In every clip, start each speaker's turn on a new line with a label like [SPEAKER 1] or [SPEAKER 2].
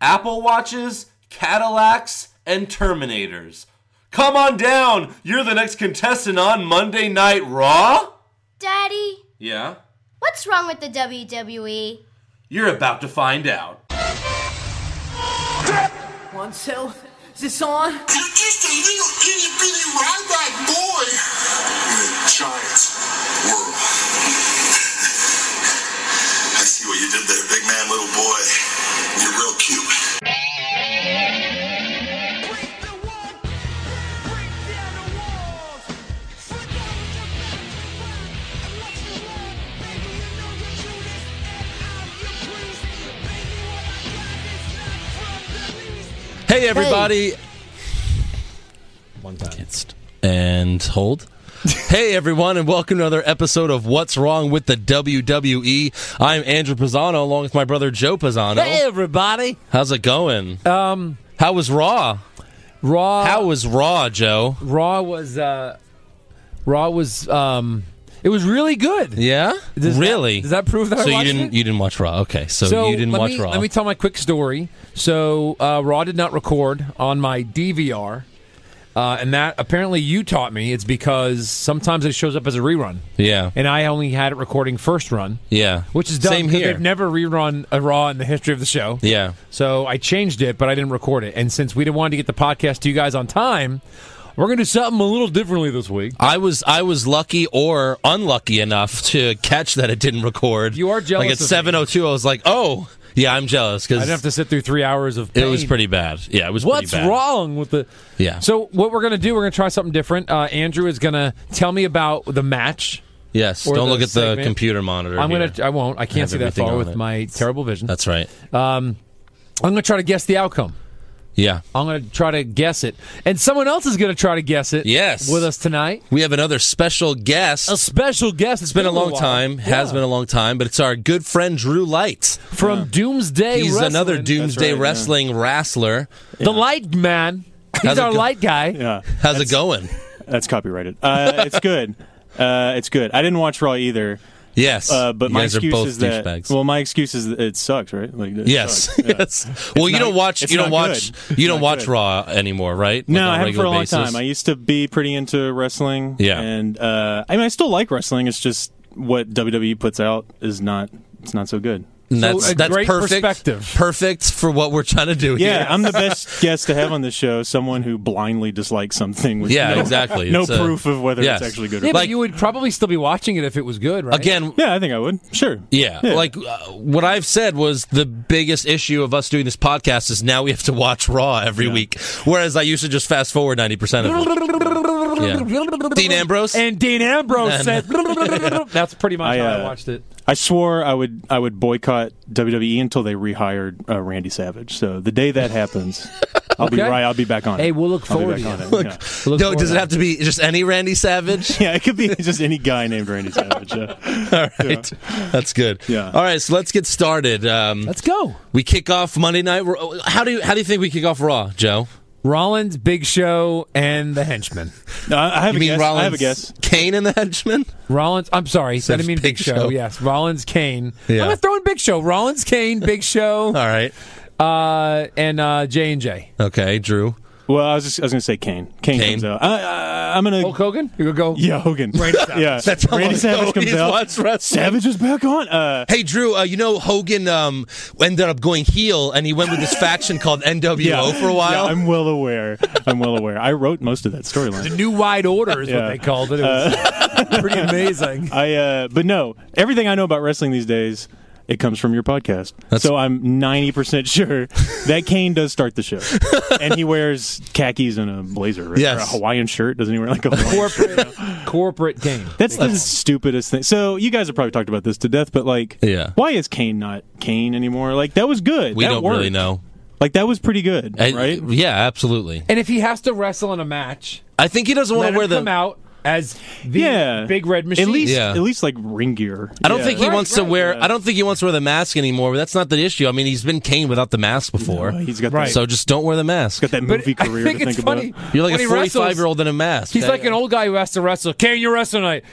[SPEAKER 1] Apple Watches, Cadillacs, and Terminators. Come on down. You're the next contestant on Monday Night Raw?
[SPEAKER 2] Daddy,
[SPEAKER 1] Yeah.
[SPEAKER 2] what's wrong with the E? WWE?
[SPEAKER 1] You're about to find out.
[SPEAKER 3] One cell. Is this on?
[SPEAKER 4] You're just a little itty bitty robot boy in a giant world. I see what you did there, big man, little boy. You're real cute.
[SPEAKER 5] Hey, everybody. One time. And hold. hey, everyone, and welcome to another episode of What's Wrong with the WWE. I'm Andrew Pisano along with my brother Joe Pisano.
[SPEAKER 6] Hey everybody!
[SPEAKER 5] How's it going? Um, How was Raw?
[SPEAKER 6] Raw
[SPEAKER 5] How was Raw, Joe?
[SPEAKER 6] Raw was uh, Raw was um, it was really good.
[SPEAKER 5] Yeah?
[SPEAKER 6] Does that-
[SPEAKER 5] really?
[SPEAKER 6] does that prove that I
[SPEAKER 5] so
[SPEAKER 6] watched
[SPEAKER 5] you didn't
[SPEAKER 6] it?
[SPEAKER 5] you didn't watch Raw. Okay. So, you didn't
[SPEAKER 6] let
[SPEAKER 5] watch
[SPEAKER 6] me,
[SPEAKER 5] Raw.
[SPEAKER 6] Let me tell my quick story. So uh, Raw did not record on my DVR, uh, and that apparently you taught me. It's because sometimes it shows up as a rerun,
[SPEAKER 5] yeah.
[SPEAKER 6] and I only had it recording first run,
[SPEAKER 5] Yeah.
[SPEAKER 6] which is dumb
[SPEAKER 5] Same
[SPEAKER 6] 'cause
[SPEAKER 5] here.
[SPEAKER 6] They've never rerun a Raw in the history of the show.
[SPEAKER 5] yeah.
[SPEAKER 6] So I changed it, but I didn't record it. And since we didn't want to get the podcast to you guys on time, we're going to do something a little differently this week.
[SPEAKER 5] I was I was lucky or unlucky enough to catch that it didn't record.
[SPEAKER 6] You are jealous
[SPEAKER 5] Like at
[SPEAKER 6] of me.
[SPEAKER 5] seven oh two, I was like, oh yeah, I'm jealous
[SPEAKER 6] I
[SPEAKER 5] because
[SPEAKER 6] didn't have to sit through three hours of.
[SPEAKER 5] it was
[SPEAKER 6] pain.
[SPEAKER 5] pretty bad. Yeah, it was. pretty
[SPEAKER 6] What's
[SPEAKER 5] bad.
[SPEAKER 6] wrong with the?
[SPEAKER 5] Yeah.
[SPEAKER 6] So what we're gonna do? We're gonna try something different. Uh, Andrew is gonna tell me about the match.
[SPEAKER 5] Yes,
[SPEAKER 6] or
[SPEAKER 5] don't
[SPEAKER 6] the
[SPEAKER 5] look at the
[SPEAKER 6] segment?
[SPEAKER 5] computer monitor.
[SPEAKER 6] I'm gonna.
[SPEAKER 5] here.
[SPEAKER 6] I won't. I
[SPEAKER 5] have
[SPEAKER 6] can't see that
[SPEAKER 5] everything
[SPEAKER 6] far
[SPEAKER 5] on
[SPEAKER 6] with
[SPEAKER 5] it.
[SPEAKER 6] my terrible vision. Um,
[SPEAKER 5] That's right.
[SPEAKER 6] I'm gonna try to guess the outcome.
[SPEAKER 5] yeah,
[SPEAKER 6] I'm gonna try to guess it, and someone else is gonna try to guess it.
[SPEAKER 5] Yes.
[SPEAKER 6] With us tonight,
[SPEAKER 5] we have another special guest.
[SPEAKER 6] a special guest.
[SPEAKER 5] it's been a long time. Has been a long time, but it's our good friend Drew Light.
[SPEAKER 6] from Doomsday.
[SPEAKER 5] He's another
[SPEAKER 6] Wrestling.
[SPEAKER 5] Doomsday
[SPEAKER 7] right, yeah.
[SPEAKER 5] Wrestling wrestler.
[SPEAKER 6] The light man. He's
[SPEAKER 5] How's it
[SPEAKER 6] our
[SPEAKER 5] go-
[SPEAKER 6] light guy.
[SPEAKER 7] Yeah,
[SPEAKER 5] How's it going?
[SPEAKER 7] Uh, that's copyrighted. Uh, it's good. Uh, it's good. I didn't watch Raw either.
[SPEAKER 5] Yes,
[SPEAKER 7] Uh, but
[SPEAKER 5] you
[SPEAKER 7] my
[SPEAKER 5] guys are
[SPEAKER 7] excuse
[SPEAKER 5] both
[SPEAKER 7] is that
[SPEAKER 5] douchebags.
[SPEAKER 7] well, my excuse is that it sucks, right? Like it
[SPEAKER 5] Yes.
[SPEAKER 7] sucks. Yeah.
[SPEAKER 5] yes. Well, you
[SPEAKER 7] not-
[SPEAKER 5] don't watch.
[SPEAKER 7] it's
[SPEAKER 5] You don't watch.
[SPEAKER 7] not good.
[SPEAKER 5] You
[SPEAKER 7] It's
[SPEAKER 5] don't
[SPEAKER 7] not
[SPEAKER 5] watch
[SPEAKER 7] good.
[SPEAKER 5] Raw anymore, right?
[SPEAKER 7] No,
[SPEAKER 5] Like, on
[SPEAKER 7] I haven't for a long
[SPEAKER 5] regular basis?
[SPEAKER 7] time. I used to be pretty into wrestling.
[SPEAKER 5] Yeah.
[SPEAKER 7] and uh, I mean, I still like wrestling. It's just what WWE puts out is not. It's not so good.
[SPEAKER 5] And that's
[SPEAKER 6] So, a
[SPEAKER 5] that's
[SPEAKER 6] great
[SPEAKER 5] perfect.
[SPEAKER 6] perspective.
[SPEAKER 5] Perfect for what we're trying to do
[SPEAKER 7] Yeah,
[SPEAKER 5] here.
[SPEAKER 7] I'm the best guest to have on this show. Someone who blindly dislikes something. With
[SPEAKER 5] Yeah,
[SPEAKER 7] no,
[SPEAKER 5] exactly.
[SPEAKER 7] No
[SPEAKER 5] It's a-
[SPEAKER 7] proof of whether
[SPEAKER 5] yes.
[SPEAKER 7] it's actually good. or
[SPEAKER 6] Yeah, but
[SPEAKER 7] not.
[SPEAKER 5] Like-
[SPEAKER 6] you would probably still be watching it if it was good, right?
[SPEAKER 5] Again,
[SPEAKER 7] yeah, I think I would. Sure.
[SPEAKER 5] Yeah, like uh, what I've said was the biggest issue of us doing this podcast is now we have to watch Raw every week, whereas I used to just fast forward ninety percent of it. Yeah. Dean Ambrose?
[SPEAKER 6] and Dean Ambrose said, "That's pretty much
[SPEAKER 7] I,
[SPEAKER 6] how I
[SPEAKER 7] uh,
[SPEAKER 6] watched it."
[SPEAKER 7] I swore I would I would boycott WWE until they rehired uh, Randy Savage. So the day that happens, I'll be
[SPEAKER 6] Okay.
[SPEAKER 7] right. I'll be back on. it.
[SPEAKER 6] Hey, we'll look
[SPEAKER 7] I'll be
[SPEAKER 6] forward
[SPEAKER 7] back
[SPEAKER 6] to
[SPEAKER 7] on it. Yeah.
[SPEAKER 6] Look
[SPEAKER 5] No,
[SPEAKER 6] forward
[SPEAKER 5] does
[SPEAKER 6] to
[SPEAKER 5] it have to be just any Randy Savage?
[SPEAKER 7] Yeah, it could be just any guy named Randy Savage. yeah.
[SPEAKER 5] All right, that's good.
[SPEAKER 7] Yeah.
[SPEAKER 5] All right, so let's get started. Um,
[SPEAKER 6] Let's go.
[SPEAKER 5] we kick off Monday night. Raw- How do you how do you think we kick off Raw, Joe?
[SPEAKER 6] Rollins, Big Show, and the Henchmen.
[SPEAKER 7] No, I I have
[SPEAKER 5] You
[SPEAKER 7] a
[SPEAKER 5] mean
[SPEAKER 7] guess.
[SPEAKER 5] Rollins,
[SPEAKER 7] I have a guess.
[SPEAKER 5] Kane and the Henchman?
[SPEAKER 6] Rollins, I'm sorry, I
[SPEAKER 5] it's
[SPEAKER 6] didn't mean
[SPEAKER 5] Big
[SPEAKER 6] Big, Show.
[SPEAKER 5] Show.
[SPEAKER 6] Yes, Rollins, Kane.
[SPEAKER 5] Yeah.
[SPEAKER 6] I'm gonna throw in Big Show. Rollins, Kane, Big Show,
[SPEAKER 5] All right,
[SPEAKER 6] uh, and uh, J and J.
[SPEAKER 5] okay, Drew.
[SPEAKER 7] Well, I was just I was gonna say Kane. Kane,
[SPEAKER 5] Kane.
[SPEAKER 7] comes out. I, I, I'm gonna.
[SPEAKER 6] Hulk Hogan, you go.
[SPEAKER 7] Yeah, Hogan. Randy Savage. yeah,
[SPEAKER 5] That's how
[SPEAKER 7] Randy
[SPEAKER 5] long ago
[SPEAKER 7] Savage comes
[SPEAKER 5] he's
[SPEAKER 7] out.
[SPEAKER 5] watched wrestling.
[SPEAKER 7] Savage is back on. Uh,
[SPEAKER 5] Hey Drew, uh, you know Hogan um, ended up going heel, and he went with this faction called NWO
[SPEAKER 7] yeah,
[SPEAKER 5] for a while.
[SPEAKER 7] Yeah, I'm well aware. I'm well aware. I wrote most of that storyline.
[SPEAKER 6] The New Wide Order is what
[SPEAKER 7] Yeah. Uh.
[SPEAKER 6] they called it. It was pretty amazing.
[SPEAKER 7] I uh, but no, everything I know about wrestling these days, it comes from your podcast. so I'm ninety percent sure that Kane does start the show, and he wears khakis and a blazer, right?
[SPEAKER 5] Yes.
[SPEAKER 7] or a Hawaiian shirt. Doesn't he wear like a Hawaiian shirt?
[SPEAKER 6] Corporate, corporate game.
[SPEAKER 7] That's the stupidest thing. So you guys have probably talked about this to death, but like,
[SPEAKER 5] Yeah.
[SPEAKER 7] why is Kane not Kane anymore? Like that was good.
[SPEAKER 5] we
[SPEAKER 7] That
[SPEAKER 5] don't really
[SPEAKER 7] worked.
[SPEAKER 5] know, uh,
[SPEAKER 7] Like that was pretty good,
[SPEAKER 5] And-
[SPEAKER 7] right?
[SPEAKER 5] Yeah, absolutely.
[SPEAKER 6] And if he has to wrestle in a match,
[SPEAKER 5] I think he doesn't
[SPEAKER 6] let
[SPEAKER 5] want to
[SPEAKER 6] him
[SPEAKER 5] wear the.
[SPEAKER 6] come out as the
[SPEAKER 7] Yeah,
[SPEAKER 6] big red machine.
[SPEAKER 7] At least,
[SPEAKER 5] Yeah.
[SPEAKER 7] at least like ring gear.
[SPEAKER 5] I don't
[SPEAKER 7] Yeah.
[SPEAKER 5] think he
[SPEAKER 6] Right,
[SPEAKER 5] wants to
[SPEAKER 6] right,
[SPEAKER 5] wear. I don't think he wants to wear the mask anymore. But that's not the issue. I mean, he's been Kane without the mask before,
[SPEAKER 7] he's got
[SPEAKER 6] Right.
[SPEAKER 7] that,
[SPEAKER 5] so just don't wear the mask.
[SPEAKER 7] got that
[SPEAKER 6] But
[SPEAKER 7] movie career
[SPEAKER 6] I think
[SPEAKER 7] to
[SPEAKER 6] it's
[SPEAKER 7] think
[SPEAKER 6] funny.
[SPEAKER 7] about.
[SPEAKER 5] You're like
[SPEAKER 6] when
[SPEAKER 5] a
[SPEAKER 6] he wrestles,
[SPEAKER 5] 45 year old in a mask.
[SPEAKER 6] He's
[SPEAKER 5] Yeah.
[SPEAKER 6] like an old guy who has to wrestle. Can you wrestle tonight?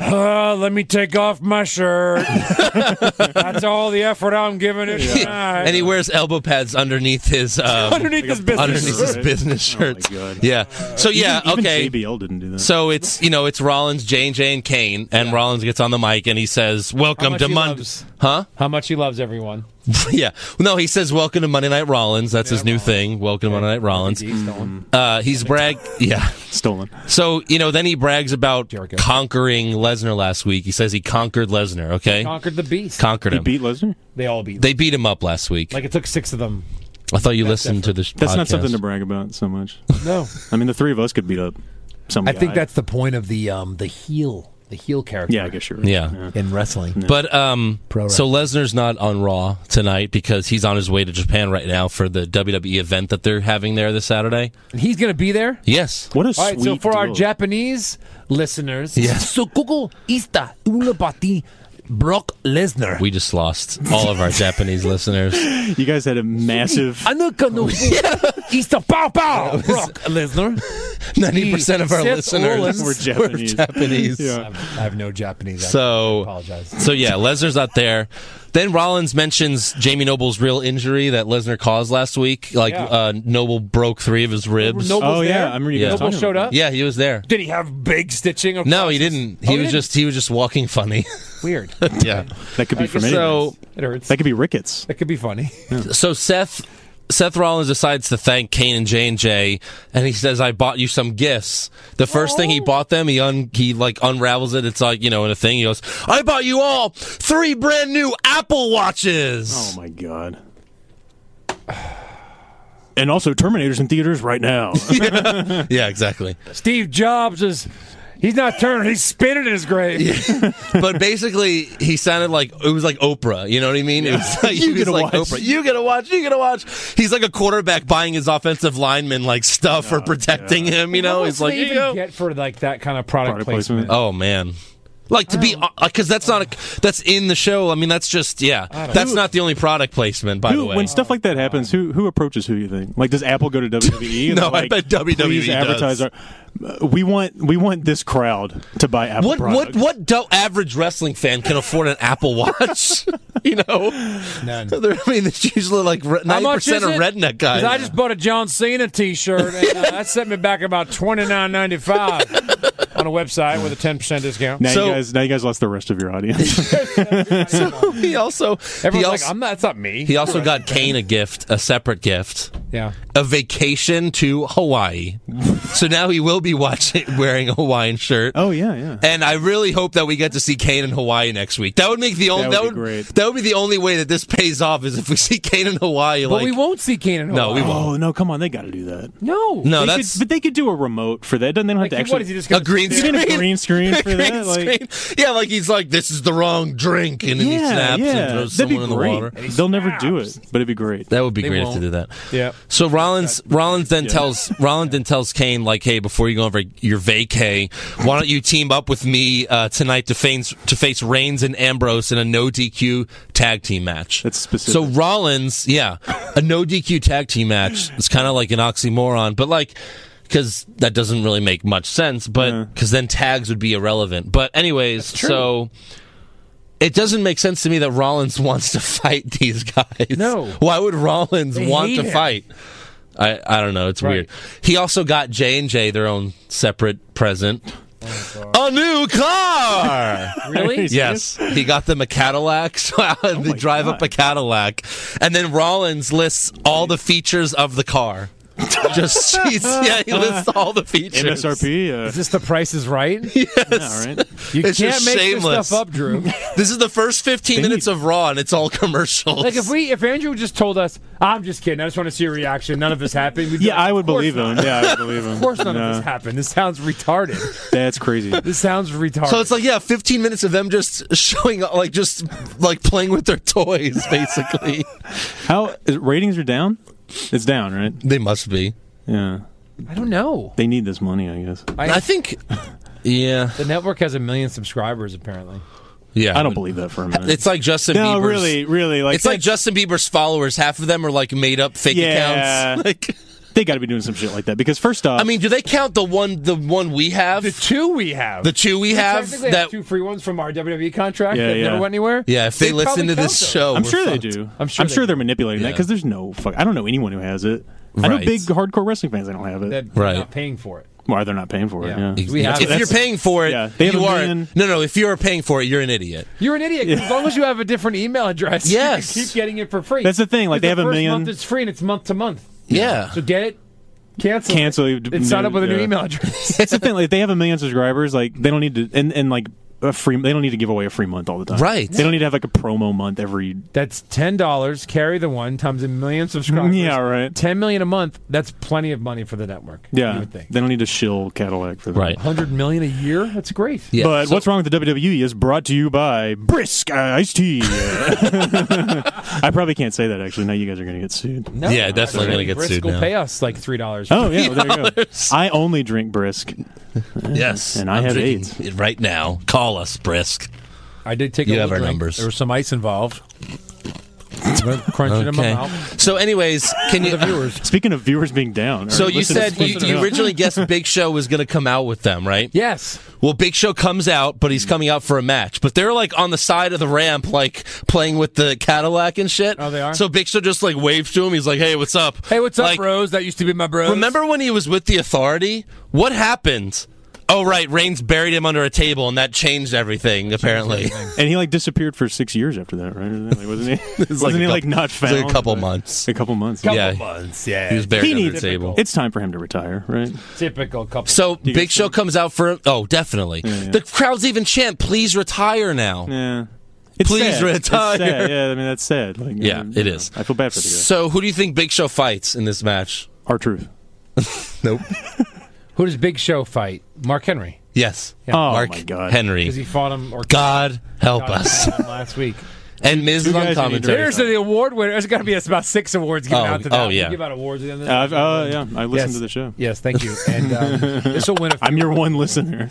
[SPEAKER 6] "Uh, let me take off my shirt. That's all the effort I'm giving it tonight.
[SPEAKER 5] and he wears elbow pads underneath his um,
[SPEAKER 6] underneath his business.
[SPEAKER 5] underneath his
[SPEAKER 7] Right.
[SPEAKER 5] business
[SPEAKER 7] Oh my
[SPEAKER 5] shirts.
[SPEAKER 7] God.
[SPEAKER 5] yeah. So yeah,
[SPEAKER 7] even,
[SPEAKER 5] Uh, okay.
[SPEAKER 7] Even JBL didn't do that.
[SPEAKER 5] So it's you know it's Rollins, Jane, Jane, Kane, and Rollins gets on the mic and he says, "Welcome
[SPEAKER 6] much
[SPEAKER 5] to
[SPEAKER 6] he
[SPEAKER 5] Monday."
[SPEAKER 6] loves-
[SPEAKER 5] Huh?
[SPEAKER 6] How much he loves everyone.
[SPEAKER 5] yeah. No, he says, "Welcome to Monday Night Rollins." That's his new thing. Welcome to Monday Night Rollins. Uh, he's brag. Yeah.
[SPEAKER 7] Stolen.
[SPEAKER 5] So you know, then he brags about
[SPEAKER 6] Jericho.
[SPEAKER 5] conquering Lesnar last week. He says he conquered Lesnar. Okay,
[SPEAKER 6] Conquered the beast.
[SPEAKER 5] conquered
[SPEAKER 7] He
[SPEAKER 5] him.
[SPEAKER 7] beat Lesnar?
[SPEAKER 6] they all beat.
[SPEAKER 5] they beat him up last week.
[SPEAKER 6] like it took six of them.
[SPEAKER 5] I thought you listened to the.
[SPEAKER 7] That's not something to
[SPEAKER 5] podcast.
[SPEAKER 7] brag about so much.
[SPEAKER 6] No,
[SPEAKER 7] I mean, the three of us could beat up some
[SPEAKER 6] I
[SPEAKER 7] guy.
[SPEAKER 6] think that's the point of the um the heel the heel character.
[SPEAKER 7] Yeah, I guess you're right.
[SPEAKER 5] Yeah.
[SPEAKER 6] in wrestling.
[SPEAKER 5] But um,
[SPEAKER 6] Pro
[SPEAKER 5] so Lesnar's not on Raw tonight because he's on his way to Japan right now for the WWE event that they're having there this Saturday.
[SPEAKER 6] And he's gonna be there.
[SPEAKER 5] Yes.
[SPEAKER 7] What a
[SPEAKER 6] All right,
[SPEAKER 7] sweet
[SPEAKER 6] so for our
[SPEAKER 7] deal.
[SPEAKER 6] Japanese listeners,
[SPEAKER 5] Yeah.
[SPEAKER 6] so Google Ista Ulabati Brock Lesnar.
[SPEAKER 5] We just lost all of our Japanese listeners.
[SPEAKER 7] You guys had a massive.
[SPEAKER 5] Oh,
[SPEAKER 6] Anukanu Ista Pow Pow Brock Lesnar.
[SPEAKER 5] 90% of our
[SPEAKER 6] Seth
[SPEAKER 5] listeners
[SPEAKER 6] Rollins.
[SPEAKER 7] We're Japanese.
[SPEAKER 5] Japanese.
[SPEAKER 7] Yeah.
[SPEAKER 6] I have no Japanese. accent. I
[SPEAKER 5] So,
[SPEAKER 6] apologize.
[SPEAKER 5] so yeah, Lesnar's not there. Then Rollins mentions Jamie Noble's real injury that Lesnar caused last week. Like
[SPEAKER 6] Yeah.
[SPEAKER 5] uh, Noble broke three of his ribs.
[SPEAKER 6] Noble-
[SPEAKER 7] Oh,
[SPEAKER 6] was
[SPEAKER 7] yeah.
[SPEAKER 6] there.
[SPEAKER 7] I remember you
[SPEAKER 5] Yeah.
[SPEAKER 7] guys
[SPEAKER 5] Noble
[SPEAKER 7] talking
[SPEAKER 6] showed
[SPEAKER 7] about
[SPEAKER 6] up?
[SPEAKER 5] Yeah, he was there.
[SPEAKER 6] Did he have big stitching? Across
[SPEAKER 5] No, he
[SPEAKER 6] his-
[SPEAKER 5] didn't.
[SPEAKER 6] Oh,
[SPEAKER 5] He was just he was just walking funny.
[SPEAKER 6] weird.
[SPEAKER 5] yeah.
[SPEAKER 7] that. That could be from anything.
[SPEAKER 5] Uh, So
[SPEAKER 6] It hurts.
[SPEAKER 7] that could be rickets.
[SPEAKER 6] That could be funny.
[SPEAKER 5] so Seth Seth Rollins decides to thank Kane and J and J, and he says, "I bought you some gifts." The first thing he bought them, he un he like unravels it. It's like you know in a thing. He goes, "I bought you all three brand new Apple watches."
[SPEAKER 7] Oh my god. And also, Terminators in theaters right now.
[SPEAKER 5] Yeah, exactly.
[SPEAKER 6] Steve Jobs is. He's not turning. He's spinning in his grave.
[SPEAKER 5] but basically, he sounded like it was like Oprah. You know what I mean? It was like,
[SPEAKER 7] You
[SPEAKER 5] he was
[SPEAKER 7] gonna
[SPEAKER 5] like
[SPEAKER 7] watch.
[SPEAKER 5] Oprah. You gonna watch? You gonna watch? He's like a quarterback buying his offensive lineman like stuff for protecting him. You know,
[SPEAKER 6] What
[SPEAKER 5] he's
[SPEAKER 6] else do
[SPEAKER 5] like,
[SPEAKER 6] they
[SPEAKER 5] "Here you
[SPEAKER 6] even
[SPEAKER 5] go."
[SPEAKER 6] get for like that kind of product,
[SPEAKER 7] Product
[SPEAKER 6] placement.
[SPEAKER 7] placement.
[SPEAKER 5] Oh man. Like to be
[SPEAKER 7] Oh.
[SPEAKER 5] because that's not a, that's in the show. I mean, that's just yeah. That's not the only product placement, by the
[SPEAKER 7] who,
[SPEAKER 5] way.
[SPEAKER 7] when stuff like that happens, who who approaches who? You think? Like, does Apple go to WWE? And
[SPEAKER 5] No,
[SPEAKER 7] they're like,
[SPEAKER 5] I bet WWE
[SPEAKER 7] Please
[SPEAKER 5] does.
[SPEAKER 7] advertise our. uh, We want we want this crowd to buy Apple
[SPEAKER 5] what what
[SPEAKER 7] products.
[SPEAKER 5] what do- average wrestling fan can afford an Apple Watch? you know,
[SPEAKER 6] None.
[SPEAKER 5] They're- I mean, it's usually like
[SPEAKER 6] How
[SPEAKER 5] ninety
[SPEAKER 6] much is
[SPEAKER 5] percent of
[SPEAKER 6] it?
[SPEAKER 5] redneck guys.
[SPEAKER 6] 'Cause I just bought a John Cena T-shirt, and uh, that set me back about twenty nine ninety five on a website with a ten percent discount.
[SPEAKER 7] Now
[SPEAKER 5] So-
[SPEAKER 7] you guys now you guys lost the rest of your audience.
[SPEAKER 5] he also he
[SPEAKER 6] Everyone's
[SPEAKER 5] also,
[SPEAKER 6] like, "I'm not. That's not me."
[SPEAKER 5] he also got Kane a gift, a separate gift,
[SPEAKER 6] yeah.
[SPEAKER 5] a vacation to Hawaii. so now he will be watching wearing a Hawaiian shirt.
[SPEAKER 7] oh yeah, yeah.
[SPEAKER 5] And I really hope that we get to see Kane in Hawaii next week. That would make the only
[SPEAKER 7] would
[SPEAKER 5] that
[SPEAKER 7] be
[SPEAKER 5] would,
[SPEAKER 7] great.
[SPEAKER 5] that would be the only way that this pays off is if we see Kane in Hawaii.
[SPEAKER 6] But
[SPEAKER 5] like,
[SPEAKER 6] we won't see Kanan.
[SPEAKER 5] No, we won't.
[SPEAKER 7] Oh no, come on, they got to do that.
[SPEAKER 6] No.
[SPEAKER 5] No,
[SPEAKER 7] They
[SPEAKER 5] that's
[SPEAKER 7] could, but they could do a remote for that. Doesn't they don't have
[SPEAKER 6] Like,
[SPEAKER 7] to
[SPEAKER 6] he-
[SPEAKER 7] actually?
[SPEAKER 6] what is he just
[SPEAKER 5] a
[SPEAKER 6] gonna
[SPEAKER 5] green
[SPEAKER 6] sit there?
[SPEAKER 5] screen.
[SPEAKER 7] Even a green screen for
[SPEAKER 5] Green
[SPEAKER 7] that, like-
[SPEAKER 5] screen. yeah, like he's like, this is the wrong drink, and then he
[SPEAKER 7] yeah,
[SPEAKER 5] snaps
[SPEAKER 7] yeah.
[SPEAKER 5] and throws
[SPEAKER 7] That'd be
[SPEAKER 5] someone in the water.
[SPEAKER 7] great. They'll never do it, but it'd be great.
[SPEAKER 5] That would be
[SPEAKER 6] They
[SPEAKER 5] great if
[SPEAKER 6] won't.
[SPEAKER 5] they did that.
[SPEAKER 6] Yeah.
[SPEAKER 5] So Rollins, Rollins then tells Rollins then tells Kane like, "Hey, before you go over your vacay, why don't you team up with me uh, tonight to face to face Reigns and Ambrose in a no DQ tag team match?"
[SPEAKER 7] That's specific.
[SPEAKER 5] So Rollins, yeah, a no DQ tag team match. It's kind of like an oxymoron, but like. Because that doesn't really make much sense, but because then tags would be irrelevant. But anyways, so it doesn't make sense to me that Rollins wants to fight these guys.
[SPEAKER 6] No.
[SPEAKER 5] Why would Rollins
[SPEAKER 6] They
[SPEAKER 5] want
[SPEAKER 6] hate
[SPEAKER 5] to
[SPEAKER 6] him.
[SPEAKER 5] fight? I, I don't know. It's weird. He also got J and J their own separate present.
[SPEAKER 6] Oh,
[SPEAKER 5] a new car.
[SPEAKER 6] Really?
[SPEAKER 5] yes, he got them a Cadillac. So
[SPEAKER 6] Oh
[SPEAKER 5] they drive up a Cadillac, and then Rollins lists all the features of the car. Just geez, yeah, he lists all the features.
[SPEAKER 7] MSRP. Uh,
[SPEAKER 6] Is this the Price is Right? You
[SPEAKER 7] yeah, right.
[SPEAKER 5] It's
[SPEAKER 6] can't
[SPEAKER 5] just
[SPEAKER 6] make
[SPEAKER 5] shameless.
[SPEAKER 6] this stuff up, Drew.
[SPEAKER 5] This is the first fifteen minutes of Raw, and it's all commercials.
[SPEAKER 6] Like if we, if Andrew just told us, I'm just kidding. I just want to see your reaction. None of this happened. We'd be
[SPEAKER 7] Yeah,
[SPEAKER 6] like,
[SPEAKER 7] I would
[SPEAKER 6] "Of course
[SPEAKER 7] believe
[SPEAKER 6] not.
[SPEAKER 7] him. Yeah, I would believe him.
[SPEAKER 6] Of course, none
[SPEAKER 7] no,
[SPEAKER 6] of this happened. This sounds retarded.
[SPEAKER 7] That's crazy.
[SPEAKER 6] This sounds retarded.
[SPEAKER 5] So it's like yeah, 15 minutes of them just showing like just like playing with their toys basically.
[SPEAKER 7] How is, ratings are down? It's down, right?
[SPEAKER 5] they must be.
[SPEAKER 7] Yeah.
[SPEAKER 6] I don't know.
[SPEAKER 7] They need this money, I guess.
[SPEAKER 5] I think yeah.
[SPEAKER 6] The network has a million subscribers apparently.
[SPEAKER 5] Yeah.
[SPEAKER 7] I don't believe that for a minute.
[SPEAKER 5] It's like Justin
[SPEAKER 7] no,
[SPEAKER 5] Bieber's
[SPEAKER 7] really, really. Like
[SPEAKER 5] It's like
[SPEAKER 7] that's-
[SPEAKER 5] Justin Bieber's followers, half of them are like made up fake
[SPEAKER 7] Yeah.
[SPEAKER 5] accounts. Like
[SPEAKER 7] They got to be doing some shit like that because first off,
[SPEAKER 5] I mean, do they count the one the one we have?
[SPEAKER 6] The two we have.
[SPEAKER 5] The two we have
[SPEAKER 6] Technically, I
[SPEAKER 5] that
[SPEAKER 6] two free ones from our WWE contract
[SPEAKER 7] Yeah,
[SPEAKER 6] that
[SPEAKER 7] yeah.
[SPEAKER 6] never went anywhere.
[SPEAKER 5] Yeah, if they, listen
[SPEAKER 6] probably
[SPEAKER 5] to
[SPEAKER 6] count
[SPEAKER 5] this
[SPEAKER 6] those.
[SPEAKER 5] show,
[SPEAKER 7] I'm
[SPEAKER 5] we're
[SPEAKER 7] sure
[SPEAKER 5] fucked.
[SPEAKER 7] they do.
[SPEAKER 6] Oh, I'm sure they do.
[SPEAKER 7] they're manipulating that
[SPEAKER 5] Yeah.
[SPEAKER 7] because there's no fuck. I don't know anyone who has it. I know
[SPEAKER 5] Right.
[SPEAKER 7] big hardcore wrestling fans. They don't have it.
[SPEAKER 6] That we're
[SPEAKER 5] Right.
[SPEAKER 6] not paying for it.
[SPEAKER 7] Why they're not paying for it?
[SPEAKER 6] Yeah.
[SPEAKER 7] Yeah.
[SPEAKER 6] We have
[SPEAKER 5] if
[SPEAKER 6] it.
[SPEAKER 5] you're paying for it,
[SPEAKER 7] yeah, they have
[SPEAKER 5] you
[SPEAKER 7] a
[SPEAKER 5] are
[SPEAKER 7] million-
[SPEAKER 5] no, no. If you're paying for it, you're an idiot.
[SPEAKER 6] You're an idiot. As long as you have a different email address,
[SPEAKER 5] Yes.
[SPEAKER 6] you can keep getting it for free.
[SPEAKER 7] That's the thing, like,
[SPEAKER 6] 'Cause
[SPEAKER 7] they have
[SPEAKER 6] the
[SPEAKER 7] a
[SPEAKER 6] first
[SPEAKER 7] million-
[SPEAKER 6] Month it's free and it's month to month.
[SPEAKER 5] Yeah,
[SPEAKER 6] So get it. Cancel. it,
[SPEAKER 7] Cancel it.
[SPEAKER 6] And sign up with a new
[SPEAKER 7] Yeah.
[SPEAKER 6] email address.
[SPEAKER 7] That's the thing. Like, they have a million subscribers. Like they don't need to and and like a free. They don't need to give away a free month all the time.
[SPEAKER 5] Right.
[SPEAKER 7] They don't need to have like a promo month every.
[SPEAKER 6] That's ten dollars. Carry the one times a million subscribers.
[SPEAKER 7] Yeah, right.
[SPEAKER 6] Ten million a month. That's plenty of money for the network. you
[SPEAKER 7] Yeah.
[SPEAKER 6] would think.
[SPEAKER 7] They don't need to shill Cadillac for that.
[SPEAKER 5] right.
[SPEAKER 6] Hundred million a year. That's great.
[SPEAKER 5] Yeah.
[SPEAKER 7] but
[SPEAKER 5] so-
[SPEAKER 7] what's wrong with the WWE is brought to you by Brisk Iced Tea. I probably can't say that actually. Now you guys are going to get sued.
[SPEAKER 6] No,
[SPEAKER 5] Yeah, definitely gonna
[SPEAKER 6] actually,
[SPEAKER 5] get
[SPEAKER 6] Brisk
[SPEAKER 5] sued
[SPEAKER 6] will
[SPEAKER 5] now.
[SPEAKER 6] Pay us like three dollars.
[SPEAKER 7] Oh yeah, well, there you go. I only drink Brisk.
[SPEAKER 5] Yes,
[SPEAKER 7] And I
[SPEAKER 5] I'm
[SPEAKER 7] have
[SPEAKER 5] drinking it right now. Call us, Brisk.
[SPEAKER 6] I did take.
[SPEAKER 5] You
[SPEAKER 6] a
[SPEAKER 5] have
[SPEAKER 6] little
[SPEAKER 5] our
[SPEAKER 6] drink.
[SPEAKER 5] numbers.
[SPEAKER 6] There was some ice involved. Crunching in my
[SPEAKER 5] Okay.
[SPEAKER 6] mouth.
[SPEAKER 5] So, anyways, can you?
[SPEAKER 7] Speaking of viewers being down. or
[SPEAKER 5] So you
[SPEAKER 7] listeners
[SPEAKER 5] said you,
[SPEAKER 7] being
[SPEAKER 5] you
[SPEAKER 7] down.
[SPEAKER 5] originally guessed Big Show was going to come out with them, right?
[SPEAKER 6] Yes.
[SPEAKER 5] Well, Big Show comes out, but he's coming out for a match. But they're like on the side of the ramp, like playing with the Cadillac and shit.
[SPEAKER 6] Oh, they are?
[SPEAKER 5] So Big Show just like waves to him. He's like, "Hey, what's up?
[SPEAKER 6] Hey, what's
[SPEAKER 5] Like,
[SPEAKER 6] up, Rose? That used to be my bro.
[SPEAKER 5] Remember when he was with the Authority? What happened? Oh, right, Reigns buried him under a table, and that changed everything. Apparently,
[SPEAKER 7] and he like disappeared for six years after that, right? Like, wasn't he? wasn't
[SPEAKER 5] like a
[SPEAKER 7] he like
[SPEAKER 5] couple-
[SPEAKER 7] not
[SPEAKER 5] it's like
[SPEAKER 7] found?
[SPEAKER 5] a couple
[SPEAKER 7] but-
[SPEAKER 5] months.
[SPEAKER 7] A couple months.
[SPEAKER 5] yeah,
[SPEAKER 6] months? Yeah.
[SPEAKER 5] he was buried
[SPEAKER 7] He
[SPEAKER 5] under the
[SPEAKER 7] needs-
[SPEAKER 5] table.
[SPEAKER 7] It's time for him to retire, right?
[SPEAKER 6] typical couple.
[SPEAKER 5] So
[SPEAKER 7] You
[SPEAKER 5] Big
[SPEAKER 7] guys
[SPEAKER 5] Show comes out for oh, definitely.
[SPEAKER 7] yeah.
[SPEAKER 5] The crowd's even chant, "Please retire now."
[SPEAKER 7] Yeah. It's
[SPEAKER 5] Please
[SPEAKER 7] sad. It's
[SPEAKER 5] retire.
[SPEAKER 7] sad. Yeah, I mean that's sad. Like,
[SPEAKER 5] Yeah,
[SPEAKER 7] I mean,
[SPEAKER 5] it
[SPEAKER 7] you
[SPEAKER 5] is.
[SPEAKER 7] know, I feel bad for the guy.
[SPEAKER 5] So who do you think Big Show fights in this match?
[SPEAKER 7] Our truth.
[SPEAKER 5] Nope.
[SPEAKER 6] who does Big Show fight? Mark Henry
[SPEAKER 5] Yes.
[SPEAKER 7] Oh
[SPEAKER 5] Mark
[SPEAKER 7] my god.
[SPEAKER 5] Henry.
[SPEAKER 6] because he fought him or
[SPEAKER 5] God help
[SPEAKER 6] God,
[SPEAKER 5] us.
[SPEAKER 6] fought him last week.
[SPEAKER 5] And Miz
[SPEAKER 7] Two
[SPEAKER 5] is on
[SPEAKER 7] guys in
[SPEAKER 5] commentary.
[SPEAKER 7] either-
[SPEAKER 6] There's the award winner. There's got to be about six awards given
[SPEAKER 5] Oh,
[SPEAKER 6] out to that.
[SPEAKER 5] oh, yeah.
[SPEAKER 6] We give out awards. at the end of
[SPEAKER 7] Uh,
[SPEAKER 6] the-
[SPEAKER 7] I've- uh, yeah, I listened
[SPEAKER 6] Yes.
[SPEAKER 7] to the show.
[SPEAKER 6] Yes, thank you. And um, this will win. A
[SPEAKER 7] I'm your one listener.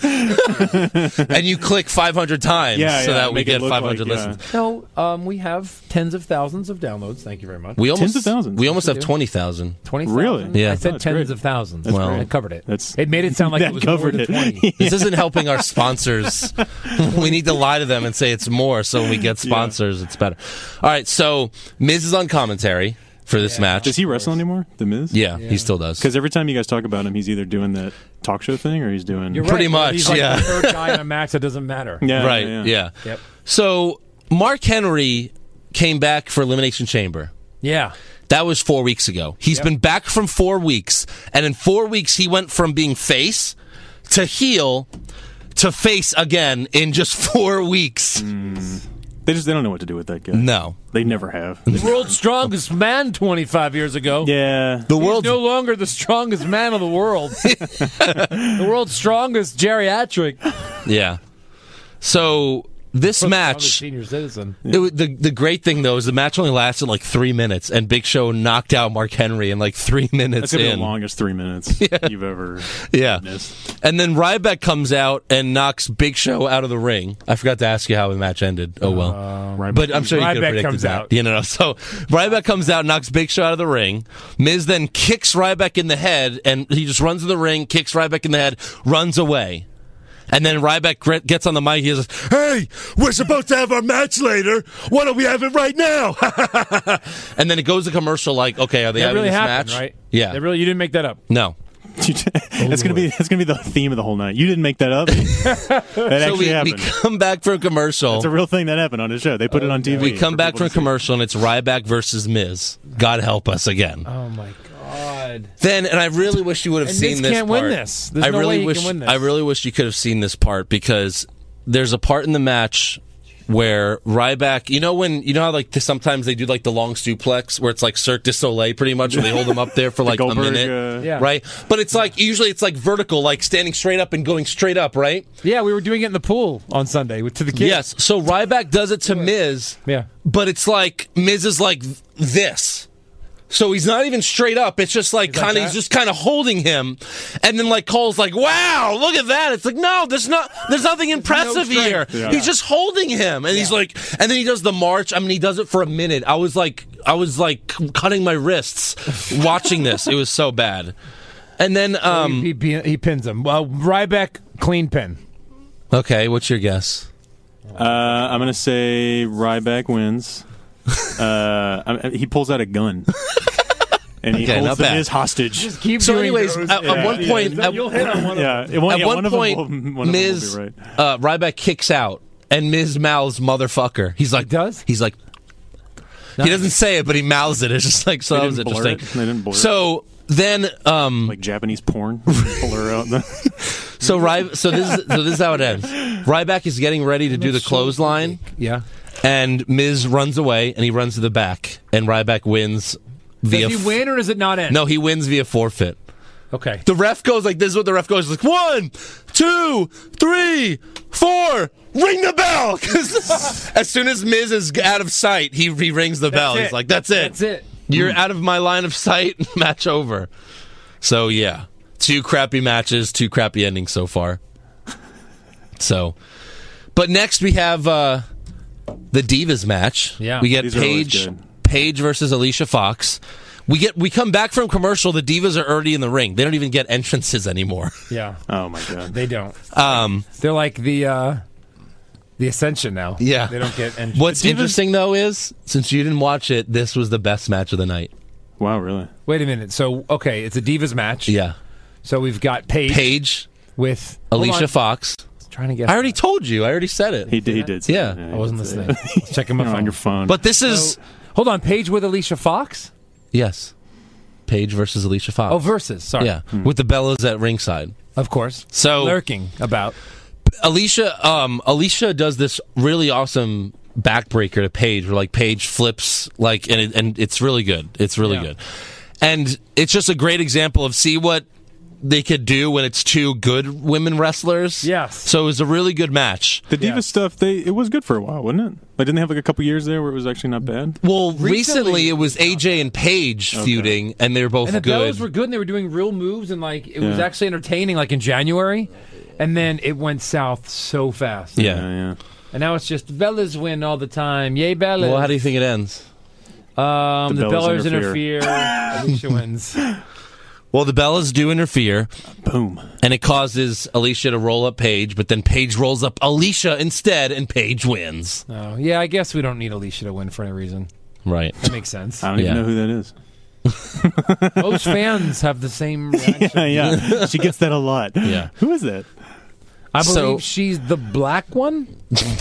[SPEAKER 5] And you click 500 times
[SPEAKER 7] Yeah,
[SPEAKER 5] so
[SPEAKER 7] yeah,
[SPEAKER 5] that we
[SPEAKER 7] make it
[SPEAKER 5] get
[SPEAKER 7] look
[SPEAKER 5] 500
[SPEAKER 7] like,
[SPEAKER 5] listens.
[SPEAKER 6] no. Um, we have tens of thousands of downloads. Thank you very much.
[SPEAKER 5] We almost
[SPEAKER 7] of thousands.
[SPEAKER 5] we almost
[SPEAKER 6] Yes, we
[SPEAKER 5] have
[SPEAKER 6] do.
[SPEAKER 5] 20,000.
[SPEAKER 6] Twenty.
[SPEAKER 7] Really? Oh,
[SPEAKER 5] Yeah.
[SPEAKER 6] I said
[SPEAKER 7] That's
[SPEAKER 6] tens
[SPEAKER 7] great.
[SPEAKER 6] of thousands.
[SPEAKER 7] That's
[SPEAKER 5] Well,
[SPEAKER 6] I
[SPEAKER 5] great.
[SPEAKER 6] covered it.
[SPEAKER 7] That's-
[SPEAKER 6] it. Made it sound like
[SPEAKER 7] that
[SPEAKER 6] it was
[SPEAKER 7] covered
[SPEAKER 6] more than
[SPEAKER 7] it.
[SPEAKER 6] twenty.
[SPEAKER 5] This isn't helping our sponsors. we need to lie to them and say it's more so when we get sponsors it's better. All right, so Miz is on commentary for this match.
[SPEAKER 7] Does he wrestle anymore? The Miz?
[SPEAKER 5] yeah, he still does.
[SPEAKER 7] Because every time you guys talk about him, he's either doing that talk show thing or he's doing.
[SPEAKER 6] You're
[SPEAKER 5] Pretty
[SPEAKER 6] right.
[SPEAKER 5] much,
[SPEAKER 6] He's like
[SPEAKER 5] yeah.
[SPEAKER 6] The third guy in a match that doesn't matter.
[SPEAKER 7] Yeah,
[SPEAKER 5] right,
[SPEAKER 7] Yeah.
[SPEAKER 5] yeah.
[SPEAKER 6] Yep.
[SPEAKER 5] So Mark Henry came back for Elimination Chamber.
[SPEAKER 6] Yeah.
[SPEAKER 5] That was four weeks ago. He's been back from four weeks, and in four weeks he went from being face to heel to face again in just four weeks.
[SPEAKER 7] Mm. They just they don't know what to do with that guy.
[SPEAKER 5] No,
[SPEAKER 7] They never have.
[SPEAKER 6] World's strongest man 25 years ago.
[SPEAKER 7] yeah.
[SPEAKER 5] the
[SPEAKER 6] He's
[SPEAKER 5] world's
[SPEAKER 6] no longer the strongest man of the world. the world's strongest geriatric
[SPEAKER 5] yeah. So this match.
[SPEAKER 6] senior citizen.
[SPEAKER 5] It, wa- the the great thing though is the match only lasted like three minutes, and Big Show knocked out Mark Henry in like three minutes
[SPEAKER 7] That's gonna be
[SPEAKER 5] in.
[SPEAKER 7] the longest three minutes you've ever
[SPEAKER 5] yeah,
[SPEAKER 7] missed.
[SPEAKER 5] and then Ryback comes out and knocks Big Show out of the ring. I forgot to ask you how the match ended. Oh well,
[SPEAKER 7] Right.
[SPEAKER 5] but I'm sure you could
[SPEAKER 6] Uh, Ryback
[SPEAKER 5] have predicted
[SPEAKER 6] comes
[SPEAKER 5] that.
[SPEAKER 6] out.
[SPEAKER 5] You know, so Ryback comes out, knocks Big Show out of the ring. Miz then kicks Ryback in the head, and he just runs in the ring, kicks Ryback in the head, runs away. And then Ryback gre- gets on the mic. He says, "Hey, we're supposed to have our match later. Why don't we have it right now?" and then it goes to commercial. Like, okay, are they
[SPEAKER 6] That
[SPEAKER 5] having
[SPEAKER 6] really
[SPEAKER 5] this
[SPEAKER 6] happened,
[SPEAKER 5] match?
[SPEAKER 6] right?
[SPEAKER 5] Yeah.
[SPEAKER 6] That really, you didn't make that up.
[SPEAKER 5] no.
[SPEAKER 7] that's gonna be that's gonna be the theme of the whole night. You didn't make that up. that
[SPEAKER 5] So
[SPEAKER 7] actually
[SPEAKER 5] we, we
[SPEAKER 7] happened.
[SPEAKER 5] come back from commercial.
[SPEAKER 7] it's a real thing that happened on his show. They put it on TV.
[SPEAKER 5] we come
[SPEAKER 7] for
[SPEAKER 5] back
[SPEAKER 7] people
[SPEAKER 5] from
[SPEAKER 7] to see.
[SPEAKER 5] commercial, and it's Ryback versus Miz. God help us again.
[SPEAKER 6] Oh my god.
[SPEAKER 5] Then, and I really wish you would have
[SPEAKER 6] And
[SPEAKER 5] seen
[SPEAKER 6] Miz
[SPEAKER 5] this.
[SPEAKER 6] can't win
[SPEAKER 5] part.
[SPEAKER 6] this. There's
[SPEAKER 5] I
[SPEAKER 6] no
[SPEAKER 5] really
[SPEAKER 6] way he
[SPEAKER 5] wish.
[SPEAKER 6] can win this.
[SPEAKER 5] I really wish you could have seen this part because there's a part in the match where Ryback. You know when you know how like sometimes they do like the long suplex where it's like Cirque du Soleil pretty much where they hold them up there for like a
[SPEAKER 7] Goldberg,
[SPEAKER 5] minute,
[SPEAKER 7] uh,
[SPEAKER 6] Yeah.
[SPEAKER 5] right? But it's like usually it's like vertical, like standing straight up and going straight up, right?
[SPEAKER 6] Yeah, we were doing it in the pool on Sunday with to the kids.
[SPEAKER 5] Yes. So Ryback does it to Miz.
[SPEAKER 6] Yeah.
[SPEAKER 5] But it's like Miz is like th- this. So he's not even straight up. It's just like kind of he's just kind of holding him, and then like Cole's like, "Wow, look at that!" It's like, no, there's not, there's nothing impressive here.
[SPEAKER 7] Yeah.
[SPEAKER 5] He's just holding him, and he's like, and then he does the march. I mean, he does it for a minute. I was like, I was like cutting my wrists watching this. It was so bad. And then, um,
[SPEAKER 6] he, he, he pins him. Well, Ryback clean pin.
[SPEAKER 5] okay, what's your guess?
[SPEAKER 7] Uh, I'm gonna say Ryback wins. Uh, I- I- he pulls out a gun. And he
[SPEAKER 5] Okay, not
[SPEAKER 7] holds them
[SPEAKER 5] bad.
[SPEAKER 7] as hostage.
[SPEAKER 6] Keep
[SPEAKER 5] So,
[SPEAKER 6] doing
[SPEAKER 5] anyways,
[SPEAKER 6] those.
[SPEAKER 5] at, at
[SPEAKER 7] Yeah,
[SPEAKER 5] one
[SPEAKER 7] yeah,
[SPEAKER 5] point, at-
[SPEAKER 7] Yeah, it won't-
[SPEAKER 5] At
[SPEAKER 7] yeah,
[SPEAKER 5] one,
[SPEAKER 7] one of them
[SPEAKER 5] point,
[SPEAKER 7] will- one of them will be
[SPEAKER 5] Miz
[SPEAKER 7] right.
[SPEAKER 5] uh, Ryback kicks out, and Miz mouths "motherfucker." He's like,
[SPEAKER 6] does?
[SPEAKER 5] He's like, he doesn't say it, but he mouths it. It's just like so.
[SPEAKER 7] They
[SPEAKER 5] That was
[SPEAKER 7] didn't blur
[SPEAKER 5] interesting.
[SPEAKER 7] it. They didn't blur it.
[SPEAKER 5] so then, um,
[SPEAKER 7] Like Japanese porn. Blur out the-
[SPEAKER 5] so Ry- so this is, so this is how it ends. Ryback is getting ready to do the clothesline,
[SPEAKER 6] yeah.
[SPEAKER 5] and Miz runs away, and he runs to the back, and Ryback wins via.
[SPEAKER 6] Does he
[SPEAKER 5] f-
[SPEAKER 6] win or does it not end?
[SPEAKER 5] No, he wins via forfeit.
[SPEAKER 6] Okay.
[SPEAKER 5] The ref goes like this is what the ref goes like one, two, three, four. Ring the bell. 'Cause as soon as Miz is out of sight, he, he rings the bell. He's
[SPEAKER 6] it.
[SPEAKER 5] like, "That's it.
[SPEAKER 6] That's it.
[SPEAKER 5] You're out of my line of sight. Match over." So yeah, two crappy matches, two crappy endings so far. So, but next we have uh, the Divas match.
[SPEAKER 6] Yeah.
[SPEAKER 5] we get
[SPEAKER 7] These are always
[SPEAKER 5] Paige
[SPEAKER 7] good.
[SPEAKER 5] Paige versus Alicia Fox. We get we come back from commercial. The divas are already in the ring. They don't even get entrances anymore.
[SPEAKER 6] Yeah.
[SPEAKER 7] oh my god.
[SPEAKER 6] They don't.
[SPEAKER 5] Um,
[SPEAKER 6] They're like the uh the ascension now.
[SPEAKER 5] Yeah.
[SPEAKER 6] They don't get and
[SPEAKER 5] what's interesting though is since you didn't watch it, this was the best match of the night.
[SPEAKER 7] Wow, really?
[SPEAKER 6] Wait a minute. So okay, it's a divas match.
[SPEAKER 5] Yeah,
[SPEAKER 6] So we've got Paige,
[SPEAKER 5] Paige,
[SPEAKER 6] with hold on.
[SPEAKER 5] Alicia Fox.
[SPEAKER 6] trying to guess.
[SPEAKER 5] I already told you. I already said it.
[SPEAKER 7] He did. He did. say
[SPEAKER 5] Yeah.
[SPEAKER 7] that.
[SPEAKER 5] I
[SPEAKER 7] he
[SPEAKER 6] I wasn't
[SPEAKER 7] did say
[SPEAKER 6] listening.
[SPEAKER 7] that.
[SPEAKER 6] Let's check him up
[SPEAKER 7] You're on your phone.
[SPEAKER 5] But this is
[SPEAKER 6] Hold on, Paige with Alicia Fox?
[SPEAKER 5] yes, Paige versus Alicia Fox.
[SPEAKER 6] Oh, versus. Sorry.
[SPEAKER 5] yeah,
[SPEAKER 7] Hmm.
[SPEAKER 5] with the Bellas at ringside.
[SPEAKER 6] Of course.
[SPEAKER 5] So-
[SPEAKER 6] lurking about.
[SPEAKER 5] Alicia, um, Alicia does this really awesome backbreaker to Paige, where like Paige flips, like, and it, and it's really good. It's really
[SPEAKER 6] Yeah.
[SPEAKER 5] good, and it's just a great example of see what they could do when it's two good women wrestlers.
[SPEAKER 6] Yes.
[SPEAKER 5] So it was a really good match.
[SPEAKER 7] the Divas stuff, they it was good for a while, wasn't it? Like, didn't they have like a couple years there where it was actually not bad?
[SPEAKER 5] Well, recently, it was AJ and Paige feuding, and they were both
[SPEAKER 6] And the
[SPEAKER 5] good.
[SPEAKER 6] Bellas were good and they were doing real moves and like it was
[SPEAKER 7] Yeah.
[SPEAKER 6] actually entertaining like in January. And then it went south so fast.
[SPEAKER 5] yeah.
[SPEAKER 7] Yeah, yeah.
[SPEAKER 6] And now it's just Bellas win all the time. Yay, Bellas.
[SPEAKER 5] Well, how do you think it ends?
[SPEAKER 6] um,
[SPEAKER 7] The
[SPEAKER 6] the,
[SPEAKER 7] Bellas
[SPEAKER 6] Bellas, interfere. Alicia wins.
[SPEAKER 5] Well, the Bellas do interfere,
[SPEAKER 7] Boom.
[SPEAKER 5] and it causes Alicia to roll up Paige, but then Paige rolls up Alicia instead, and Paige wins.
[SPEAKER 6] Oh, yeah, I guess we don't need Alicia to win for any reason.
[SPEAKER 5] Right.
[SPEAKER 6] That makes sense.
[SPEAKER 7] I don't
[SPEAKER 5] Yeah.
[SPEAKER 7] even know who that is.
[SPEAKER 6] Most fans have the same reaction.
[SPEAKER 7] Yeah, yeah. she gets that a lot.
[SPEAKER 5] Yeah.
[SPEAKER 7] Who is that?
[SPEAKER 6] I believe
[SPEAKER 5] So-
[SPEAKER 6] she's the black one.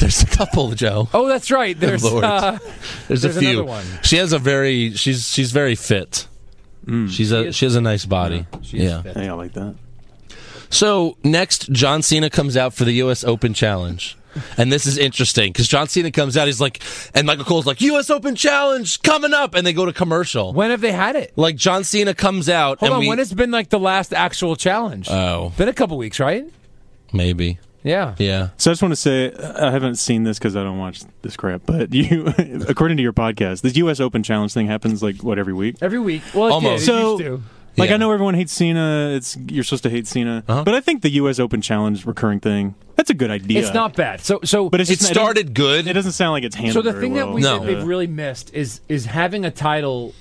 [SPEAKER 5] There's a couple, Joe.
[SPEAKER 6] Oh, that's right. There's
[SPEAKER 5] Lord.
[SPEAKER 6] uh,
[SPEAKER 5] There's,
[SPEAKER 6] There's
[SPEAKER 5] a few.
[SPEAKER 6] another one.
[SPEAKER 5] She has a very she's she's very fit. She's a she,
[SPEAKER 6] Mm. is-
[SPEAKER 5] has a nice body.
[SPEAKER 6] she is
[SPEAKER 5] yeah.
[SPEAKER 6] fit.
[SPEAKER 7] Hey, I like that.
[SPEAKER 5] So next, John Cena comes out for the U.S. Open Challenge. And this is interesting because John Cena comes out. He's like, and Michael Cole's like, U.S. Open Challenge coming up, and they go to commercial.
[SPEAKER 6] When have they had it?
[SPEAKER 5] Like John Cena comes out,
[SPEAKER 6] Hold
[SPEAKER 5] and
[SPEAKER 6] on.
[SPEAKER 5] we
[SPEAKER 6] When has been like the last actual challenge?
[SPEAKER 5] oh
[SPEAKER 6] been a couple weeks, right?
[SPEAKER 5] maybe
[SPEAKER 6] Yeah.
[SPEAKER 5] yeah
[SPEAKER 7] So I just want to say I haven't seen this because I don't watch this crap. But you, according to your podcast, this U.S. Open Challenge thing happens like what every week.
[SPEAKER 6] Every week. Well, it
[SPEAKER 5] Almost.
[SPEAKER 6] did. It
[SPEAKER 7] So-
[SPEAKER 6] used to.
[SPEAKER 7] Like
[SPEAKER 5] Yeah.
[SPEAKER 7] I know everyone hates Cena. It's you're supposed to hate Cena,
[SPEAKER 5] Uh-huh.
[SPEAKER 7] but I think the U.S. Open Challenge recurring thing that's a good idea.
[SPEAKER 6] It's not bad. So, so
[SPEAKER 7] but it's
[SPEAKER 5] it
[SPEAKER 7] just, doesn't-
[SPEAKER 5] started good.
[SPEAKER 7] It doesn't sound like it's handled.
[SPEAKER 6] So the
[SPEAKER 7] very
[SPEAKER 6] thing that
[SPEAKER 7] well.
[SPEAKER 6] we
[SPEAKER 5] No.
[SPEAKER 6] that they've really missed is is having a title.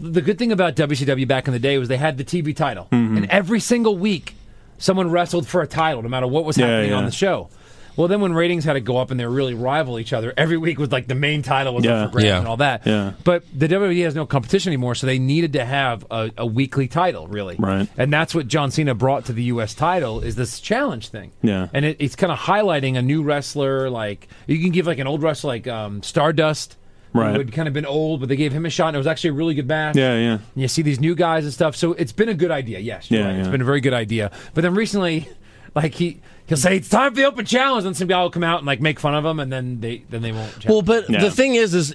[SPEAKER 6] The good thing about WCW back in the day was they had the TV title,
[SPEAKER 7] Mm-hmm.
[SPEAKER 6] and every single week someone wrestled for a title, no matter what was
[SPEAKER 7] Yeah,
[SPEAKER 6] happening on
[SPEAKER 7] yeah.
[SPEAKER 6] the show. Well, then when ratings had to go up and they were really rival each other, every week was like the main title was
[SPEAKER 7] Yeah.
[SPEAKER 6] up for grabs
[SPEAKER 5] Yeah.
[SPEAKER 6] and all that.
[SPEAKER 7] Yeah.
[SPEAKER 6] But the WWE has no competition anymore, so they needed to have a, a weekly title, really.
[SPEAKER 7] Right.
[SPEAKER 6] And that's what John Cena brought to the U.S. title is this challenge thing.
[SPEAKER 7] Yeah.
[SPEAKER 6] And it, it's kind of highlighting a new wrestler. Like you can give like an old wrestler like um, Stardust,
[SPEAKER 7] Right.
[SPEAKER 6] who had kind of been old, but they gave him a shot, and it was actually a really good match.
[SPEAKER 7] Yeah, yeah.
[SPEAKER 6] And you see these new guys and stuff. So it's been a good idea. Yes. you're
[SPEAKER 7] Yeah,
[SPEAKER 6] right. It's
[SPEAKER 7] yeah.
[SPEAKER 6] been a very good idea. But then recently, like he. He'll say it's time for the open challenge, and some guy will come out and like make fun of him, and then they then they won't. Challenge.
[SPEAKER 5] Well, but
[SPEAKER 7] Yeah.
[SPEAKER 5] the thing is, is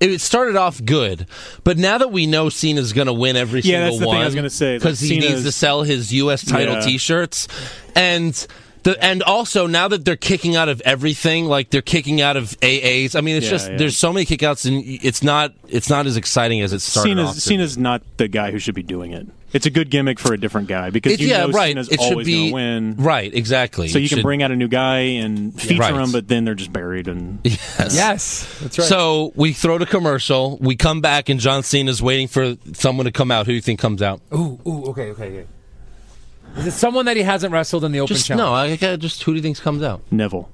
[SPEAKER 5] it started off good, but now that we know Cena's going to win every
[SPEAKER 7] Yeah,
[SPEAKER 5] single
[SPEAKER 7] that's the
[SPEAKER 5] one,
[SPEAKER 7] thing I was gonna say, like,
[SPEAKER 5] because he needs
[SPEAKER 7] Cena's-
[SPEAKER 5] to sell his U.S. title
[SPEAKER 7] Yeah.
[SPEAKER 5] T-shirts, and The, and also now that they're kicking out of everything, like they're kicking out of AAs. I mean, it's
[SPEAKER 7] Yeah,
[SPEAKER 5] just
[SPEAKER 7] yeah.
[SPEAKER 5] there's so many kickouts, and it's not it's not as exciting as it started off.
[SPEAKER 7] Cena's,
[SPEAKER 5] to
[SPEAKER 7] Cena's not the guy who should be doing it. It's a good gimmick for a different guy because
[SPEAKER 5] It-
[SPEAKER 7] you
[SPEAKER 5] yeah,
[SPEAKER 7] know
[SPEAKER 5] right.
[SPEAKER 7] Cena's
[SPEAKER 5] It should
[SPEAKER 7] always
[SPEAKER 5] be-
[SPEAKER 7] gonna win.
[SPEAKER 5] Right, exactly.
[SPEAKER 7] So you can
[SPEAKER 5] should-
[SPEAKER 7] bring out a new guy and feature
[SPEAKER 5] Right.
[SPEAKER 7] him, but then they're just buried. And
[SPEAKER 5] Yes.
[SPEAKER 6] Yes, that's right.
[SPEAKER 5] So we throw to commercial. We come back, and John Cena's waiting for someone to come out. Who do you think comes out?
[SPEAKER 6] ooh, ooh, okay, okay, okay. Is it someone that he hasn't wrestled in the open
[SPEAKER 5] Just no.
[SPEAKER 6] challenge?
[SPEAKER 5] I, I just who do you think comes out?
[SPEAKER 7] Neville.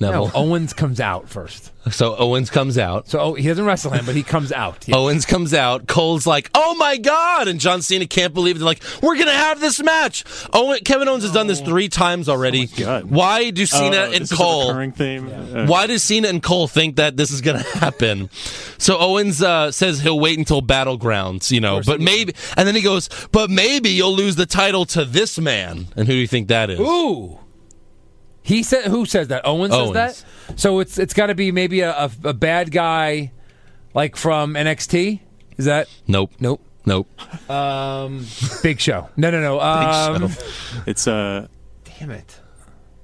[SPEAKER 5] Neville.
[SPEAKER 6] Owens comes out first.
[SPEAKER 5] So Owens comes out.
[SPEAKER 6] So oh, he doesn't wrestle him, but he comes out. Yeah.
[SPEAKER 5] Owens comes out. Cole's like, "Oh my god!" And John Cena can't believe it. They're like, "We're gonna have this match." Owen, Kevin Owens has done this three times already.
[SPEAKER 7] God.
[SPEAKER 5] Why do Cena
[SPEAKER 7] Oh,
[SPEAKER 5] and
[SPEAKER 7] this is a
[SPEAKER 5] Cole?
[SPEAKER 7] recurring theme. Uh,
[SPEAKER 5] Why does Cena and Cole think that this is gonna happen? So Owens uh, says he'll wait until Battlegrounds, you know, but maybe, and then he goes, "But maybe you'll lose the title to this man." And who do you think that is?
[SPEAKER 6] Ooh. He said, "Who says that? Owen says
[SPEAKER 5] Owens.
[SPEAKER 6] that." So it's it's got to be maybe a, a, a bad guy, like from NXT. Is that
[SPEAKER 5] Nope.
[SPEAKER 6] nope?
[SPEAKER 5] Nope.
[SPEAKER 6] Big Show. No, no, no. Um,
[SPEAKER 5] So-
[SPEAKER 7] It's uh,
[SPEAKER 6] Damn it!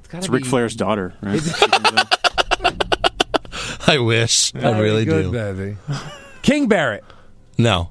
[SPEAKER 6] It's, gotta
[SPEAKER 7] it's Ric
[SPEAKER 6] be-
[SPEAKER 7] Flair's daughter. Right?
[SPEAKER 5] I wish. I really do.
[SPEAKER 6] Good, baby. King Barrett.
[SPEAKER 5] No.
[SPEAKER 7] our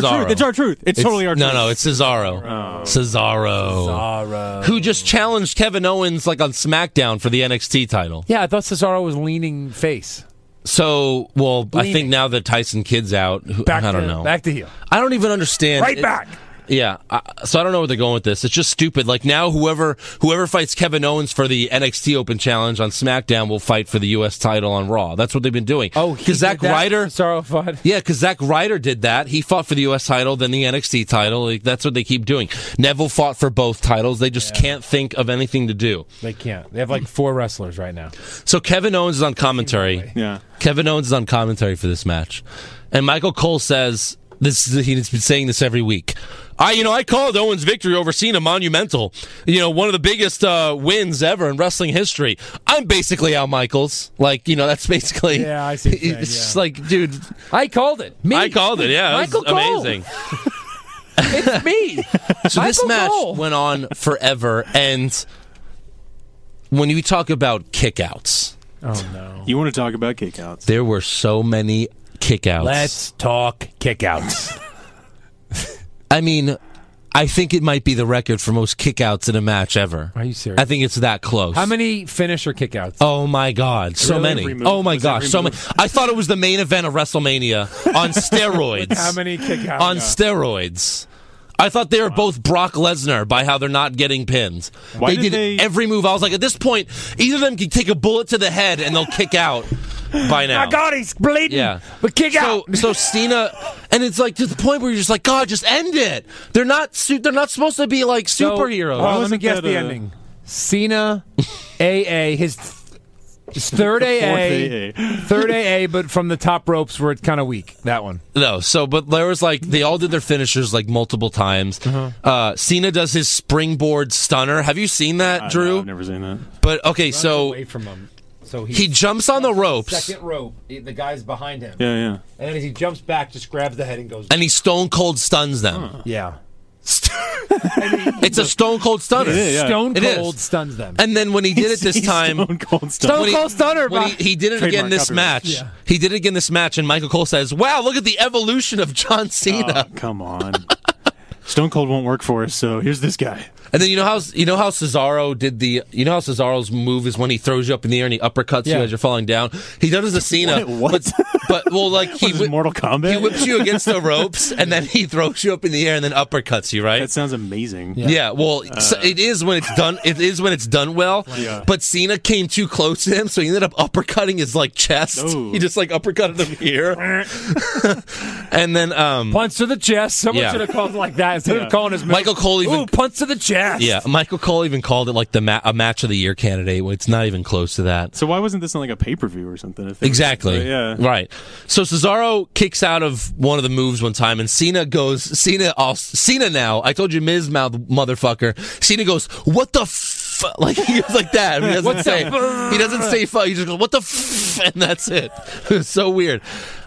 [SPEAKER 5] Cesaro.
[SPEAKER 7] truth. It's our truth. It's, totally our
[SPEAKER 5] No,
[SPEAKER 7] truth.
[SPEAKER 5] no, it's Cesaro. Cesaro.
[SPEAKER 6] Oh. Cesaro.
[SPEAKER 5] Who just challenged Kevin Owens like on SmackDown for the NXT title.
[SPEAKER 6] Yeah, I thought Cesaro was leaning face.
[SPEAKER 5] So, well, I think
[SPEAKER 6] Bleeding.
[SPEAKER 5] now that Tyson Kidd's out, who,
[SPEAKER 6] Back
[SPEAKER 5] I don't
[SPEAKER 6] to,
[SPEAKER 5] know.
[SPEAKER 6] Back to heel.
[SPEAKER 5] I don't even understand.
[SPEAKER 6] Right
[SPEAKER 5] It-
[SPEAKER 6] back.
[SPEAKER 5] Yeah. I, so I don't know where they're going with this. It's just stupid. Like now, whoever whoever fights Kevin Owens for the NXT Open Challenge on SmackDown will fight for the U.S. title on Raw. That's what they've been doing.
[SPEAKER 6] Oh, he
[SPEAKER 5] because Zack
[SPEAKER 6] did that?
[SPEAKER 5] Ryder.
[SPEAKER 6] Cesaro fought.
[SPEAKER 5] Yeah, because Zack Ryder did that. He fought for the U.S. title, then the NXT title. Like, that's what they keep doing. Neville fought for both titles. They just can't think of anything to do.
[SPEAKER 6] They can't. They have like four wrestlers right now.
[SPEAKER 5] So Kevin Owens is on commentary.
[SPEAKER 7] Yeah.
[SPEAKER 5] Kevin Owens is on commentary for this match, and Michael Cole says this. He's been saying this every week. I, you know, I called Owens' victory over Cena monumental. You know, one of the biggest uh, wins ever in wrestling history. I'm basically Al Michaels. Like, you know, that's basically.
[SPEAKER 6] Yeah, I see what you're saying,
[SPEAKER 5] It's
[SPEAKER 6] yeah.
[SPEAKER 5] just like, dude,
[SPEAKER 6] I called it. Me.
[SPEAKER 5] I called it. Yeah, it was
[SPEAKER 6] Michael Cole.
[SPEAKER 5] amazing.
[SPEAKER 6] It's me.
[SPEAKER 5] So this
[SPEAKER 6] Michael
[SPEAKER 5] match
[SPEAKER 6] Cole.
[SPEAKER 5] went on forever, and when you talk about kickouts,
[SPEAKER 6] oh no.
[SPEAKER 7] You want to talk about kickouts?
[SPEAKER 5] there were so many kickouts.
[SPEAKER 6] Let's talk kickouts.
[SPEAKER 5] I mean, I think it might be the record for most kickouts in a match ever.
[SPEAKER 6] Are you serious?
[SPEAKER 5] I think it's that close.
[SPEAKER 6] How many finisher kickouts?
[SPEAKER 5] Oh my God, so
[SPEAKER 7] Really?
[SPEAKER 5] many!
[SPEAKER 7] Every move.
[SPEAKER 5] Oh my
[SPEAKER 7] Was every
[SPEAKER 5] gosh, so many!
[SPEAKER 7] move-
[SPEAKER 5] I thought it was the main event of WrestleMania on steroids.
[SPEAKER 6] kickouts?
[SPEAKER 5] on steroids? I thought they were both Brock Lesnar by how they're not getting pinned.
[SPEAKER 7] Why
[SPEAKER 5] they
[SPEAKER 7] did
[SPEAKER 5] did
[SPEAKER 7] they-
[SPEAKER 5] every move. I was like, at this point, either of them can take a bullet to the head and they'll kick out by now.
[SPEAKER 6] he's bleeding.
[SPEAKER 5] Yeah.
[SPEAKER 6] out.
[SPEAKER 5] so, So Cena, and it's like to the point where you're just like, God, just end it. They're not. Su- they're not supposed to be like
[SPEAKER 6] So-
[SPEAKER 5] superheroes.
[SPEAKER 6] Well, Oh, let me
[SPEAKER 7] Wasn't
[SPEAKER 6] guess
[SPEAKER 7] that
[SPEAKER 6] the
[SPEAKER 7] a-
[SPEAKER 6] ending. Cena, AA, his, th- his third AA,
[SPEAKER 7] Fourth AA.
[SPEAKER 6] third AA, but from the top ropes where it's kind of weak. That one.
[SPEAKER 5] No, so but there was like they all did their finishers like multiple times.
[SPEAKER 7] Uh-huh.
[SPEAKER 5] uh Cena does his springboard stunner. Have you seen that,
[SPEAKER 7] I don't know,
[SPEAKER 5] Drew?
[SPEAKER 7] I've never seen that.
[SPEAKER 5] But okay, so
[SPEAKER 6] away from him. So
[SPEAKER 5] he jumps on the ropes
[SPEAKER 6] second rope. he- the guy's behind him,
[SPEAKER 7] Yeah, yeah.
[SPEAKER 6] and then as he jumps back, just grabs the head and goes.
[SPEAKER 5] and he stone cold stuns them.
[SPEAKER 6] yeah.
[SPEAKER 5] It's a stone cold stunner.
[SPEAKER 7] It is, yeah.
[SPEAKER 6] Stone
[SPEAKER 5] It is.
[SPEAKER 6] Cold stuns them.
[SPEAKER 5] And then when he did it this
[SPEAKER 7] He's
[SPEAKER 5] time,
[SPEAKER 7] Stone Cold stuff.
[SPEAKER 6] Stone
[SPEAKER 5] when he-
[SPEAKER 6] Cold Stunner.
[SPEAKER 5] when
[SPEAKER 6] Bob.
[SPEAKER 5] he, he did it again
[SPEAKER 7] Trademark
[SPEAKER 5] this
[SPEAKER 7] copyright.
[SPEAKER 5] match. He did it again this match, and Michael Cole says, "Wow, look at the evolution of John Cena."
[SPEAKER 7] Oh, Come on. Stone Cold won't work for us, so here's this guy.
[SPEAKER 5] And then you know how you know how Cesaro did the you know how Cesaro's move is when he throws you up in the air and he uppercuts you
[SPEAKER 6] Yeah.
[SPEAKER 5] as you're falling down. He does the Cena,
[SPEAKER 7] What? What?
[SPEAKER 5] but but well, like he
[SPEAKER 7] This is
[SPEAKER 5] whip,
[SPEAKER 7] Mortal Kombat.
[SPEAKER 5] he whips you against the ropes and then he throws you up in the air and then uppercuts you, right?
[SPEAKER 7] That sounds amazing.
[SPEAKER 5] yeah. well, so it is when it's done. It is when it's done well.
[SPEAKER 7] Yeah.
[SPEAKER 5] But Cena came too close to him, so he ended up uppercutting his like chest.
[SPEAKER 7] Ooh.
[SPEAKER 5] He just like uppercutted him here, and then um,
[SPEAKER 6] punch to the chest. Someone
[SPEAKER 5] Yeah.
[SPEAKER 6] should have called it like that instead
[SPEAKER 7] Yeah.
[SPEAKER 6] of calling his move.
[SPEAKER 5] Michael Cole even
[SPEAKER 6] Ooh, punch to the chest.
[SPEAKER 5] Yeah, Michael Cole even called it like the ma- a match of the year candidate. Well, It's not even close to that.
[SPEAKER 7] So why wasn't this on like a pay per view or something? if they-
[SPEAKER 5] Exactly.
[SPEAKER 7] Yeah.
[SPEAKER 5] Right. So Cesaro kicks out of one of the moves one time, and Cena goes. Cena. All, Cena now. I told you, Miz mouth motherfucker. Cena goes. What the. F-? Like he goes like that. I mean, he doesn't say. He doesn't say fuck. He just goes. What the. F-? And that's it. It's so weird.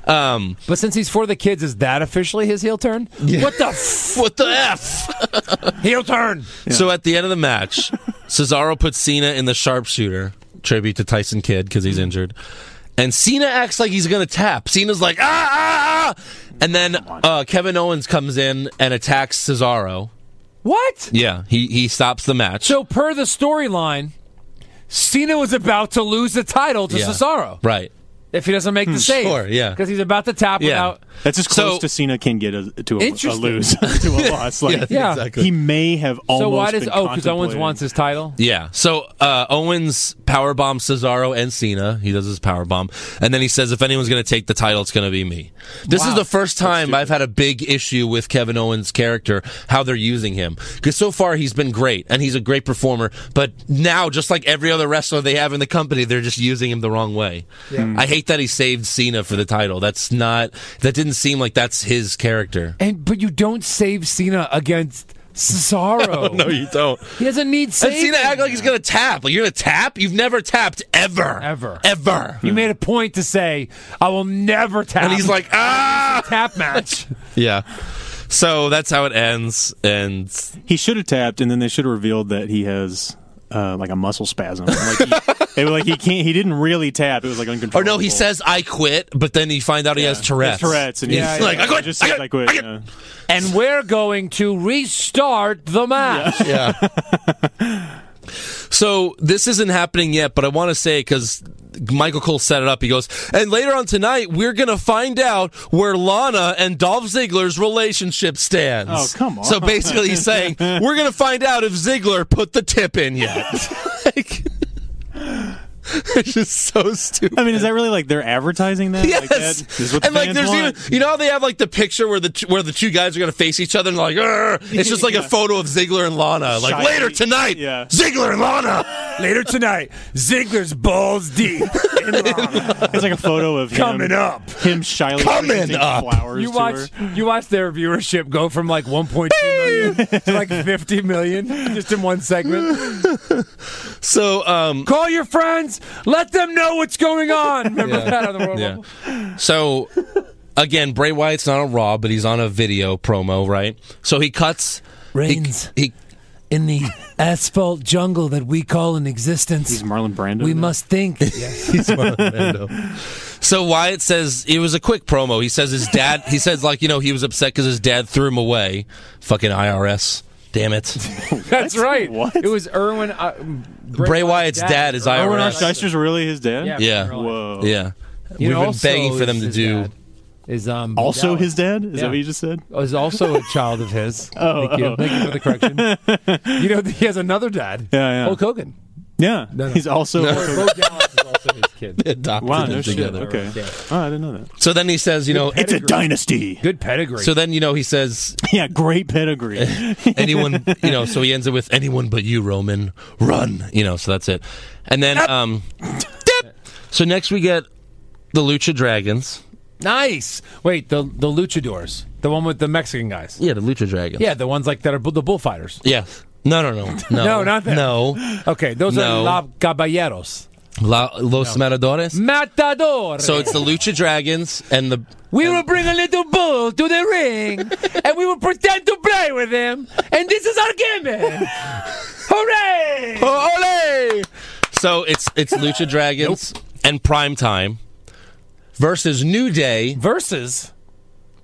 [SPEAKER 5] Um.
[SPEAKER 6] But since he's for the kids, is that officially his heel turn? What the f-
[SPEAKER 5] What the f?
[SPEAKER 6] heel turn?
[SPEAKER 5] So at the end of the match, Cesaro puts Cena in the sharpshooter tribute to Tyson Kidd because he's injured, and Cena acts like he's gonna tap. Cena's like ah ah ah, and then uh, Kevin Owens comes in and attacks Cesaro.
[SPEAKER 6] What?
[SPEAKER 5] Yeah, he he stops the match.
[SPEAKER 6] So per the storyline, Cena was about to lose the title to
[SPEAKER 5] Yeah.
[SPEAKER 6] Cesaro
[SPEAKER 5] right?
[SPEAKER 6] if he doesn't make the save.
[SPEAKER 5] sure, yeah.
[SPEAKER 6] because he's about to tap
[SPEAKER 5] Yeah.
[SPEAKER 6] without.
[SPEAKER 7] That's as
[SPEAKER 5] So-
[SPEAKER 7] close to Cena can get a, to a, a
[SPEAKER 6] Interesting.
[SPEAKER 7] lose to a loss. Like
[SPEAKER 6] Yeah.
[SPEAKER 5] exactly.
[SPEAKER 7] he may have almost.
[SPEAKER 6] So why does
[SPEAKER 7] been
[SPEAKER 6] oh because Owens
[SPEAKER 7] contemplating-
[SPEAKER 6] wants his title?
[SPEAKER 5] Yeah. So uh, Owens power bombs Cesaro and Cena. He does his power bomb, and then he says, "If anyone's going to take the title, it's going to be me." This is the first time I've had a big issue with Kevin Owens' character, how they're using him, because so far he's been great and he's a great performer. But now, just like every other wrestler they have in the company, they're just using him the wrong way. I hate that he saved Cena for the title. That's not. That didn't seem like that's his character.
[SPEAKER 6] And but you don't save Cena against Cesaro.
[SPEAKER 5] No, you don't.
[SPEAKER 6] he doesn't need
[SPEAKER 5] And
[SPEAKER 6] saving.
[SPEAKER 5] Cena act like he's gonna tap. Like you're gonna tap? You've never tapped ever,
[SPEAKER 6] Ever.
[SPEAKER 5] ever.
[SPEAKER 6] you made a point to say, "I will never tap."
[SPEAKER 5] Hmm. and he's like, ah,
[SPEAKER 6] "Tap match."
[SPEAKER 5] yeah. So that's how it ends, and
[SPEAKER 7] He should have tapped, and then they should have revealed that he has uh, like a muscle spasm. Like he, it was like he can't. He didn't really tap. It was like
[SPEAKER 5] or
[SPEAKER 7] uncontrollable.
[SPEAKER 5] no, he says I quit, but then you find out he has Tourette's.
[SPEAKER 7] It's Tourette's, and
[SPEAKER 5] he's
[SPEAKER 7] yeah,
[SPEAKER 5] like, I quit,
[SPEAKER 7] Just
[SPEAKER 5] I
[SPEAKER 7] says,
[SPEAKER 5] quit,
[SPEAKER 7] I quit.
[SPEAKER 5] I quit.
[SPEAKER 7] yeah.
[SPEAKER 6] and we're going to restart the match.
[SPEAKER 5] yeah. so this isn't happening yet, but I want to say because Michael Cole set it up. He goes, and later on tonight, we're gonna find out where Lana and Dolph Ziggler's relationship stands.
[SPEAKER 7] Oh, come on.
[SPEAKER 5] So basically, he's saying we're gonna find out if Ziggler put the tip in yet. like, it's just so stupid.
[SPEAKER 7] I mean, is that really like they're advertising that? Like that?
[SPEAKER 5] Yes,
[SPEAKER 7] This is what the
[SPEAKER 5] and like
[SPEAKER 7] fans
[SPEAKER 5] there's
[SPEAKER 7] want?
[SPEAKER 5] even you know how they have like the picture where the t- where the two guys are gonna face each other and like "Arr!" it's just like a photo of Ziggler and Lana like
[SPEAKER 7] Shiny.
[SPEAKER 5] later tonight
[SPEAKER 7] Yeah.
[SPEAKER 5] Ziggler and Lana
[SPEAKER 6] Later tonight, Ziggler's balls deep.
[SPEAKER 7] It's like a photo of
[SPEAKER 6] Coming
[SPEAKER 7] him,
[SPEAKER 6] up.
[SPEAKER 7] him shyly
[SPEAKER 5] Coming
[SPEAKER 7] presenting
[SPEAKER 5] up.
[SPEAKER 7] flowers.
[SPEAKER 6] You
[SPEAKER 7] to her.
[SPEAKER 6] watch, you watch their viewership go from like 1.2 million to like 50 million just in one segment.
[SPEAKER 5] so um
[SPEAKER 6] Call your friends, let them know what's going on. Remember
[SPEAKER 5] Yeah.
[SPEAKER 6] that on the Royal
[SPEAKER 5] yeah
[SPEAKER 6] Rumble?
[SPEAKER 5] so again Bray Wyatt's not on Raw but he's on a video promo right so he cuts he,
[SPEAKER 6] Reigns
[SPEAKER 5] he
[SPEAKER 6] in the asphalt jungle that we call in existence.
[SPEAKER 7] He's Marlon Brando.
[SPEAKER 6] We
[SPEAKER 7] now.
[SPEAKER 6] must think.
[SPEAKER 5] He's Marlon Brando. So Wyatt says it was a quick promo. He says his dad. He says like you know he was upset because his dad threw him away. Fucking IRS. Damn it.
[SPEAKER 6] That's right.
[SPEAKER 7] What?
[SPEAKER 6] It was Erwin. Uh, Bray,
[SPEAKER 5] Bryce Wyatt's dad is
[SPEAKER 7] Oh, we're not
[SPEAKER 5] IRS.
[SPEAKER 7] Shyster's really his dad?
[SPEAKER 5] Yeah.
[SPEAKER 7] Whoa.
[SPEAKER 5] Yeah.
[SPEAKER 6] You
[SPEAKER 5] We've
[SPEAKER 6] know,
[SPEAKER 5] been
[SPEAKER 6] also
[SPEAKER 5] begging for them
[SPEAKER 6] is
[SPEAKER 5] to
[SPEAKER 6] his
[SPEAKER 5] do.
[SPEAKER 6] dad Is um
[SPEAKER 7] Also
[SPEAKER 6] Dallas.
[SPEAKER 7] his dad? Is
[SPEAKER 6] Yeah.
[SPEAKER 7] that what you just said?
[SPEAKER 6] is also a child of his. oh, thank you, thank you for the correction. you know he has another dad.
[SPEAKER 7] Yeah, yeah.
[SPEAKER 6] Hulk Hogan.
[SPEAKER 7] Yeah.
[SPEAKER 6] No, no.
[SPEAKER 7] He's also.
[SPEAKER 6] Bo Dallas is also his kid.
[SPEAKER 5] Adopted
[SPEAKER 7] Wow,
[SPEAKER 5] them
[SPEAKER 7] no shit.
[SPEAKER 5] together.
[SPEAKER 7] Okay.
[SPEAKER 6] Yeah.
[SPEAKER 7] Oh, I didn't know that.
[SPEAKER 5] So then he says, you know,
[SPEAKER 7] It's a dynasty.
[SPEAKER 6] Good pedigree.
[SPEAKER 5] so then you know he says
[SPEAKER 7] Yeah, great pedigree.
[SPEAKER 5] anyone, you know, so he ends it with anyone but you, Roman, run, you know, so that's it. And then um dip. so next we get the Lucha Dragons.
[SPEAKER 6] nice. Wait, the the luchadors, the one with the Mexican guys.
[SPEAKER 5] Yeah, the Lucha Dragons.
[SPEAKER 6] Yeah, the ones like that are bu- the bullfighters.
[SPEAKER 5] Yeah. No, no, no, no,
[SPEAKER 6] No, not that.
[SPEAKER 5] No,
[SPEAKER 6] Okay, those
[SPEAKER 5] No.
[SPEAKER 6] are La Caballeros.
[SPEAKER 5] La, Los Matadores.
[SPEAKER 6] Mm. Matador.
[SPEAKER 5] So it's the Lucha Dragons and the
[SPEAKER 6] we will bring a little bull to the ring, and we will pretend to play with him. And this is our gimmick. Hooray!
[SPEAKER 5] Ole. So it's it's Lucha Dragons and Prime Time versus New Day.
[SPEAKER 6] versus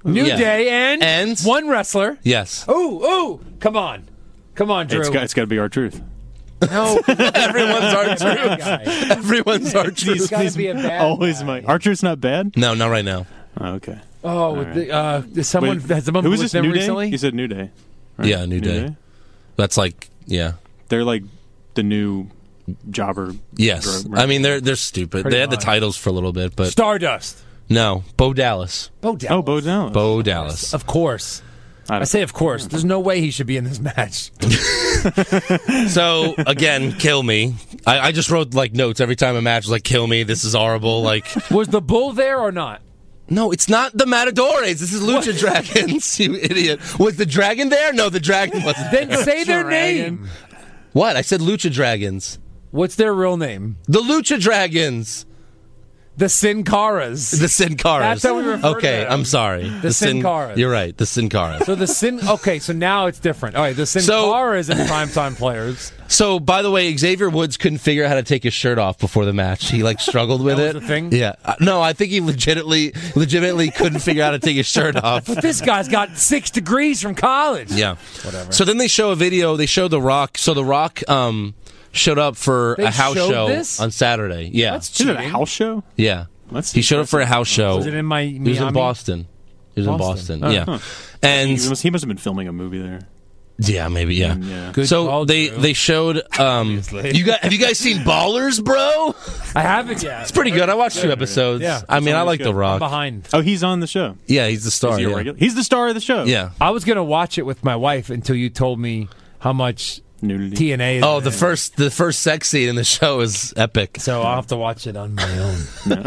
[SPEAKER 6] New
[SPEAKER 5] Yeah.
[SPEAKER 6] Day and,
[SPEAKER 5] And-
[SPEAKER 6] one wrestler.
[SPEAKER 5] Yes,
[SPEAKER 6] Ooh, ooh, come on. Come on, Drew.
[SPEAKER 7] it's got, it's got to be our truth.
[SPEAKER 6] no,
[SPEAKER 5] everyone's our truth.
[SPEAKER 6] guy.
[SPEAKER 5] Everyone's our truth.
[SPEAKER 6] gotta be a bad
[SPEAKER 7] Always
[SPEAKER 6] guy.
[SPEAKER 7] my. Our truth's not bad?
[SPEAKER 5] No, not right now.
[SPEAKER 7] Oh, okay.
[SPEAKER 6] Oh, with the, uh, is someone
[SPEAKER 7] Wait,
[SPEAKER 6] has someone
[SPEAKER 7] who was
[SPEAKER 6] with
[SPEAKER 7] this
[SPEAKER 6] them
[SPEAKER 7] New
[SPEAKER 6] recently.
[SPEAKER 7] Day? You said New Day. right?
[SPEAKER 5] Yeah, New Day. That's like yeah.
[SPEAKER 7] They're like the new jobber.
[SPEAKER 5] Yes,
[SPEAKER 7] Right.
[SPEAKER 5] I mean they're they're stupid.
[SPEAKER 6] Pretty
[SPEAKER 5] they had the
[SPEAKER 6] much.
[SPEAKER 5] titles for a little bit, but
[SPEAKER 6] Stardust.
[SPEAKER 5] no. Bo Dallas.
[SPEAKER 6] Bo Dallas.
[SPEAKER 7] Oh, Bo Dallas.
[SPEAKER 5] Bo Dallas.
[SPEAKER 6] Of course. I,
[SPEAKER 7] don't-
[SPEAKER 6] say, of course. There's no way he should be in this match.
[SPEAKER 5] So again, kill me. I, I just wrote like notes every time a match was like, kill me. This is horrible. Like,
[SPEAKER 6] Was the bull there or not?
[SPEAKER 5] no, it's not the Matadores. This is Lucha Dragons. You idiot. Was the dragon there? No, the dragon wasn't.
[SPEAKER 6] Then say their
[SPEAKER 7] Dragon.
[SPEAKER 6] name.
[SPEAKER 5] What? I said Lucha Dragons.
[SPEAKER 6] What's their real name?
[SPEAKER 5] The Lucha Dragons.
[SPEAKER 6] The Sin Caras.
[SPEAKER 5] The Sin Caras.
[SPEAKER 6] That's how we refer to
[SPEAKER 5] Okay,
[SPEAKER 6] them.
[SPEAKER 5] I'm sorry. The,
[SPEAKER 6] Sin Caras.
[SPEAKER 5] You're right. The Sin Caras.
[SPEAKER 6] so the Sin. Okay, so now it's different. All right, the Sin
[SPEAKER 5] So-
[SPEAKER 6] Caras and primetime players.
[SPEAKER 5] So, by the way, Xavier Woods couldn't figure out how to take his shirt off before the match. He like struggled with
[SPEAKER 6] That
[SPEAKER 5] it.
[SPEAKER 6] was the thing?
[SPEAKER 5] Yeah. Uh, No, I think he legitimately, legitimately couldn't figure out how to take his shirt off.
[SPEAKER 6] This guy's got six degrees from college.
[SPEAKER 5] Yeah. Whatever. So then they show a video. They show The Rock. So The Rock um showed up for
[SPEAKER 6] They
[SPEAKER 5] a house
[SPEAKER 6] showed
[SPEAKER 5] show
[SPEAKER 6] this?
[SPEAKER 5] on Saturday. Yeah.
[SPEAKER 6] That's
[SPEAKER 7] Is it
[SPEAKER 6] cheating.
[SPEAKER 7] a house show?
[SPEAKER 5] yeah.
[SPEAKER 7] That's
[SPEAKER 5] he showed up for a house show.
[SPEAKER 6] Was it in my? Miami?
[SPEAKER 5] he was in Boston. He was
[SPEAKER 6] Boston.
[SPEAKER 5] in Boston. yeah. And
[SPEAKER 7] He must, he must have been filming a movie there.
[SPEAKER 5] yeah, maybe yeah.
[SPEAKER 7] Yeah.
[SPEAKER 6] Mm, Good
[SPEAKER 5] so
[SPEAKER 6] call,
[SPEAKER 5] they
[SPEAKER 6] Drew.
[SPEAKER 5] they showed um you guys have you guys seen Ballers, bro?
[SPEAKER 6] I haven't yet.
[SPEAKER 5] It's pretty good. I watched two episodes.
[SPEAKER 6] Yeah.
[SPEAKER 5] I mean, I like The
[SPEAKER 6] I'm
[SPEAKER 5] Rock.
[SPEAKER 6] behind.
[SPEAKER 7] Oh, he's on the show.
[SPEAKER 5] Yeah, he's the star.
[SPEAKER 7] Is he a
[SPEAKER 5] Oh, yeah.
[SPEAKER 7] regular? He's the star of the show.
[SPEAKER 5] yeah.
[SPEAKER 6] I was gonna watch it with my wife until you told me how much
[SPEAKER 7] Nudity.
[SPEAKER 6] TNA. Is
[SPEAKER 5] Oh,
[SPEAKER 6] in
[SPEAKER 5] the
[SPEAKER 6] it.
[SPEAKER 5] first the first sex scene in the show is epic.
[SPEAKER 6] So I'll have to watch it on my own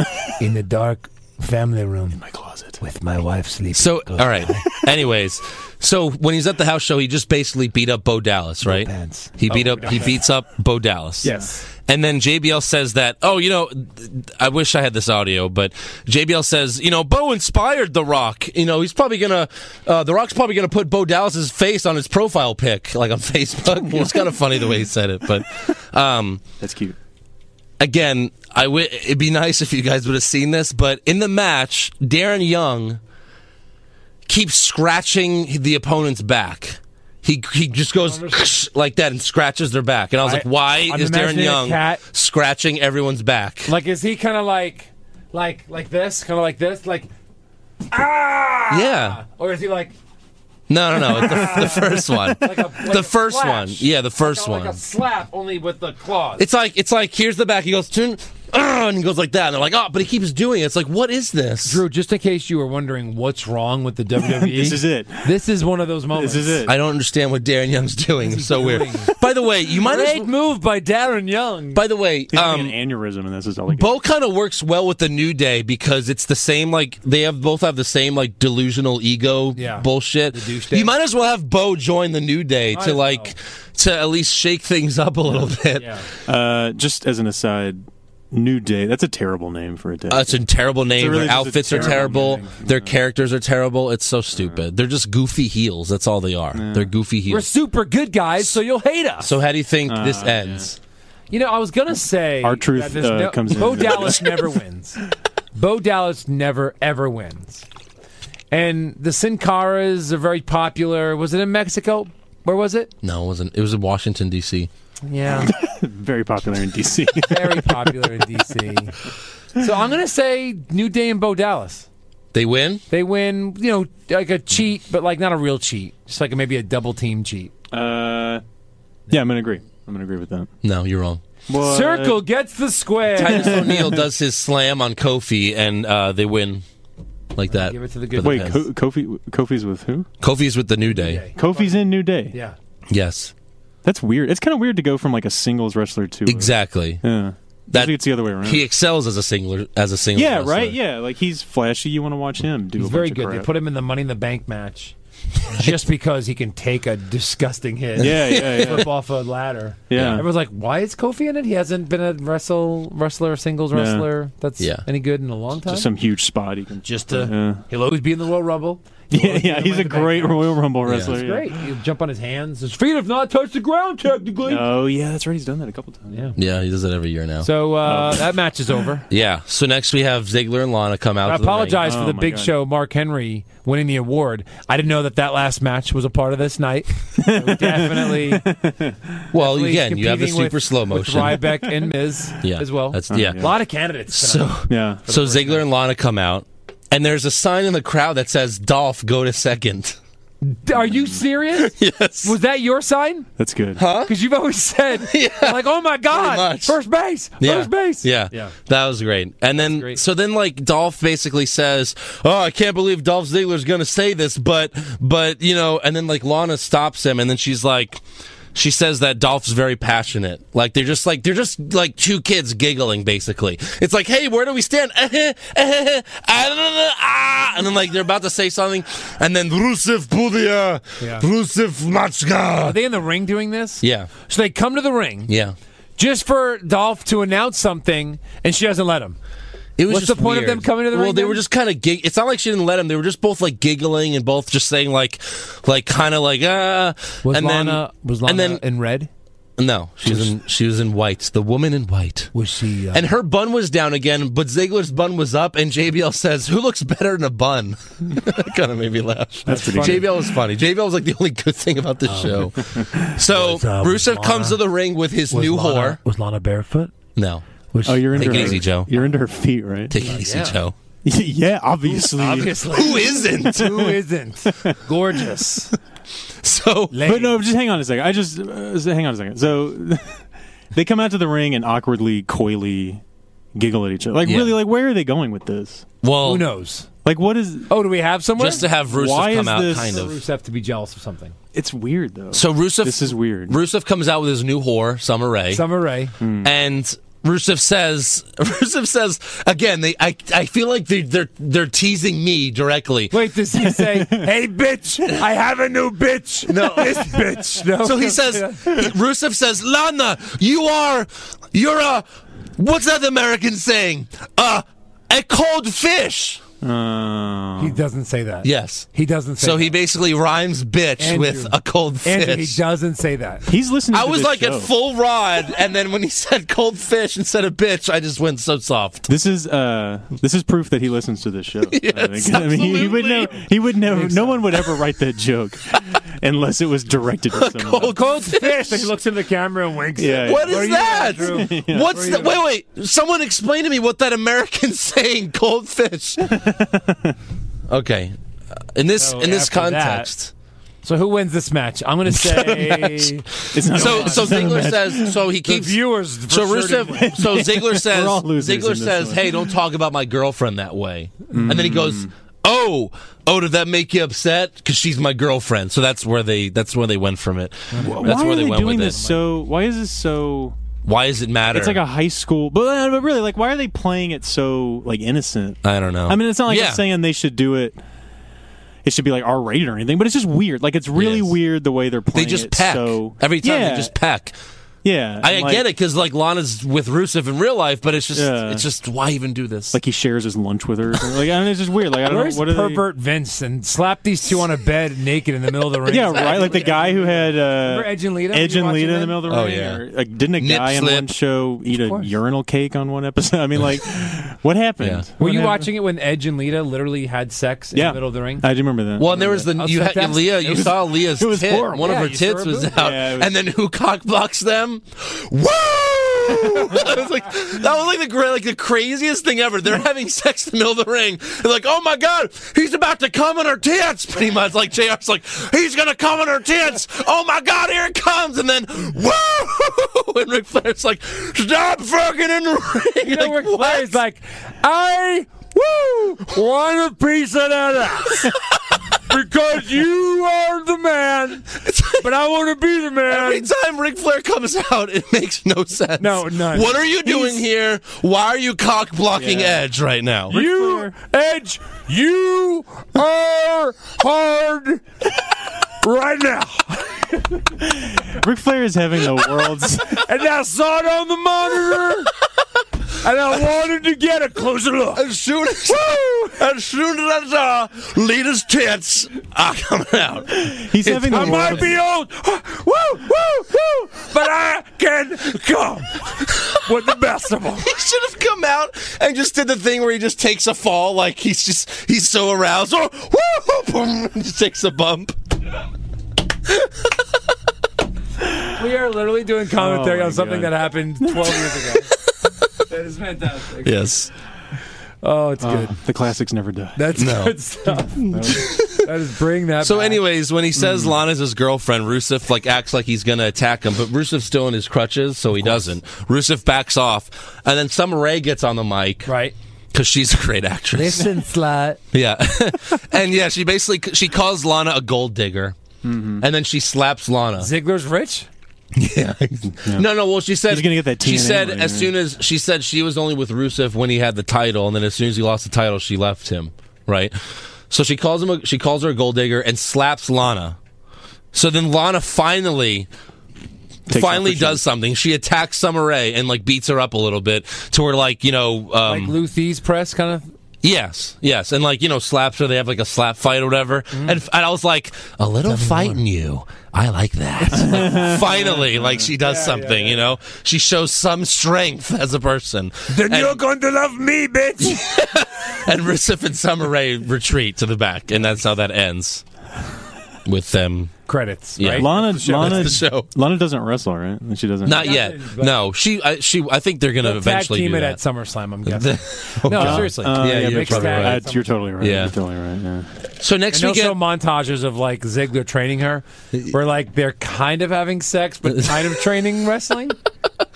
[SPEAKER 6] in the dark family room in my closet with my wife sleeping.
[SPEAKER 5] So all right. Anyways, so when he's at the house show, he just basically beat up Bo Dallas, right?
[SPEAKER 6] pants.
[SPEAKER 5] He beat up he beats up Bo Dallas.
[SPEAKER 7] Yes.
[SPEAKER 5] And then JBL says that, oh, you know, I wish I had this audio, but JBL says, you know, Bo inspired The Rock. You know, he's probably gonna, uh, The Rock's probably gonna put Bo Dallas's face on his profile pic, like on Facebook. it was kind of funny the way he said it, but um,
[SPEAKER 7] That's cute.
[SPEAKER 5] again, I w- it'd be nice if you guys would have seen this, but in the match, Darren Young keeps scratching the opponent's back. He he just goes like that and scratches their back, and I was like,
[SPEAKER 6] I-
[SPEAKER 5] why
[SPEAKER 6] I'm
[SPEAKER 5] is Darren
[SPEAKER 6] imagining a
[SPEAKER 5] Young
[SPEAKER 6] cat-
[SPEAKER 5] scratching everyone's back?
[SPEAKER 6] Like, is he kind of like, like, like this? Kind of like this? Like,
[SPEAKER 5] yeah,
[SPEAKER 6] or is he like,
[SPEAKER 5] no, no, no, the, the first one,
[SPEAKER 6] like a, like
[SPEAKER 5] the
[SPEAKER 6] a
[SPEAKER 5] first one,
[SPEAKER 6] slash?
[SPEAKER 5] yeah, the first
[SPEAKER 6] Like a-
[SPEAKER 5] one.
[SPEAKER 6] like a slap only with the claws.
[SPEAKER 5] It's like it's like here's the back. He goes "Turn," and he goes like that, and they're like, oh, but he keeps doing it. It's like, what is this?
[SPEAKER 6] Drew, just in case you were wondering what's wrong with the WWE,
[SPEAKER 7] This is it.
[SPEAKER 6] This is one of those moments.
[SPEAKER 7] This is it.
[SPEAKER 5] I don't understand what Darren Young's doing. It's so weird. By the way, you might as
[SPEAKER 6] Great move by Darren Young.
[SPEAKER 5] By the way,
[SPEAKER 7] He's having
[SPEAKER 5] um,
[SPEAKER 7] an aneurysm, and this is all he
[SPEAKER 5] Bo kind of works well with the New Day because it's the same. Like they have both have the same like delusional ego
[SPEAKER 6] Yeah.
[SPEAKER 5] bullshit.
[SPEAKER 6] The douche day.
[SPEAKER 5] You might as well have Bo join the New Day
[SPEAKER 6] Might
[SPEAKER 5] to
[SPEAKER 6] as
[SPEAKER 5] like
[SPEAKER 6] well.
[SPEAKER 5] to at least shake things up a little bit.
[SPEAKER 6] yeah.
[SPEAKER 7] Uh, just as an aside, New Day. That's a terrible name for a day.
[SPEAKER 5] Uh, it's a terrible name. Their
[SPEAKER 7] really just a
[SPEAKER 5] outfits are
[SPEAKER 7] terrible
[SPEAKER 5] terrible. Their characters are terrible. It's so stupid. They're just goofy heels. That's all they are. They're goofy
[SPEAKER 6] We're
[SPEAKER 5] heels.
[SPEAKER 6] super good guys, so you'll hate us.
[SPEAKER 5] so how do you think this
[SPEAKER 7] Uh, yeah.
[SPEAKER 5] ends?
[SPEAKER 6] You know, I was gonna say
[SPEAKER 7] Our truth,
[SPEAKER 6] that there's
[SPEAKER 7] uh, comes
[SPEAKER 6] Bo
[SPEAKER 7] in.
[SPEAKER 6] Dallas never wins. Bo Dallas never ever wins. And the Sin Caras are very popular. Was it in Mexico? Where was it?
[SPEAKER 5] No, it wasn't. It was in Washington D.C.
[SPEAKER 6] Yeah,
[SPEAKER 7] Very popular in DC.
[SPEAKER 6] very popular in DC. So I'm gonna say New Day and Bo Dallas.
[SPEAKER 5] They win.
[SPEAKER 6] They win, you know, like a cheat, but like not a real cheat, just like maybe a double team cheat.
[SPEAKER 7] uh, yeah, I'm gonna agree. I'm gonna agree with that.
[SPEAKER 5] No, you're wrong.
[SPEAKER 7] What?
[SPEAKER 6] Circle gets the square.
[SPEAKER 5] Titus O'Neil does his slam on Kofi, and uh, they win like that.
[SPEAKER 6] Give it to the good.
[SPEAKER 7] Wait,
[SPEAKER 5] Yes.
[SPEAKER 7] Ko- Kofi. Kofi's with who?
[SPEAKER 5] Kofi's with the New Day.
[SPEAKER 7] Kofi's in New Day.
[SPEAKER 6] Yeah.
[SPEAKER 5] Yes,
[SPEAKER 7] That's weird. It's kind of weird to go from like a singles wrestler to a-
[SPEAKER 5] exactly.
[SPEAKER 7] Yeah.
[SPEAKER 5] That-
[SPEAKER 7] That, it's the other way around.
[SPEAKER 5] He excels as a singler, as a single.
[SPEAKER 7] yeah,
[SPEAKER 5] wrestler.
[SPEAKER 7] right. Yeah, like he's flashy. You want to watch him do a
[SPEAKER 6] He's
[SPEAKER 7] bunch
[SPEAKER 6] very
[SPEAKER 7] of
[SPEAKER 6] good. They
[SPEAKER 7] crap.
[SPEAKER 6] put him in the Money in the Bank match just because he can take a disgusting hit,
[SPEAKER 7] yeah, yeah, yeah.
[SPEAKER 6] flip off a ladder.
[SPEAKER 7] Yeah.
[SPEAKER 6] Everyone's like, "Why is Kofi in it? He hasn't been a wrestle wrestler, singles wrestler. That's
[SPEAKER 5] Yeah.
[SPEAKER 6] any good in a long time."
[SPEAKER 7] Just some huge spot he can.
[SPEAKER 6] Just to,
[SPEAKER 7] Yeah.
[SPEAKER 6] he'll always be in the Royal Rumble. He'll
[SPEAKER 7] Yeah,
[SPEAKER 6] always be in
[SPEAKER 7] yeah.
[SPEAKER 6] the Money
[SPEAKER 7] He's a
[SPEAKER 6] in the Bank
[SPEAKER 7] great
[SPEAKER 6] match.
[SPEAKER 7] Royal Rumble
[SPEAKER 5] Yeah.
[SPEAKER 7] wrestler.
[SPEAKER 6] He's great. He'll jump on his hands. His feet have not touched the ground technically.
[SPEAKER 7] Oh yeah, that's right. He's done that a couple times.
[SPEAKER 6] Yeah.
[SPEAKER 5] Yeah, he does it every year now.
[SPEAKER 6] So uh, that match is over.
[SPEAKER 5] yeah. So next we have Ziggler and Lana come out.
[SPEAKER 6] I
[SPEAKER 5] to the ring.
[SPEAKER 6] apologize
[SPEAKER 7] Oh
[SPEAKER 6] for the
[SPEAKER 7] my
[SPEAKER 6] big
[SPEAKER 7] God.
[SPEAKER 6] show, Mark Henry winning the award. I didn't know that that last match was a part of this night. So definitely,
[SPEAKER 5] Well,
[SPEAKER 6] he's
[SPEAKER 5] again, you have the
[SPEAKER 6] competing
[SPEAKER 5] super
[SPEAKER 6] with-
[SPEAKER 5] slow
[SPEAKER 6] with
[SPEAKER 5] motion.
[SPEAKER 6] Ryback and Miz
[SPEAKER 5] yeah,
[SPEAKER 6] as well. Uh-huh.
[SPEAKER 5] That's
[SPEAKER 6] a
[SPEAKER 5] yeah.
[SPEAKER 7] yeah.
[SPEAKER 6] lot of candidates.
[SPEAKER 5] So
[SPEAKER 7] Yeah.
[SPEAKER 5] so Ziggler and Lana come out, and there's a sign in the crowd that says "Dolph, go to second.
[SPEAKER 6] are you serious?
[SPEAKER 5] yes.
[SPEAKER 6] Was that your sign?
[SPEAKER 7] That's good.
[SPEAKER 6] Because you've always said, like, oh my God,
[SPEAKER 5] much.
[SPEAKER 6] first base, first base.
[SPEAKER 5] Yeah.
[SPEAKER 6] Yeah.
[SPEAKER 5] That was great. And then,
[SPEAKER 6] great.
[SPEAKER 5] so then, like, Dolph basically says, Oh, I can't believe Dolph Ziggler's going to say this, but, but, you know, and then, like, Lana stops him, and then she's like, she says that Dolph's very passionate. Like they're just like they're just like two kids giggling. Basically, it's like, hey, where do we stand? I don't know. Ah, and then like they're about to say something, and then Rusev Pudia,
[SPEAKER 6] Yeah.
[SPEAKER 5] Rusev
[SPEAKER 6] Are
[SPEAKER 5] Matska.
[SPEAKER 6] they in the ring doing this?
[SPEAKER 5] Yeah,
[SPEAKER 6] So they come to the ring
[SPEAKER 5] yeah.
[SPEAKER 6] just for Dolph to announce something, and she doesn't let him.
[SPEAKER 5] It was
[SPEAKER 6] What's
[SPEAKER 5] just
[SPEAKER 6] the point of
[SPEAKER 5] weird.
[SPEAKER 6] them coming to the
[SPEAKER 5] Well,
[SPEAKER 6] ring
[SPEAKER 5] they
[SPEAKER 6] then?
[SPEAKER 5] were just kind of gig. It's not like she didn't let them. They were just both like giggling and both just saying like, like kind of like ah.
[SPEAKER 6] Was
[SPEAKER 5] and
[SPEAKER 6] Lana
[SPEAKER 5] then
[SPEAKER 6] was Lana
[SPEAKER 5] and then
[SPEAKER 6] in red?
[SPEAKER 5] no, she was in she was in white. The woman in white.
[SPEAKER 6] Was she? Uh,
[SPEAKER 5] And her bun was down again, but Ziggler's bun was up, and JBL says, "Who looks better in a bun?" kind of made me laugh.
[SPEAKER 7] That's pretty funny.
[SPEAKER 5] JBL was funny. JBL was like the only good thing about the
[SPEAKER 6] Oh.
[SPEAKER 5] show. So
[SPEAKER 8] Was, uh, was
[SPEAKER 5] Rusev comes
[SPEAKER 8] Lana-
[SPEAKER 5] to the ring with his new whore.
[SPEAKER 8] Was Lana barefoot?
[SPEAKER 5] No,
[SPEAKER 8] Was
[SPEAKER 7] Oh, you're
[SPEAKER 5] Take
[SPEAKER 7] into
[SPEAKER 5] it
[SPEAKER 7] her.
[SPEAKER 5] easy, Joe.
[SPEAKER 7] You're into her feet, right?
[SPEAKER 5] take it easy, Joe.
[SPEAKER 7] yeah, obviously.
[SPEAKER 5] Who isn't?
[SPEAKER 6] who isn't gorgeous?
[SPEAKER 5] so
[SPEAKER 7] But no, just hang on a second. I just uh, so- hang on a second. So they come out to the ring and awkwardly, coyly giggle at each other. Like
[SPEAKER 5] Yeah.
[SPEAKER 7] really, like where are they going with this?
[SPEAKER 5] well,
[SPEAKER 6] Who knows?
[SPEAKER 7] Like what is?
[SPEAKER 6] Oh, do we have someone?
[SPEAKER 5] just to have Rusev
[SPEAKER 7] Why
[SPEAKER 5] come
[SPEAKER 7] is
[SPEAKER 5] out,
[SPEAKER 7] this-
[SPEAKER 5] kind of.
[SPEAKER 6] Rusev to be jealous of something.
[SPEAKER 7] It's weird though.
[SPEAKER 5] So Rusev,
[SPEAKER 7] this is weird.
[SPEAKER 5] Rusev comes out with his new whore, Summer Rae,
[SPEAKER 6] Summer Rae.
[SPEAKER 5] and Rusev says, Rusev says again. They, I, I feel like they, they're they're teasing me directly.
[SPEAKER 6] Wait, does he say, "Hey, bitch, I have a new bitch"? No, this bitch. No.
[SPEAKER 5] So he says, he, Rusev says, Lana, you are, you're a, what's that American saying? Uh, a cold fish.
[SPEAKER 7] Uh,
[SPEAKER 6] he doesn't say that.
[SPEAKER 5] Yes.
[SPEAKER 6] he doesn't. say
[SPEAKER 5] So
[SPEAKER 6] that.
[SPEAKER 5] he basically rhymes bitch
[SPEAKER 6] Andrew.
[SPEAKER 5] with a cold fish.
[SPEAKER 6] Andrew, he doesn't say that.
[SPEAKER 7] he's listening.
[SPEAKER 5] I
[SPEAKER 7] to
[SPEAKER 5] was
[SPEAKER 7] this
[SPEAKER 5] like
[SPEAKER 7] show.
[SPEAKER 5] at full rod, and then when he said cold fish instead of bitch, I just went so soft.
[SPEAKER 7] This is uh, this is proof that he listens to this show. I, think. I mean, he, he would know. He would know. No one would ever write that joke unless it was directed at someone.
[SPEAKER 5] cold fish.
[SPEAKER 6] He looks in the camera and winks.
[SPEAKER 7] Yeah.
[SPEAKER 5] What
[SPEAKER 6] Where
[SPEAKER 5] is
[SPEAKER 6] you at,
[SPEAKER 5] that?
[SPEAKER 6] Drew?
[SPEAKER 5] What's
[SPEAKER 6] Where
[SPEAKER 5] that?
[SPEAKER 6] you
[SPEAKER 5] Wait, wait. Someone explain to me what that American saying, cold fish. okay. Uh, In this
[SPEAKER 6] So
[SPEAKER 5] in this
[SPEAKER 6] after that-
[SPEAKER 5] context.
[SPEAKER 6] So who wins this match? I'm going to say
[SPEAKER 7] It's not
[SPEAKER 5] So so Ziggler says so he
[SPEAKER 6] the
[SPEAKER 5] keeps
[SPEAKER 6] viewers. for
[SPEAKER 5] so
[SPEAKER 6] sure didn't win.
[SPEAKER 5] Rusev so Ziggler says
[SPEAKER 7] all losers in
[SPEAKER 5] Ziggler
[SPEAKER 7] this
[SPEAKER 5] says,
[SPEAKER 7] one. Mm.
[SPEAKER 5] "Hey, don't talk about my girlfriend that way." And then he goes, "Oh, oh, did that make you upset? Cuz she's my girlfriend." So that's where they that's where they went from it. That's
[SPEAKER 7] why
[SPEAKER 5] where
[SPEAKER 7] are
[SPEAKER 5] they
[SPEAKER 7] they,
[SPEAKER 5] went
[SPEAKER 7] doing
[SPEAKER 5] with
[SPEAKER 7] this?
[SPEAKER 5] it.
[SPEAKER 7] So why is this so?
[SPEAKER 5] Why does it matter?
[SPEAKER 7] It's like a high school, but, uh, but really, like, why are they playing it so like innocent?
[SPEAKER 5] I don't know.
[SPEAKER 7] I mean, it's not like
[SPEAKER 5] yeah.
[SPEAKER 7] I'm saying they should do it. It should be like R rated or anything, but it's just weird. Like it's really
[SPEAKER 5] Yes.
[SPEAKER 7] weird the way they're
[SPEAKER 5] They
[SPEAKER 7] playing.
[SPEAKER 5] just
[SPEAKER 7] it,
[SPEAKER 5] peck
[SPEAKER 7] So
[SPEAKER 5] every time.
[SPEAKER 7] yeah,
[SPEAKER 5] They just peck.
[SPEAKER 7] Yeah,
[SPEAKER 5] I
[SPEAKER 7] and, like,
[SPEAKER 5] get it because like Lana's with Rusev in real life, but it's just
[SPEAKER 7] Yeah.
[SPEAKER 5] it's just why even do this?
[SPEAKER 7] Like he shares his lunch with her. or something. Like I don't know, it's just weird. Like I don't
[SPEAKER 6] Where's
[SPEAKER 7] know what are they-
[SPEAKER 6] pervert Vince and slap these two on a bed naked in the middle of the ring?
[SPEAKER 7] Yeah, right. Like the guy who had uh,
[SPEAKER 6] Remember Edge and Lita?
[SPEAKER 7] Edge
[SPEAKER 6] You
[SPEAKER 7] and
[SPEAKER 6] watching
[SPEAKER 7] Lita in
[SPEAKER 6] that?
[SPEAKER 7] the middle of the
[SPEAKER 5] Oh,
[SPEAKER 7] ring.
[SPEAKER 5] yeah.
[SPEAKER 7] Or, like, didn't a
[SPEAKER 5] Nip
[SPEAKER 7] guy in
[SPEAKER 5] slip.
[SPEAKER 7] one show eat a
[SPEAKER 6] course.
[SPEAKER 7] urinal cake on one episode? I mean, like, what happened?
[SPEAKER 5] Yeah.
[SPEAKER 6] Were
[SPEAKER 7] What
[SPEAKER 6] you
[SPEAKER 7] happened?
[SPEAKER 6] watching it when Edge and Lita literally had sex in
[SPEAKER 7] Yeah,
[SPEAKER 6] the middle of the ring?
[SPEAKER 7] I do remember that.
[SPEAKER 5] Well, and there was the you had
[SPEAKER 6] fantastic.
[SPEAKER 5] Leah. You saw Leah's
[SPEAKER 7] it was
[SPEAKER 5] tit.
[SPEAKER 7] horrible.
[SPEAKER 5] One
[SPEAKER 6] Yeah,
[SPEAKER 5] of her
[SPEAKER 6] you saw her
[SPEAKER 5] tits was
[SPEAKER 6] boob.
[SPEAKER 5] out,
[SPEAKER 7] Yeah, it was-
[SPEAKER 5] and then who cock blocks them? Woo! that was like that was like the gra- like the craziest thing ever. They're having sex in the middle of the ring. They're like, oh my god, he's about to come on her tits. Pretty much like Jr's like, he's gonna come on her tits. Oh my god, here it comes. And then woo! And Ric Flair's like, stop fucking in the ring.
[SPEAKER 6] You know,
[SPEAKER 5] like,
[SPEAKER 6] Ric Flair is
[SPEAKER 5] what?
[SPEAKER 6] like, I woo want a piece of that ass because you are the man, but I want to be the
[SPEAKER 5] Every
[SPEAKER 6] man.
[SPEAKER 5] time Ric Flair comes out, it makes no sense.
[SPEAKER 6] No, none.
[SPEAKER 5] What are you doing here? Why are you cock blocking Edge right now?
[SPEAKER 6] You Edge, you are hard right now,
[SPEAKER 7] Ric Flair is having the world's.
[SPEAKER 6] and I saw it on the monitor, and I wanted to get a closer look.
[SPEAKER 5] As soon as, as soon as I saw Lita's tits, I come out.
[SPEAKER 7] He's having the
[SPEAKER 6] I might
[SPEAKER 7] world's.
[SPEAKER 6] be old, woo, woo, woo, but I can come with the best of them.
[SPEAKER 5] He should have come out and just did the thing where he just takes a fall, like he's just he's so aroused, or woo, boom, and just takes a bump.
[SPEAKER 6] We are literally doing commentary
[SPEAKER 7] Oh my
[SPEAKER 6] on something
[SPEAKER 7] God.
[SPEAKER 6] that happened 12 years ago. that is fantastic.
[SPEAKER 5] Yes.
[SPEAKER 6] Oh, it's good.
[SPEAKER 7] The classics never die.
[SPEAKER 6] That's
[SPEAKER 5] Uh, No.
[SPEAKER 6] good stuff. that is bring that.
[SPEAKER 5] So,
[SPEAKER 6] back. Mm.
[SPEAKER 5] anyways, when he says Lana's his girlfriend, Rusev like acts like he's gonna attack him, but Rusev's still in his crutches, so he doesn't. Rusev backs off, and then Summer Rae gets on the mic
[SPEAKER 6] right?
[SPEAKER 5] because she's a great actress.
[SPEAKER 6] slut.
[SPEAKER 5] Yeah, and yeah, she basically she calls Lana a gold digger,
[SPEAKER 6] Mm-hmm.
[SPEAKER 5] and then she slaps Lana.
[SPEAKER 6] Ziggler's rich.
[SPEAKER 5] Yeah. No, no. Well, she said
[SPEAKER 7] He's gonna get that
[SPEAKER 5] She
[SPEAKER 7] TNA
[SPEAKER 5] said
[SPEAKER 7] later.
[SPEAKER 5] as soon as she said she was only with Rusev when he had the title, and then as soon as he lost the title, she left him. Right. So she calls him. A, she calls her a gold digger and slaps Lana. So then Lana finally
[SPEAKER 7] Takes
[SPEAKER 5] finally
[SPEAKER 7] off her
[SPEAKER 5] does something. She attacks Summer Rae and like beats her up a little bit to where like you know um,
[SPEAKER 6] like Luthie's press kind of.
[SPEAKER 5] Yes, yes, and like you know, slaps her. They have like a slap fight or whatever. And, and I was like, a little fighting you. I like that. Like, finally, like she does something. You know, she shows some strength as a person. Then you're going to love me, bitch. and Risif and Summer Rae retreat to the back, and that's how that ends with them.
[SPEAKER 6] Credits,
[SPEAKER 5] Yeah.
[SPEAKER 6] right?
[SPEAKER 7] Lana,
[SPEAKER 5] That's the show.
[SPEAKER 7] Lana,
[SPEAKER 5] That's the show.
[SPEAKER 7] Lana doesn't wrestle, right? She doesn't.
[SPEAKER 5] Not yet.
[SPEAKER 6] but-
[SPEAKER 5] No, she, I, she. I think they're gonna
[SPEAKER 6] They'll tag
[SPEAKER 5] eventually
[SPEAKER 6] team
[SPEAKER 5] do
[SPEAKER 6] it
[SPEAKER 5] that. Oh,
[SPEAKER 6] at SummerSlam. I'm guessing. no,
[SPEAKER 5] God.
[SPEAKER 6] seriously.
[SPEAKER 7] Uh,
[SPEAKER 5] yeah, you're
[SPEAKER 6] mixed
[SPEAKER 5] probably
[SPEAKER 6] tag.
[SPEAKER 5] right.
[SPEAKER 7] That's- you're totally right.
[SPEAKER 5] Yeah.
[SPEAKER 7] You're totally right. Yeah.
[SPEAKER 5] So next
[SPEAKER 6] And also
[SPEAKER 5] weekend,
[SPEAKER 6] montages of like Ziggler training her, where like they're kind of having sex but kind of training wrestling.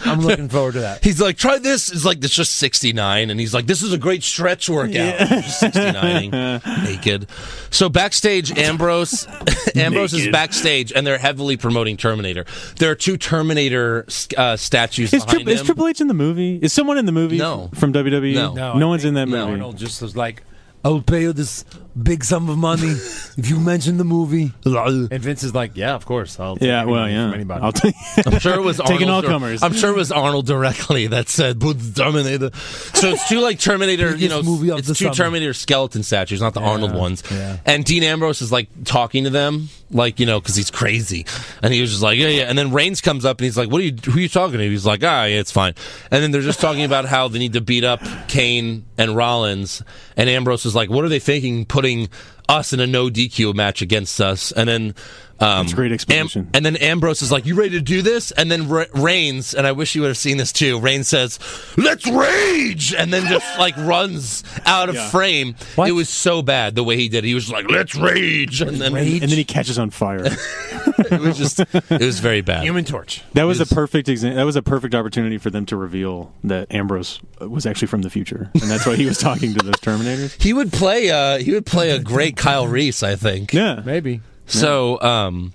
[SPEAKER 6] I'm looking forward to that.
[SPEAKER 5] He's like, try this. It's like, it's just 69. And he's like, this is a great stretch workout. Just 69ing, naked. So backstage, Ambrose, Ambrose is
[SPEAKER 7] Naked.
[SPEAKER 5] backstage and they're heavily promoting Terminator. There are two Terminator uh, statues
[SPEAKER 7] Is,
[SPEAKER 5] behind
[SPEAKER 7] tri- is
[SPEAKER 5] him.
[SPEAKER 7] Triple H in the movie? Is someone in the movie?
[SPEAKER 5] No.
[SPEAKER 7] From WWE?
[SPEAKER 5] No.
[SPEAKER 6] No,
[SPEAKER 7] No,
[SPEAKER 6] I
[SPEAKER 7] one's in that
[SPEAKER 5] no.
[SPEAKER 7] movie.
[SPEAKER 6] Arnold just was like, "I will pay you this big sum of money if you mention the movie." And Vince is like, "Yeah, of course, I'll." take
[SPEAKER 7] Yeah,
[SPEAKER 6] any
[SPEAKER 7] well,
[SPEAKER 6] money
[SPEAKER 7] yeah.
[SPEAKER 6] From anybody.
[SPEAKER 7] I'll tell you.
[SPEAKER 5] I'm sure it was
[SPEAKER 7] Taking
[SPEAKER 5] Arnold
[SPEAKER 7] all
[SPEAKER 5] dir-
[SPEAKER 7] comers.
[SPEAKER 5] I'm sure it was Arnold directly that said "But Terminator. So it's two like Terminator, you know,
[SPEAKER 6] Biggest movie of
[SPEAKER 5] it's
[SPEAKER 6] the
[SPEAKER 5] two
[SPEAKER 6] summer.
[SPEAKER 5] Terminator skeleton statues, not the Arnold ones.
[SPEAKER 6] yeah.
[SPEAKER 5] And Dean Ambrose is like talking to them, like you know, because he's crazy, and he was just like, yeah, yeah. And then Reigns comes up and he's like, "What are you? Who are you talking to?" He's like, "Ah, yeah, it's fine." And then they're just talking about how they need to beat up Kane and Rollins, and Ambrose is like, "What are they thinking? Putting us in a no DQ match against us?" And then. Um,
[SPEAKER 7] That's great exposition.
[SPEAKER 5] Am- and then Ambrose is like, "You ready to do this?" And then Re- Reigns, and I wish you would have seen this too. Reigns says, "Let's rage!" and then just like runs out of
[SPEAKER 7] Yeah.
[SPEAKER 5] frame.
[SPEAKER 6] What?
[SPEAKER 5] It was so bad the way he did. it. He was like, "Let's rage!" and then
[SPEAKER 6] Rage?
[SPEAKER 7] And then he catches on fire.
[SPEAKER 5] it was just it was very bad.
[SPEAKER 6] Human Torch.
[SPEAKER 7] That was a
[SPEAKER 5] Is-
[SPEAKER 7] perfect exa- That was a perfect opportunity for them to reveal that Ambrose was actually from the future, and that's why he was talking to those Terminators.
[SPEAKER 5] He would play. Uh, he would play a great Kyle Reese, I think.
[SPEAKER 7] Yeah,
[SPEAKER 6] Maybe
[SPEAKER 5] So, um,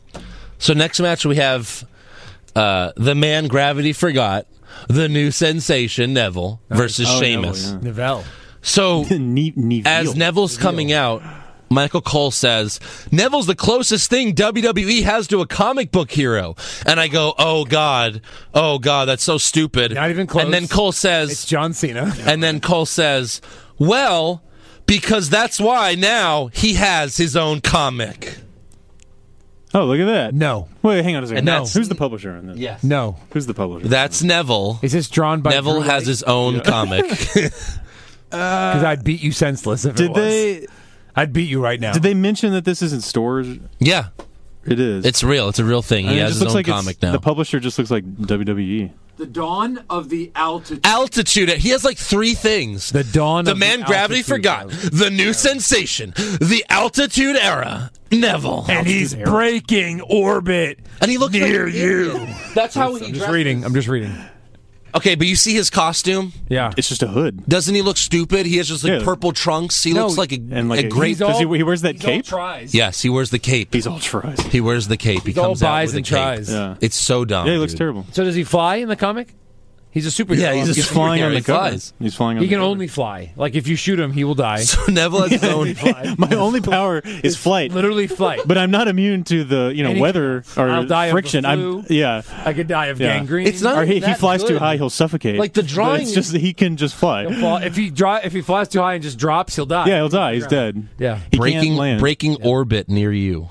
[SPEAKER 5] so next match we have uh, the man gravity forgot, the new sensation Neville versus
[SPEAKER 7] Oh, Neville,
[SPEAKER 5] Sheamus.
[SPEAKER 7] yeah.
[SPEAKER 6] Neville.
[SPEAKER 5] So
[SPEAKER 7] Ne- Neville.
[SPEAKER 5] as Neville's coming out, Michael Cole says, Neville's the closest thing WWE has to a comic book hero. And I go, oh, God. Oh, God. That's so stupid.
[SPEAKER 6] Not even close.
[SPEAKER 5] And then Cole says,
[SPEAKER 6] It's John Cena.
[SPEAKER 5] and then Cole says, well, because that's why now he has his own comic.
[SPEAKER 7] Oh, look at that.
[SPEAKER 6] No,
[SPEAKER 7] Wait, hang on a second.
[SPEAKER 5] And that's-
[SPEAKER 7] Who's the publisher on this? Yeah.
[SPEAKER 6] no.
[SPEAKER 7] Who's the publisher?
[SPEAKER 5] That's Neville.
[SPEAKER 6] Is this drawn by
[SPEAKER 5] Neville has his own comic.
[SPEAKER 6] Because I'd beat you senseless if it
[SPEAKER 7] did
[SPEAKER 6] was.
[SPEAKER 7] they
[SPEAKER 6] I'd beat you right now.
[SPEAKER 7] did they mention that this is in stores?
[SPEAKER 5] yeah.
[SPEAKER 7] It is.
[SPEAKER 5] It's real. It's a real thing.
[SPEAKER 7] I
[SPEAKER 5] He
[SPEAKER 7] mean, it
[SPEAKER 5] has
[SPEAKER 7] just
[SPEAKER 5] his
[SPEAKER 7] looks
[SPEAKER 5] own
[SPEAKER 7] like it's-
[SPEAKER 5] comic now.
[SPEAKER 7] The publisher just looks like E. WWE.
[SPEAKER 8] The dawn of the altitude.
[SPEAKER 5] altitude. He has like three things.
[SPEAKER 6] The dawn
[SPEAKER 5] The
[SPEAKER 6] of
[SPEAKER 5] man
[SPEAKER 6] the
[SPEAKER 5] gravity
[SPEAKER 6] altitude
[SPEAKER 5] forgot. The new sensation. The altitude era. Neville. And,
[SPEAKER 6] he's breaking orbit.
[SPEAKER 5] he looks near you. That's how he
[SPEAKER 6] I'm just
[SPEAKER 5] dresses.
[SPEAKER 6] reading. I'm just reading.
[SPEAKER 5] Okay, but you see his costume.
[SPEAKER 6] Yeah.
[SPEAKER 7] It's just a hood.
[SPEAKER 5] Doesn't he look stupid? He has just like
[SPEAKER 7] Yeah.
[SPEAKER 5] purple trunks. He
[SPEAKER 6] No,
[SPEAKER 5] looks like a,
[SPEAKER 7] and like
[SPEAKER 5] a
[SPEAKER 7] a-
[SPEAKER 5] great.
[SPEAKER 7] he's all- does he- he wears that
[SPEAKER 6] he's all
[SPEAKER 7] cape?
[SPEAKER 6] tries.
[SPEAKER 5] yes, he wears the cape.
[SPEAKER 7] He's all tries.
[SPEAKER 5] He wears the cape. He
[SPEAKER 6] He's all
[SPEAKER 5] comes out
[SPEAKER 6] buys
[SPEAKER 5] with
[SPEAKER 6] and
[SPEAKER 5] a cape.
[SPEAKER 6] tries.
[SPEAKER 7] Yeah.
[SPEAKER 5] It's so dumb.
[SPEAKER 7] Yeah, he looks
[SPEAKER 5] dude.
[SPEAKER 7] terrible.
[SPEAKER 6] So does he fly in the comic? He's a superhero.
[SPEAKER 5] Yeah, he's a
[SPEAKER 7] He's flying on
[SPEAKER 5] He
[SPEAKER 7] the cover.
[SPEAKER 5] flies.
[SPEAKER 7] He's flying on
[SPEAKER 6] he
[SPEAKER 7] the
[SPEAKER 6] can
[SPEAKER 7] cover.
[SPEAKER 6] only fly. Like if you shoot him, he will die.
[SPEAKER 5] So Neville has his own.
[SPEAKER 7] My only power is flight.
[SPEAKER 6] Literally flight.
[SPEAKER 7] But I'm not immune to the, you know,
[SPEAKER 6] Anything
[SPEAKER 7] weather
[SPEAKER 6] else.
[SPEAKER 7] or
[SPEAKER 6] I'll die of the
[SPEAKER 7] friction.
[SPEAKER 6] flu.
[SPEAKER 7] I'm yeah.
[SPEAKER 6] I could die of
[SPEAKER 7] Yeah.
[SPEAKER 6] gangrene.
[SPEAKER 5] It's not-
[SPEAKER 7] Or he, if he
[SPEAKER 5] that
[SPEAKER 7] flies
[SPEAKER 5] good.
[SPEAKER 7] too high, he'll suffocate.
[SPEAKER 5] Like, the
[SPEAKER 7] But
[SPEAKER 5] drawing
[SPEAKER 7] it's just that he can just fly.
[SPEAKER 6] He'll fall. If he dri- if he flies too high and just drops, he'll die.
[SPEAKER 7] Yeah, he'll die. He's dead.
[SPEAKER 6] Yeah.
[SPEAKER 7] He can't
[SPEAKER 5] breaking
[SPEAKER 7] land.
[SPEAKER 5] breaking orbit near you.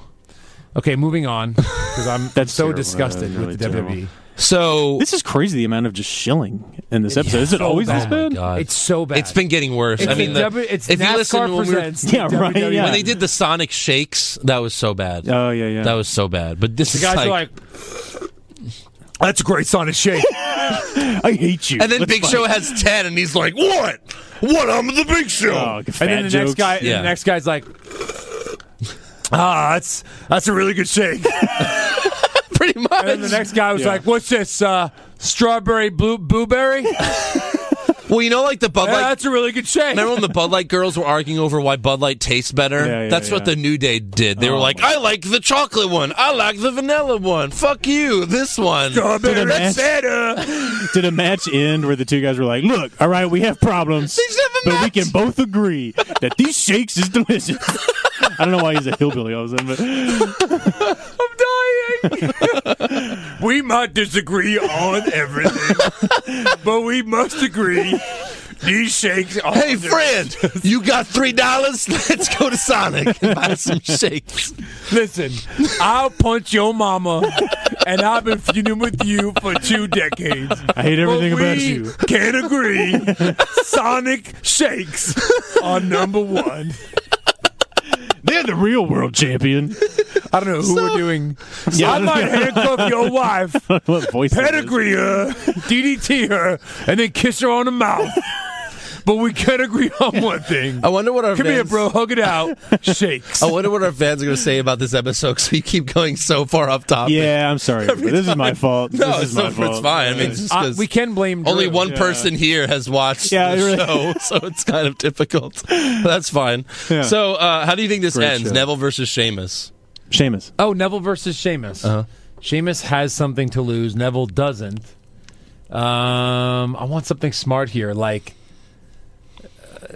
[SPEAKER 6] Okay, moving on because I'm
[SPEAKER 7] That's
[SPEAKER 6] so
[SPEAKER 7] terrible.
[SPEAKER 6] disgusted
[SPEAKER 7] That's really
[SPEAKER 6] with the E. WWE.
[SPEAKER 7] terrible.
[SPEAKER 5] So
[SPEAKER 7] This is crazy. The amount of just shilling in this episode. Is it always
[SPEAKER 6] bad.
[SPEAKER 7] this
[SPEAKER 5] oh my
[SPEAKER 7] bad?
[SPEAKER 5] God.
[SPEAKER 6] It's so bad.
[SPEAKER 5] It's been getting worse.
[SPEAKER 6] It's
[SPEAKER 5] I mean, the-
[SPEAKER 6] the W- it's
[SPEAKER 5] if
[SPEAKER 6] NASCAR
[SPEAKER 5] you listen when we were-
[SPEAKER 6] presents. E.
[SPEAKER 7] Yeah, right,
[SPEAKER 6] WWE.
[SPEAKER 7] yeah.
[SPEAKER 5] when they did the Sonic shakes, that was so bad.
[SPEAKER 7] Oh yeah, yeah.
[SPEAKER 5] That was so bad. But this
[SPEAKER 6] The
[SPEAKER 5] is
[SPEAKER 6] guys
[SPEAKER 5] like,
[SPEAKER 6] are like, "That's a great Sonic shake."
[SPEAKER 7] I hate you.
[SPEAKER 5] and then
[SPEAKER 7] Let's
[SPEAKER 5] Big
[SPEAKER 7] fight.
[SPEAKER 5] Show has ten, and he's like, "What? What? I'm the Big Show."
[SPEAKER 7] Oh,
[SPEAKER 6] and then the next guy, and
[SPEAKER 5] Yeah.
[SPEAKER 6] the next guy's like, "Ah, that's that's a really good shake."
[SPEAKER 5] Pretty much.
[SPEAKER 6] And then the next guy was
[SPEAKER 7] Yeah.
[SPEAKER 6] like, "What's this? Uh, strawberry blue blueberry? yeah,
[SPEAKER 5] well, you know, like the Bud Light.
[SPEAKER 6] that's a really good shake."
[SPEAKER 5] Remember when the Bud Light girls were arguing over why Bud Light tastes better?
[SPEAKER 7] Yeah, yeah,
[SPEAKER 5] That's what
[SPEAKER 7] yeah.
[SPEAKER 5] the New Day did.
[SPEAKER 6] Oh
[SPEAKER 5] They were like, "I like the chocolate one. I like the vanilla one. Fuck you, this one."
[SPEAKER 7] Did a,
[SPEAKER 5] That's
[SPEAKER 7] match,
[SPEAKER 5] better.
[SPEAKER 7] did a match end where the two guys were like, "Look, all right, we have problems,
[SPEAKER 5] These have a
[SPEAKER 7] but we
[SPEAKER 5] match."
[SPEAKER 7] can both agree that these shakes is delicious." I don't know why he's a hillbilly all of a sudden, but
[SPEAKER 6] I'm dying. we
[SPEAKER 9] We might disagree on everything, but we must agree these shakes are.
[SPEAKER 5] Hey, friend, you got $3? Let's go to Sonic and buy some shakes.
[SPEAKER 9] Listen, I'll punch your mama, and I've been feuding with you for two decades.
[SPEAKER 7] I hate everything
[SPEAKER 9] but
[SPEAKER 7] about
[SPEAKER 9] we
[SPEAKER 7] you.
[SPEAKER 9] Can't agree. Sonic shakes are number one.
[SPEAKER 7] They're the real world champion.
[SPEAKER 6] I don't know who we're doing.
[SPEAKER 9] I might handcuff uh, your wife,
[SPEAKER 7] what voice that is.
[SPEAKER 9] pedigree her, DDT her, and then kiss her on the mouth. But we can't agree on one
[SPEAKER 6] Oh,
[SPEAKER 9] thing.
[SPEAKER 5] I wonder what our
[SPEAKER 9] Come
[SPEAKER 5] fans,
[SPEAKER 9] here, bro. Hug it out. Shakes.
[SPEAKER 5] I wonder what our fans are going to say about this episode because we keep going so far off topic.
[SPEAKER 7] Yeah, I'm sorry. but this is my fault.
[SPEAKER 5] No,
[SPEAKER 7] this
[SPEAKER 5] it's,
[SPEAKER 7] is my
[SPEAKER 5] not,
[SPEAKER 7] fault.
[SPEAKER 5] it's fine. I mean, it's just
[SPEAKER 6] Uh,
[SPEAKER 5] 'cause
[SPEAKER 6] we can blame
[SPEAKER 5] only
[SPEAKER 6] Drew.
[SPEAKER 5] one person here has watched
[SPEAKER 7] Yeah,
[SPEAKER 5] the
[SPEAKER 7] it really-
[SPEAKER 5] show, so it's kind of difficult. That's fine.
[SPEAKER 7] Yeah.
[SPEAKER 5] So, uh, how do you think this
[SPEAKER 7] Great
[SPEAKER 5] ends?
[SPEAKER 7] show.
[SPEAKER 5] Neville versus Sheamus.
[SPEAKER 7] Seamus.
[SPEAKER 6] Oh, Neville versus Sheamus. uh Sheamus has something to lose. Neville doesn't. Um, I want something smart here, like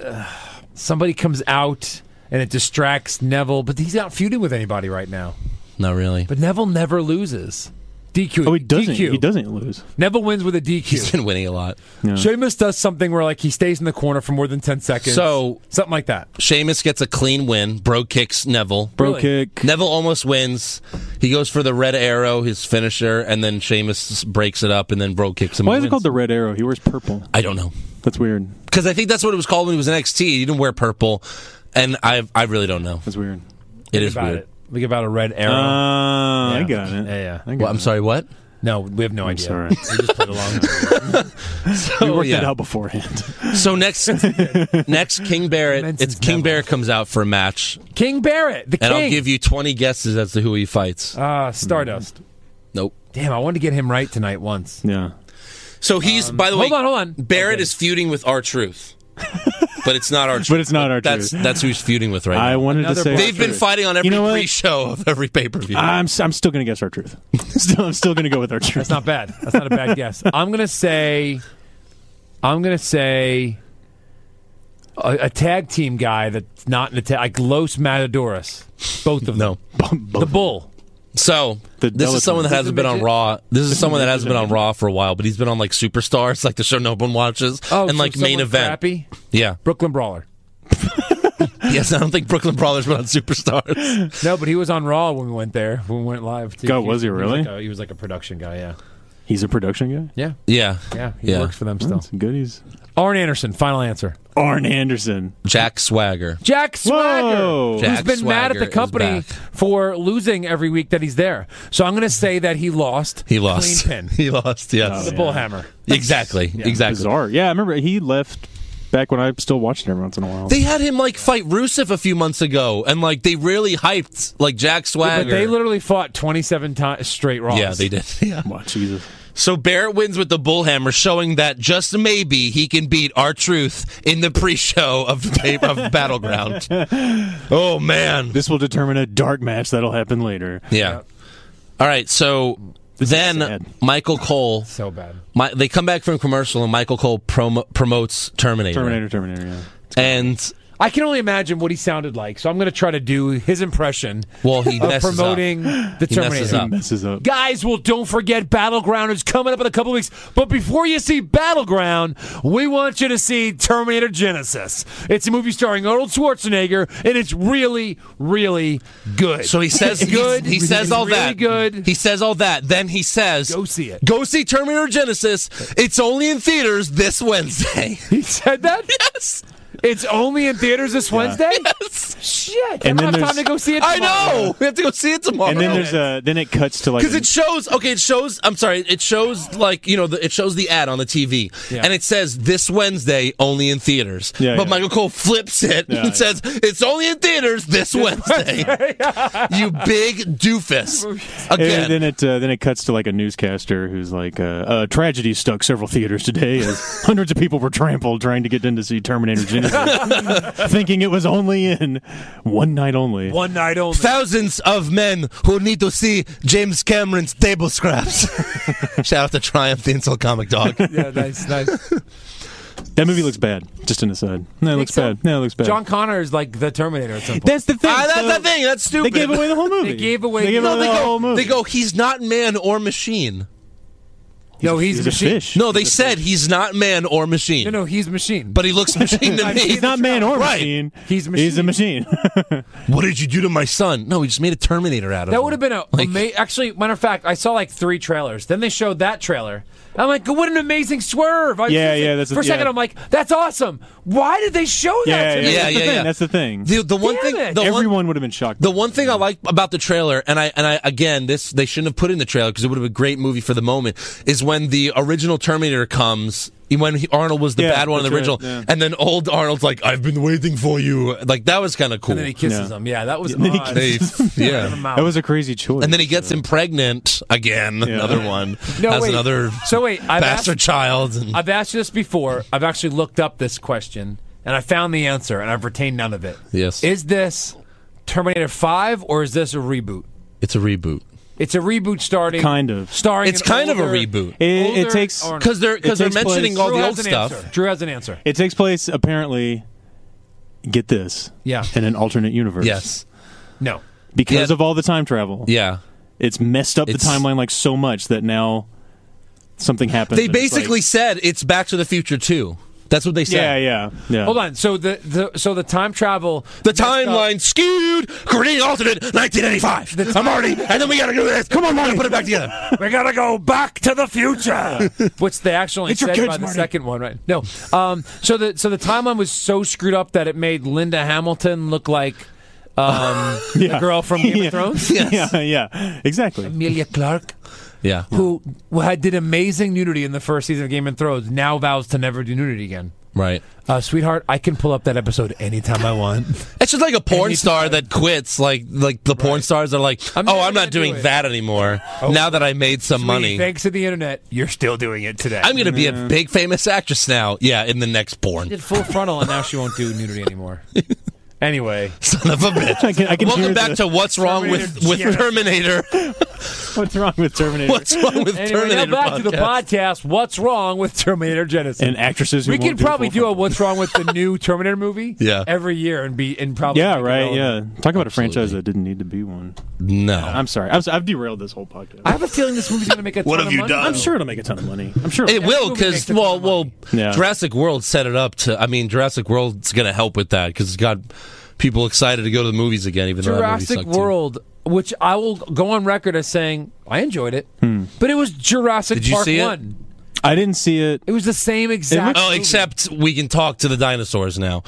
[SPEAKER 6] uh, somebody comes out and it distracts Neville, but he's not feuding with anybody right now.
[SPEAKER 5] Not really.
[SPEAKER 6] But Neville never loses. DQ.
[SPEAKER 7] Oh, he doesn't.
[SPEAKER 6] DQ.
[SPEAKER 7] He doesn't lose.
[SPEAKER 6] Neville wins with a DQ.
[SPEAKER 5] He's been winning a lot.
[SPEAKER 6] Sheamus does something where like he stays in the corner for more than ten seconds.
[SPEAKER 5] So-
[SPEAKER 6] something like that.
[SPEAKER 5] Sheamus gets a clean win. Bro kicks Neville.
[SPEAKER 7] Bro
[SPEAKER 6] Really?
[SPEAKER 7] kick.
[SPEAKER 5] Neville almost wins. He goes for the red arrow, his finisher, and then Sheamus breaks it up, and then Bro kicks him.
[SPEAKER 7] Why
[SPEAKER 5] and
[SPEAKER 7] is it called
[SPEAKER 5] wins.
[SPEAKER 7] the Red Arrow? He wears purple.
[SPEAKER 5] I don't know
[SPEAKER 7] That's weird.
[SPEAKER 5] because I think that's what it was called when he was in NXT. He didn't wear purple, and I I really don't know.
[SPEAKER 7] That's weird.
[SPEAKER 5] It is
[SPEAKER 6] about
[SPEAKER 5] weird.
[SPEAKER 6] it. Think about a red
[SPEAKER 7] Uh,
[SPEAKER 6] arrow.
[SPEAKER 7] I got it.
[SPEAKER 6] Yeah, yeah.
[SPEAKER 7] I got
[SPEAKER 5] Well, I'm
[SPEAKER 7] it.
[SPEAKER 5] sorry. What?
[SPEAKER 6] no, we have no idea.
[SPEAKER 7] sorry.
[SPEAKER 6] We just played along.
[SPEAKER 5] Oh,
[SPEAKER 7] We worked
[SPEAKER 5] yeah.
[SPEAKER 7] that out beforehand.
[SPEAKER 5] So next, next King Barrett.
[SPEAKER 6] Benson's
[SPEAKER 5] It's King
[SPEAKER 6] Neville.
[SPEAKER 5] Barrett comes out for a match,
[SPEAKER 6] King Barrett, the
[SPEAKER 5] and
[SPEAKER 6] king.
[SPEAKER 5] I'll give you 20 guesses as to who he fights.
[SPEAKER 6] Ah, Stardust.
[SPEAKER 5] nope.
[SPEAKER 6] Damn, I wanted to get him right tonight once.
[SPEAKER 7] yeah.
[SPEAKER 5] So he's by the way.
[SPEAKER 6] hold on, hold on.
[SPEAKER 5] Barrett
[SPEAKER 6] Okay.
[SPEAKER 5] is feuding with our truth, but it's not our truth.
[SPEAKER 7] But it's not
[SPEAKER 5] That's
[SPEAKER 7] R-Truth.
[SPEAKER 5] that's who's feuding with right
[SPEAKER 7] I
[SPEAKER 5] now.
[SPEAKER 7] wanted to
[SPEAKER 6] Another
[SPEAKER 7] say
[SPEAKER 6] black
[SPEAKER 5] They've been
[SPEAKER 7] R-Truth.
[SPEAKER 5] fighting on every
[SPEAKER 7] You know what?
[SPEAKER 5] pre-show of every pay-per-view.
[SPEAKER 7] I'm s- I'm still gonna guess our truth. still, I'm still gonna go with our truth.
[SPEAKER 6] That's not bad. That's not a bad guess. I'm gonna say, I'm gonna say, a, a tag team guy that's not in the tag, like Los Matadores, both of them.
[SPEAKER 5] no.
[SPEAKER 6] The Bull.
[SPEAKER 5] So
[SPEAKER 7] The
[SPEAKER 5] this is
[SPEAKER 7] Dellatorre.
[SPEAKER 5] someone that
[SPEAKER 7] This
[SPEAKER 5] hasn't been on
[SPEAKER 6] midget?
[SPEAKER 5] Raw. This is someone that hasn't been on Raw for a while, but he's been on like Superstars, like the show no one watches,
[SPEAKER 6] Oh,
[SPEAKER 5] and
[SPEAKER 6] so
[SPEAKER 5] like main
[SPEAKER 6] someone
[SPEAKER 5] event.
[SPEAKER 6] Crappy.
[SPEAKER 5] Yeah.
[SPEAKER 6] Brooklyn Brawler.
[SPEAKER 5] Yes, I don't think Brooklyn Brawler's been on Superstars.
[SPEAKER 6] No, but he was on Raw when we went there. When we went live. too.
[SPEAKER 7] God, was he really?
[SPEAKER 6] like a- he was like a production guy. Yeah.
[SPEAKER 7] He's a production guy.
[SPEAKER 6] Yeah.
[SPEAKER 5] Yeah.
[SPEAKER 6] Yeah. He
[SPEAKER 5] Yeah.
[SPEAKER 6] works for them still.
[SPEAKER 7] That's good. He's
[SPEAKER 6] Arn Anderson. Final answer.
[SPEAKER 7] Arn Anderson.
[SPEAKER 5] Jack Swagger.
[SPEAKER 6] Jack Swagger.
[SPEAKER 7] Whoa.
[SPEAKER 5] Jack
[SPEAKER 6] who's been mad at
[SPEAKER 5] Swagger
[SPEAKER 6] the
[SPEAKER 5] is
[SPEAKER 6] company
[SPEAKER 5] back.
[SPEAKER 6] for losing every week that he's there. So I'm going to say that he lost.
[SPEAKER 5] He lost.
[SPEAKER 6] Clean Oh, pin.
[SPEAKER 5] He lost. Yes.
[SPEAKER 6] The bullhammer.
[SPEAKER 5] Exactly. Exactly.
[SPEAKER 7] Bizarre. Yeah, I remember he left back when I still watched it every once in a while.
[SPEAKER 5] They had him like fight Rusev a few months ago, and like they really hyped like Jack Swagger.
[SPEAKER 6] But they literally fought 27 times straight Raws.
[SPEAKER 5] yeah, they did. Yeah.
[SPEAKER 7] Wow, Jesus.
[SPEAKER 5] So Barrett wins with the bullhammer, showing that just maybe he can beat our truth in the pre-show of the pay- of battleground. Oh man,
[SPEAKER 7] This will determine a dark match that'll happen later.
[SPEAKER 5] yeah. All right, so then
[SPEAKER 7] sad.
[SPEAKER 5] Michael Cole,
[SPEAKER 6] So bad.
[SPEAKER 5] my, they come back from commercial, and Michael Cole promo- promotes Terminator,
[SPEAKER 7] Terminator, Terminator. Yeah.
[SPEAKER 5] and
[SPEAKER 6] I can only imagine what he sounded like, so I'm going to try to do his impression
[SPEAKER 5] well, he
[SPEAKER 6] of
[SPEAKER 5] messes up.
[SPEAKER 6] promoting the
[SPEAKER 5] He messes
[SPEAKER 6] Terminator.
[SPEAKER 5] up.
[SPEAKER 7] Messes up.
[SPEAKER 6] Guys, well, don't forget Battleground is coming up in a couple weeks. But before you see Battleground, we want you to see Terminator Genesis. It's a movie starring Arnold Schwarzenegger, and it's really, really good.
[SPEAKER 5] So he says
[SPEAKER 6] good.
[SPEAKER 5] He, says all
[SPEAKER 6] Really
[SPEAKER 5] that.
[SPEAKER 6] good.
[SPEAKER 5] He says all that. Then he says,
[SPEAKER 6] Go see it.
[SPEAKER 5] Go see Terminator Genesis. It's only in theaters this Wed."
[SPEAKER 6] He said that?
[SPEAKER 5] yes.
[SPEAKER 6] It's only in theaters this Wednesday? Shit.
[SPEAKER 7] And
[SPEAKER 6] I don't
[SPEAKER 7] then
[SPEAKER 6] have time
[SPEAKER 7] there's-
[SPEAKER 6] to go see it
[SPEAKER 5] I
[SPEAKER 6] tomorrow.
[SPEAKER 5] know. We have to go see it tomorrow.
[SPEAKER 7] And then there's a then it cuts to like
[SPEAKER 5] because it shows. Okay, it shows. I'm sorry. It shows like you know. The, it shows the ad on the TV, and it says this Wednesday only in theaters.
[SPEAKER 7] Yeah,
[SPEAKER 5] but
[SPEAKER 7] yeah.
[SPEAKER 5] Michael Cole flips it
[SPEAKER 7] Yeah,
[SPEAKER 5] and
[SPEAKER 7] yeah.
[SPEAKER 5] says it's only in theaters this Wednesday. you big doofus. Again,
[SPEAKER 7] And then it uh, then it cuts to like a newscaster who's like, uh, "A tragedy struck several theaters today as hundreds of people were trampled trying to get in to see Terminator Genesis, thinking it was only in one night only."
[SPEAKER 6] One night only.
[SPEAKER 5] thousands of men who need to see James Cameron's table scraps. Shout out to Triumph, the insult comic dog.
[SPEAKER 6] Yeah, nice, nice.
[SPEAKER 7] That movie looks bad. Just an aside. No, it looks
[SPEAKER 6] so?
[SPEAKER 7] bad. No, it looks bad.
[SPEAKER 6] John Connor is like the Terminator at some point.
[SPEAKER 7] that's the thing.
[SPEAKER 5] Ah, that's
[SPEAKER 7] so
[SPEAKER 5] the thing. That's
[SPEAKER 7] They
[SPEAKER 5] stupid.
[SPEAKER 7] gave away the whole movie.
[SPEAKER 6] They gave away-
[SPEAKER 7] They gave
[SPEAKER 6] No,
[SPEAKER 7] away
[SPEAKER 5] they
[SPEAKER 7] the whole
[SPEAKER 5] go,
[SPEAKER 7] movie.
[SPEAKER 5] they go, he's not man or machine.
[SPEAKER 6] No, he's,
[SPEAKER 7] He's a
[SPEAKER 6] machine.
[SPEAKER 7] fish.
[SPEAKER 10] No, they said he's not man or machine,
[SPEAKER 6] No, no, he's machine.
[SPEAKER 10] but he looks machine to
[SPEAKER 6] I've
[SPEAKER 10] me.
[SPEAKER 6] seen
[SPEAKER 7] He's not man or
[SPEAKER 10] Right.
[SPEAKER 7] machine.
[SPEAKER 6] He's
[SPEAKER 7] He's a machine.
[SPEAKER 10] What did you do to my son? No, he just made a Terminator out of him.
[SPEAKER 6] that would have been a
[SPEAKER 10] Like-
[SPEAKER 6] ama- actually matter of fact. I saw like three trailers. Then they showed that trailer. I'm like, what an amazing swerve! I was
[SPEAKER 7] Yeah,
[SPEAKER 6] just like-
[SPEAKER 7] yeah, that's a-
[SPEAKER 6] for a second,
[SPEAKER 7] yeah.
[SPEAKER 6] I'm like, that's awesome. Why did they show that?
[SPEAKER 7] yeah,
[SPEAKER 6] to me?
[SPEAKER 7] that's
[SPEAKER 10] Yeah, yeah,
[SPEAKER 7] the thing,
[SPEAKER 10] yeah.
[SPEAKER 7] That's the thing.
[SPEAKER 10] the, the one
[SPEAKER 6] Damn
[SPEAKER 10] thing.
[SPEAKER 6] it.
[SPEAKER 10] The one,
[SPEAKER 7] Everyone would have been shocked.
[SPEAKER 10] the one thing I like about the trailer, and I and I again, this they shouldn't have put in the trailer because it would have been a great movie for the moment. Is when the original Terminator comes. When he, Arnold was the
[SPEAKER 7] Yeah,
[SPEAKER 10] bad one in the
[SPEAKER 7] that's
[SPEAKER 10] original,
[SPEAKER 7] right, yeah.
[SPEAKER 10] and then old Arnold's like, "I've been waiting for you." Like that was kind of cool.
[SPEAKER 6] And then he kisses
[SPEAKER 7] Yeah.
[SPEAKER 6] him. Yeah, that was
[SPEAKER 7] then he
[SPEAKER 6] odd.
[SPEAKER 10] They- yeah.
[SPEAKER 6] Mouth.
[SPEAKER 7] that was a crazy choice.
[SPEAKER 10] And then he gets him pregnant again. Another one.
[SPEAKER 6] No,
[SPEAKER 10] Has
[SPEAKER 6] wait.
[SPEAKER 10] another
[SPEAKER 6] So wait, I've
[SPEAKER 10] bastard
[SPEAKER 6] asked-
[SPEAKER 10] child. And,
[SPEAKER 6] I've asked you this before. I've actually looked up this question and I found the answer and I've retained none of it.
[SPEAKER 10] Yes.
[SPEAKER 6] Is this Terminator 5 or is this a reboot?
[SPEAKER 10] it's a reboot
[SPEAKER 6] It's a reboot starting.
[SPEAKER 7] Kind of.
[SPEAKER 6] Starring
[SPEAKER 10] It's
[SPEAKER 6] an
[SPEAKER 10] kind of a
[SPEAKER 6] older-
[SPEAKER 10] reboot.
[SPEAKER 7] It- it
[SPEAKER 6] older
[SPEAKER 7] takes-
[SPEAKER 6] Arnold.
[SPEAKER 10] because they're because they're
[SPEAKER 7] takes place-
[SPEAKER 10] mentioning all
[SPEAKER 6] Drew
[SPEAKER 10] the
[SPEAKER 6] has
[SPEAKER 10] old
[SPEAKER 6] an
[SPEAKER 10] stuff.
[SPEAKER 6] answer. Drew has an answer.
[SPEAKER 7] it takes place apparently. Get this.
[SPEAKER 6] Yeah.
[SPEAKER 7] In an alternate universe.
[SPEAKER 10] Yes.
[SPEAKER 6] No.
[SPEAKER 7] Because
[SPEAKER 10] Yeah.
[SPEAKER 7] of all the time travel.
[SPEAKER 10] Yeah.
[SPEAKER 7] It's messed up
[SPEAKER 10] It's-
[SPEAKER 7] the timeline like so much that now something happens.
[SPEAKER 10] They
[SPEAKER 7] and it's
[SPEAKER 10] basically
[SPEAKER 7] like-
[SPEAKER 10] said it's Back to the Future too. That's what they said.
[SPEAKER 7] yeah, yeah, yeah.
[SPEAKER 6] Hold on. So the, the so the time travel
[SPEAKER 10] The timeline skewed, creating alternate 1985. I'm already, and then we gotta do this. Come on, Marty, put it back together.
[SPEAKER 5] We gotta go back to the future.
[SPEAKER 6] What's the actual
[SPEAKER 5] It's your
[SPEAKER 6] said
[SPEAKER 5] kids,
[SPEAKER 6] by the
[SPEAKER 5] Marty.
[SPEAKER 6] second one, right? No. Um, so the so the timeline was so screwed up that it made Linda Hamilton look like um, the
[SPEAKER 7] Yeah.
[SPEAKER 6] girl from Game
[SPEAKER 7] Yeah.
[SPEAKER 6] of Thrones,
[SPEAKER 7] Yeah, yeah, exactly.
[SPEAKER 6] Amelia Clark,
[SPEAKER 10] Yeah.
[SPEAKER 6] who who had- did amazing nudity in the first season of Game of Thrones, now vows to never do nudity again.
[SPEAKER 10] Right.
[SPEAKER 6] Uh, sweetheart, I can pull up that episode anytime I want.
[SPEAKER 10] It's just like a porn
[SPEAKER 6] Anytime.
[SPEAKER 10] star that quits. Like, like the porn stars are like,
[SPEAKER 6] I'm
[SPEAKER 10] oh,
[SPEAKER 6] never
[SPEAKER 10] I'm
[SPEAKER 6] gonna
[SPEAKER 10] not
[SPEAKER 6] do
[SPEAKER 10] doing
[SPEAKER 6] it." Oh.
[SPEAKER 10] that anymore. Now that I made some money,
[SPEAKER 6] Thanks to the internet, you're still doing it today.
[SPEAKER 10] I'm gonna be a big famous actress now. Yeah, in the next porn.
[SPEAKER 6] did full frontal, and now she won't do nudity anymore. anyway,
[SPEAKER 10] Son of a bitch.
[SPEAKER 7] I can, I can
[SPEAKER 10] Welcome
[SPEAKER 7] hear
[SPEAKER 10] back
[SPEAKER 7] the-
[SPEAKER 10] to what's wrong with with Terminator.
[SPEAKER 7] what's wrong with Terminator.
[SPEAKER 10] What's wrong with
[SPEAKER 6] anyway, now
[SPEAKER 10] Terminator?
[SPEAKER 6] back to the
[SPEAKER 10] podcast.
[SPEAKER 6] podcast. What's wrong with Terminator Genesis?
[SPEAKER 7] and actresses who
[SPEAKER 6] We
[SPEAKER 7] can
[SPEAKER 6] could probably do a "What's Wrong with the New Terminator Movie?"
[SPEAKER 10] Yeah.
[SPEAKER 6] every year and be and probably
[SPEAKER 7] Yeah,
[SPEAKER 6] make it
[SPEAKER 7] right.
[SPEAKER 6] relevant.
[SPEAKER 7] Yeah, talk about a franchise that didn't need to be one.
[SPEAKER 10] No.
[SPEAKER 7] I'm sorry. I'm sorry. I've derailed this whole podcast.
[SPEAKER 6] I have a feeling this movie's gonna make a.
[SPEAKER 10] What
[SPEAKER 6] ton
[SPEAKER 10] have
[SPEAKER 6] of
[SPEAKER 10] you
[SPEAKER 6] money.
[SPEAKER 10] done?
[SPEAKER 7] I'm sure it'll make a ton of money. I'm sure.
[SPEAKER 10] It will
[SPEAKER 6] movie
[SPEAKER 10] because
[SPEAKER 6] makes a
[SPEAKER 10] well,
[SPEAKER 6] ton of money.
[SPEAKER 10] well,
[SPEAKER 7] Yeah.
[SPEAKER 10] Jurassic World set it up to. I mean, Jurassic World's going to help with that because it's got people excited to go to the movies again. Even though
[SPEAKER 6] Jurassic
[SPEAKER 10] that movie sucked, too.
[SPEAKER 6] World, which I will go on record as saying I enjoyed it, but it was Jurassic
[SPEAKER 10] Did you
[SPEAKER 6] Park
[SPEAKER 10] see it?
[SPEAKER 6] One.
[SPEAKER 7] I didn't see it.
[SPEAKER 6] It? was the same exact.
[SPEAKER 10] Oh, except we can talk to the dinosaurs now.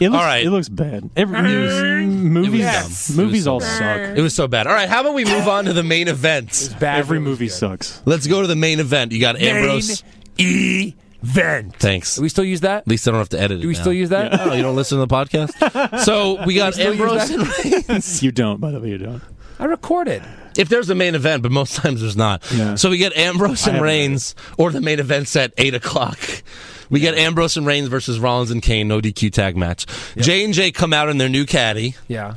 [SPEAKER 7] It looks,
[SPEAKER 10] All right.
[SPEAKER 7] It looks bad. Every, movies,
[SPEAKER 10] Yes. dumb. It was
[SPEAKER 7] movies
[SPEAKER 10] so
[SPEAKER 7] all
[SPEAKER 10] It
[SPEAKER 7] suck.
[SPEAKER 10] was so bad. All right, how about we move on to the main event?
[SPEAKER 6] bad,
[SPEAKER 7] Every
[SPEAKER 6] it was
[SPEAKER 7] movie
[SPEAKER 6] good.
[SPEAKER 7] sucks.
[SPEAKER 10] Let's go to the main event. You got Ambrose.
[SPEAKER 5] Main event.
[SPEAKER 10] Thanks.
[SPEAKER 6] Do
[SPEAKER 10] At
[SPEAKER 6] we still use that?
[SPEAKER 10] least I don't have to edit it.
[SPEAKER 6] Do we
[SPEAKER 10] now.
[SPEAKER 6] still use that?
[SPEAKER 10] Oh, you don't listen to the podcast? So we got
[SPEAKER 6] still use
[SPEAKER 10] Ambrose
[SPEAKER 6] that?
[SPEAKER 10] and Reigns.
[SPEAKER 7] You don't, by the way, you don't.
[SPEAKER 6] I recorded.
[SPEAKER 10] if there's a main event, but most times there's not.
[SPEAKER 7] Yeah.
[SPEAKER 10] So we get Ambrose
[SPEAKER 7] I
[SPEAKER 10] and
[SPEAKER 7] haven't heard
[SPEAKER 10] Reigns, or the main event's at eight o'clock. We get Ambrose and Reigns versus Rollins and Kane, no DQ tag match. J and J come out in their new caddy.
[SPEAKER 6] Yeah,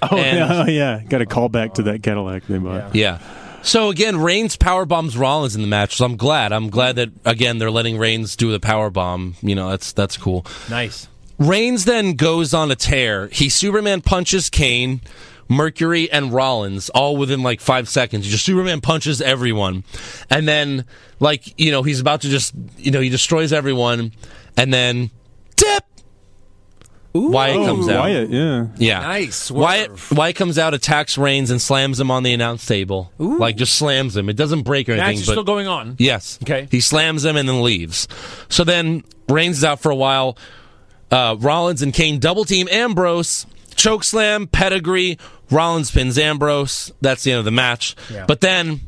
[SPEAKER 7] Oh
[SPEAKER 10] And-
[SPEAKER 7] yeah, oh, yeah. Got to call back to that Cadillac they bought.
[SPEAKER 10] Yeah. So again, Reigns power bombs Rollins in the match. So I'm glad. I'm glad that again they're letting Reigns do the power bomb. You know that's that's cool.
[SPEAKER 6] nice.
[SPEAKER 10] Reigns then goes on a tear. He Superman punches Kane, Mercury, and Rollins all within like five seconds. He just Superman punches everyone. And then, like, you know, he's about to just, you know, he destroys everyone. And then, tip! Wyatt comes out.
[SPEAKER 7] Wyatt, yeah.
[SPEAKER 10] Yeah.
[SPEAKER 6] Nice swerve.
[SPEAKER 10] Wyatt, Wyatt comes out, attacks Reigns, and slams him on the announce table. Like, just slams him. It doesn't break or
[SPEAKER 6] Match
[SPEAKER 10] anything.
[SPEAKER 6] is
[SPEAKER 10] but
[SPEAKER 6] still going on.
[SPEAKER 10] Yes.
[SPEAKER 6] Mm-hmm. Okay.
[SPEAKER 10] He slams him and then leaves. So then Reigns is out for a while. Uh, Rollins and Kane double team Ambrose. Choke slam, pedigree. Rollins pins Ambrose. That's the end of the match.
[SPEAKER 6] Yeah.
[SPEAKER 10] But then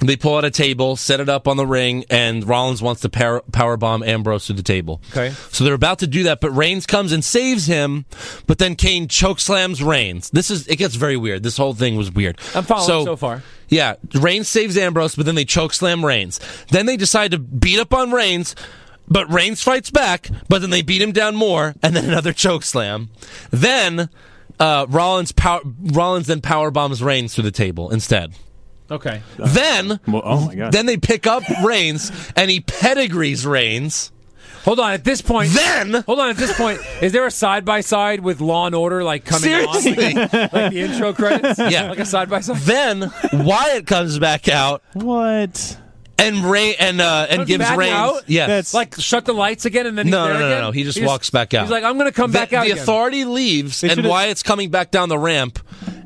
[SPEAKER 10] they pull out a table, set it up on the ring, and Rollins wants to power, powerbomb Ambrose to the table.
[SPEAKER 6] Okay.
[SPEAKER 10] So they're about to do that, but Reigns comes and saves him, but then Kane choke slams Reigns. This is, it gets very weird. This whole thing was weird.
[SPEAKER 6] I'm following so far.
[SPEAKER 10] Yeah, Reigns saves Ambrose, but then they choke slam Reigns. Then they decide to beat up on Reigns, but Reigns fights back, but then they beat him down more, and then another choke slam. Then uh, Rollins pow- Rollins then power bombs Reigns through the table instead.
[SPEAKER 6] Okay.
[SPEAKER 10] Then
[SPEAKER 7] Well, oh my god.
[SPEAKER 10] then they pick up Reigns and he pedigrees Reigns.
[SPEAKER 6] Hold on. At this point,
[SPEAKER 10] Then
[SPEAKER 6] Hold on. At this point, is there a side by side with Law and Order like coming on,
[SPEAKER 10] seriously,
[SPEAKER 6] like, like the intro credits?
[SPEAKER 10] Yeah.
[SPEAKER 6] like a side by side.
[SPEAKER 10] then Wyatt comes back out
[SPEAKER 7] what?
[SPEAKER 10] and Ray and uh, and
[SPEAKER 6] Comes
[SPEAKER 10] Gibbs
[SPEAKER 6] back
[SPEAKER 10] reigns.
[SPEAKER 6] out?
[SPEAKER 10] Yes.
[SPEAKER 7] That's-
[SPEAKER 6] Like shut the lights again, and then he's
[SPEAKER 10] no,
[SPEAKER 6] there
[SPEAKER 10] no, no, no,
[SPEAKER 6] again?
[SPEAKER 10] no. He just walks back out.
[SPEAKER 6] He's like, I'm going to come
[SPEAKER 10] the,
[SPEAKER 6] back out.
[SPEAKER 10] The
[SPEAKER 6] again."
[SPEAKER 10] authority leaves, and
[SPEAKER 7] should've-
[SPEAKER 10] Wyatt's coming back down the ramp,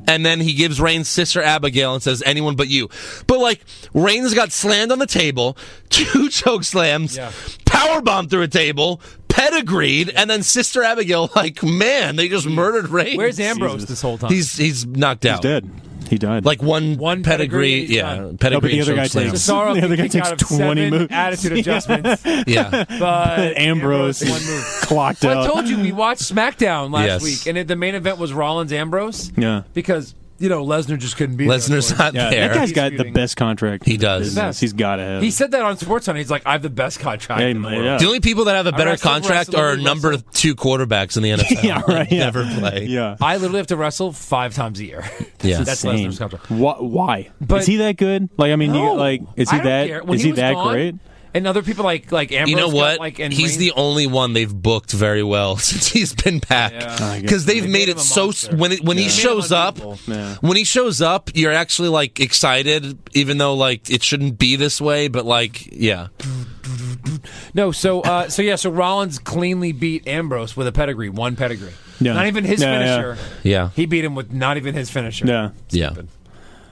[SPEAKER 10] and then he gives Reigns sister Abigail and says, "Anyone but you." But like, Reigns got slammed on the table, two choke slams,
[SPEAKER 6] Yeah.
[SPEAKER 10] power bomb through a table, pedigreed, and then sister Abigail. Like, man, they just murdered Reigns.
[SPEAKER 6] Where's Ambrose this whole time?
[SPEAKER 10] He's he's knocked out.
[SPEAKER 7] He's dead. He died.
[SPEAKER 10] Like one
[SPEAKER 6] One pedigree,
[SPEAKER 10] pedigree,
[SPEAKER 6] he's
[SPEAKER 10] yeah,
[SPEAKER 6] done.
[SPEAKER 10] pedigree.
[SPEAKER 7] Oh, but the
[SPEAKER 10] and
[SPEAKER 7] other guy
[SPEAKER 10] choke slams.
[SPEAKER 7] takes-
[SPEAKER 6] Cesaro
[SPEAKER 7] The
[SPEAKER 6] can
[SPEAKER 7] other guy
[SPEAKER 6] kick
[SPEAKER 7] takes
[SPEAKER 6] out of
[SPEAKER 7] 20
[SPEAKER 6] seven
[SPEAKER 7] moves.
[SPEAKER 6] Attitude
[SPEAKER 7] Yeah.
[SPEAKER 6] adjustments.
[SPEAKER 10] Yeah.
[SPEAKER 6] But
[SPEAKER 7] Uh, Ambrose
[SPEAKER 6] Ambrose one move.
[SPEAKER 7] clocked
[SPEAKER 6] I
[SPEAKER 7] out.
[SPEAKER 6] told you we watched SmackDown last
[SPEAKER 10] Yes.
[SPEAKER 6] week, and it, the main event was Rollins Ambrose.
[SPEAKER 7] Yeah.
[SPEAKER 6] because you know Lesnar just couldn't be. there
[SPEAKER 10] Lesnar's
[SPEAKER 6] for it.
[SPEAKER 10] not
[SPEAKER 7] Yeah,
[SPEAKER 10] there.
[SPEAKER 7] that guy's got the
[SPEAKER 6] Disputing.
[SPEAKER 7] best contract.
[SPEAKER 10] He does.
[SPEAKER 7] Business.
[SPEAKER 6] Best.
[SPEAKER 7] He's got to have.
[SPEAKER 6] He said that on Sports Center. He's like, I have the best contract.
[SPEAKER 7] Hey,
[SPEAKER 6] in the
[SPEAKER 7] man,
[SPEAKER 6] world.
[SPEAKER 7] yeah.
[SPEAKER 10] The only people that have a better
[SPEAKER 6] wrestled,
[SPEAKER 10] contract
[SPEAKER 6] wrestled,
[SPEAKER 10] are
[SPEAKER 6] wrestled.
[SPEAKER 10] number two quarterbacks in the NFL.
[SPEAKER 7] yeah, right. Yeah.
[SPEAKER 10] Never play.
[SPEAKER 7] Yeah.
[SPEAKER 6] I literally have to wrestle five times a year.
[SPEAKER 10] Yeah.
[SPEAKER 6] that's
[SPEAKER 7] Insane.
[SPEAKER 6] Lesnar's contract.
[SPEAKER 7] Wha- why?
[SPEAKER 6] But-
[SPEAKER 7] is he that good? Like, I mean, do you-
[SPEAKER 6] No,
[SPEAKER 7] like, is he
[SPEAKER 6] I don't
[SPEAKER 7] that? Is
[SPEAKER 6] care. When
[SPEAKER 7] he,
[SPEAKER 6] was
[SPEAKER 7] that
[SPEAKER 6] gone,
[SPEAKER 7] great?
[SPEAKER 6] And other people like like Ambrose.
[SPEAKER 10] You know
[SPEAKER 6] got,
[SPEAKER 10] what?
[SPEAKER 6] Like, and
[SPEAKER 10] he's the only one they've booked very well since he's been back
[SPEAKER 6] Yeah.
[SPEAKER 10] because they've made
[SPEAKER 6] made
[SPEAKER 10] it
[SPEAKER 6] him a
[SPEAKER 10] so
[SPEAKER 6] monster.
[SPEAKER 10] when it, when he
[SPEAKER 6] They made
[SPEAKER 10] shows
[SPEAKER 6] him
[SPEAKER 10] up
[SPEAKER 6] unbeatable.
[SPEAKER 7] Yeah.
[SPEAKER 10] when he shows up you're actually like excited even though like it shouldn't be this way but like yeah
[SPEAKER 6] No, so uh, so yeah, so Rollins cleanly beat Ambrose with a pedigree, one pedigree.
[SPEAKER 7] Yeah.
[SPEAKER 6] Not even his
[SPEAKER 7] Yeah, yeah.
[SPEAKER 6] finisher.
[SPEAKER 10] yeah
[SPEAKER 6] He beat him with not even his finisher.
[SPEAKER 7] Yeah.
[SPEAKER 10] yeah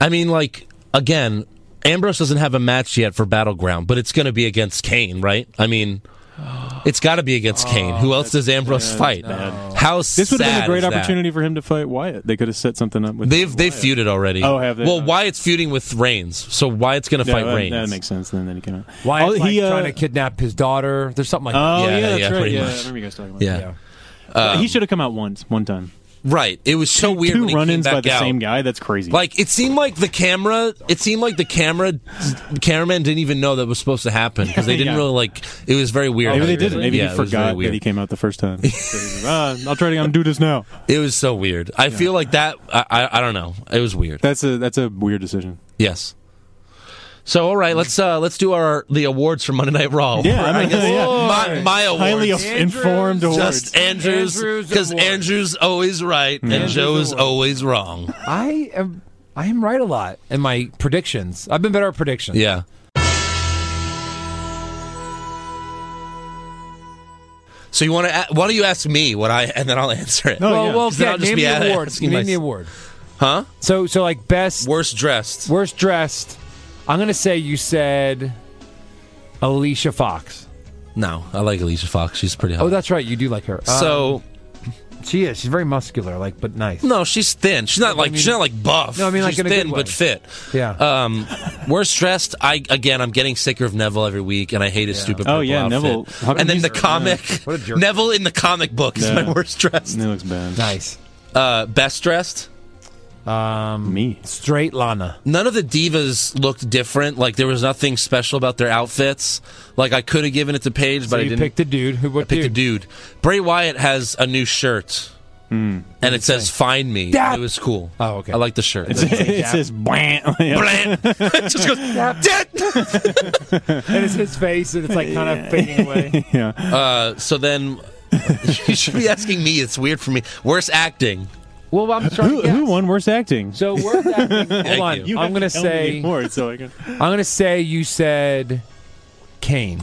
[SPEAKER 10] I mean like again Ambrose doesn't have a match yet for Battleground but it's going to be against Kane right I mean it's got to be against
[SPEAKER 7] Oh,
[SPEAKER 10] Kane who else does Ambrose fight how
[SPEAKER 7] This would have been a
[SPEAKER 10] sad
[SPEAKER 7] great
[SPEAKER 10] is that?
[SPEAKER 7] opportunity for him to fight Wyatt. They could have set something up with.
[SPEAKER 10] They've they've feuded already.
[SPEAKER 7] Oh, have they?
[SPEAKER 10] Well,
[SPEAKER 7] Okay.
[SPEAKER 10] Wyatt's feuding with Reigns, so Wyatt's going to
[SPEAKER 7] Yeah,
[SPEAKER 10] fight
[SPEAKER 7] that,
[SPEAKER 10] Reigns.
[SPEAKER 7] that makes sense. And then he came out.
[SPEAKER 6] Why
[SPEAKER 7] oh,
[SPEAKER 6] like,
[SPEAKER 7] he, uh,
[SPEAKER 6] trying to kidnap his daughter? There's something like that.
[SPEAKER 7] Oh
[SPEAKER 10] Yeah,
[SPEAKER 7] yeah,
[SPEAKER 10] yeah,
[SPEAKER 7] that's
[SPEAKER 10] yeah,
[SPEAKER 7] right.
[SPEAKER 10] pretty
[SPEAKER 7] Yeah,
[SPEAKER 10] much.
[SPEAKER 7] I remember you guys talking about.
[SPEAKER 10] yeah. Um,
[SPEAKER 6] Yeah.
[SPEAKER 7] that. he should have come out once, one time.
[SPEAKER 10] right. It was so weird.
[SPEAKER 7] Two
[SPEAKER 10] when he came
[SPEAKER 7] run-ins by
[SPEAKER 10] back
[SPEAKER 7] the
[SPEAKER 10] out.
[SPEAKER 7] same guy. That's crazy.
[SPEAKER 10] Like it seemed like the camera. It seemed like the camera the cameraman didn't even know that was supposed to happen because they didn't
[SPEAKER 7] Yeah.
[SPEAKER 10] really like. It was very weird.
[SPEAKER 7] maybe they didn't. Maybe he
[SPEAKER 10] yeah, it was very
[SPEAKER 7] forgot that
[SPEAKER 10] weird.
[SPEAKER 7] he came out the first time. So he's like, "Ah, I'll try to. I'm do this now.
[SPEAKER 10] It was so weird. I feel like that. I, I I don't know. It was weird.
[SPEAKER 7] That's a that's a weird decision.
[SPEAKER 10] yes. So all right, let's uh let's do our the awards for Monday Night Raw.
[SPEAKER 7] Yeah, I
[SPEAKER 10] I
[SPEAKER 7] mean,
[SPEAKER 10] guess
[SPEAKER 7] yeah.
[SPEAKER 10] my, my awards.
[SPEAKER 7] Highly informed awards.
[SPEAKER 10] Just Andrews,
[SPEAKER 6] Andrews
[SPEAKER 10] because
[SPEAKER 6] Award.
[SPEAKER 10] Andrews always right and
[SPEAKER 6] Andrews
[SPEAKER 10] Joe's
[SPEAKER 6] Award.
[SPEAKER 10] always wrong.
[SPEAKER 6] I am I am right a lot in my predictions. I've been better at predictions.
[SPEAKER 10] Yeah. So you want to? Why don't you ask me what I and then I'll answer it?
[SPEAKER 7] No,
[SPEAKER 6] Well,
[SPEAKER 7] Oh, yeah.
[SPEAKER 6] well,
[SPEAKER 10] So
[SPEAKER 6] yeah,
[SPEAKER 10] I'll just
[SPEAKER 6] name
[SPEAKER 10] be
[SPEAKER 6] the
[SPEAKER 10] at-
[SPEAKER 6] award.
[SPEAKER 10] asking
[SPEAKER 6] Name
[SPEAKER 10] my-
[SPEAKER 6] the award.
[SPEAKER 10] Huh?
[SPEAKER 6] So so like best
[SPEAKER 10] Worst dressed.
[SPEAKER 6] worst dressed. I'm gonna say you said Alicia Fox.
[SPEAKER 10] No, I like Alicia Fox. She's pretty hot.
[SPEAKER 6] Oh, that's right. You do like her. Uh,
[SPEAKER 10] so Mm.
[SPEAKER 6] she is. She's very muscular, like but nice.
[SPEAKER 10] no, she's thin. She's not like she's not like buff.
[SPEAKER 6] No, I mean, like,
[SPEAKER 10] she's
[SPEAKER 6] in a
[SPEAKER 10] thin
[SPEAKER 6] good way.
[SPEAKER 10] but fit.
[SPEAKER 6] Yeah.
[SPEAKER 10] Um, worst dressed. I again, I'm getting sicker of Neville every week, and I hate his stupid.
[SPEAKER 7] Oh,
[SPEAKER 10] purple
[SPEAKER 7] yeah,
[SPEAKER 10] outfit.
[SPEAKER 7] Neville. How
[SPEAKER 10] And
[SPEAKER 7] come
[SPEAKER 10] then
[SPEAKER 7] he's-
[SPEAKER 10] the comic
[SPEAKER 6] What a jerk.
[SPEAKER 10] Neville in the comic book is
[SPEAKER 7] Yeah. Mm.
[SPEAKER 10] my worst dressed.
[SPEAKER 7] It looks bad.
[SPEAKER 6] nice.
[SPEAKER 10] Uh, best dressed.
[SPEAKER 6] Um,
[SPEAKER 7] Me.
[SPEAKER 6] straight Lana.
[SPEAKER 10] None of the divas looked different. Like there was nothing special about their outfits. Like I could have given it to Paige,
[SPEAKER 6] So
[SPEAKER 10] but I
[SPEAKER 6] you
[SPEAKER 10] didn't.
[SPEAKER 6] picked the dude. Who? What
[SPEAKER 10] I picked
[SPEAKER 6] dude?
[SPEAKER 10] a dude. Bray Wyatt has a new shirt, and it says "Find Me."
[SPEAKER 6] That-
[SPEAKER 10] It was cool.
[SPEAKER 6] Oh, okay.
[SPEAKER 10] I like the shirt.
[SPEAKER 7] it says blam.
[SPEAKER 10] Blam! It just goes. "Dit!"
[SPEAKER 6] And it's his face, and it's like kind of fading away.
[SPEAKER 10] Uh, so then, you should be asking me. It's weird for me. Worst acting.
[SPEAKER 6] Well, I'm trying
[SPEAKER 7] Who,
[SPEAKER 6] to guess.
[SPEAKER 7] who won worst acting?
[SPEAKER 6] So worth acting. Hold
[SPEAKER 10] you.
[SPEAKER 6] on.
[SPEAKER 10] You
[SPEAKER 6] I'm gonna say.
[SPEAKER 7] more, so I can.
[SPEAKER 6] I'm gonna say you said Kane,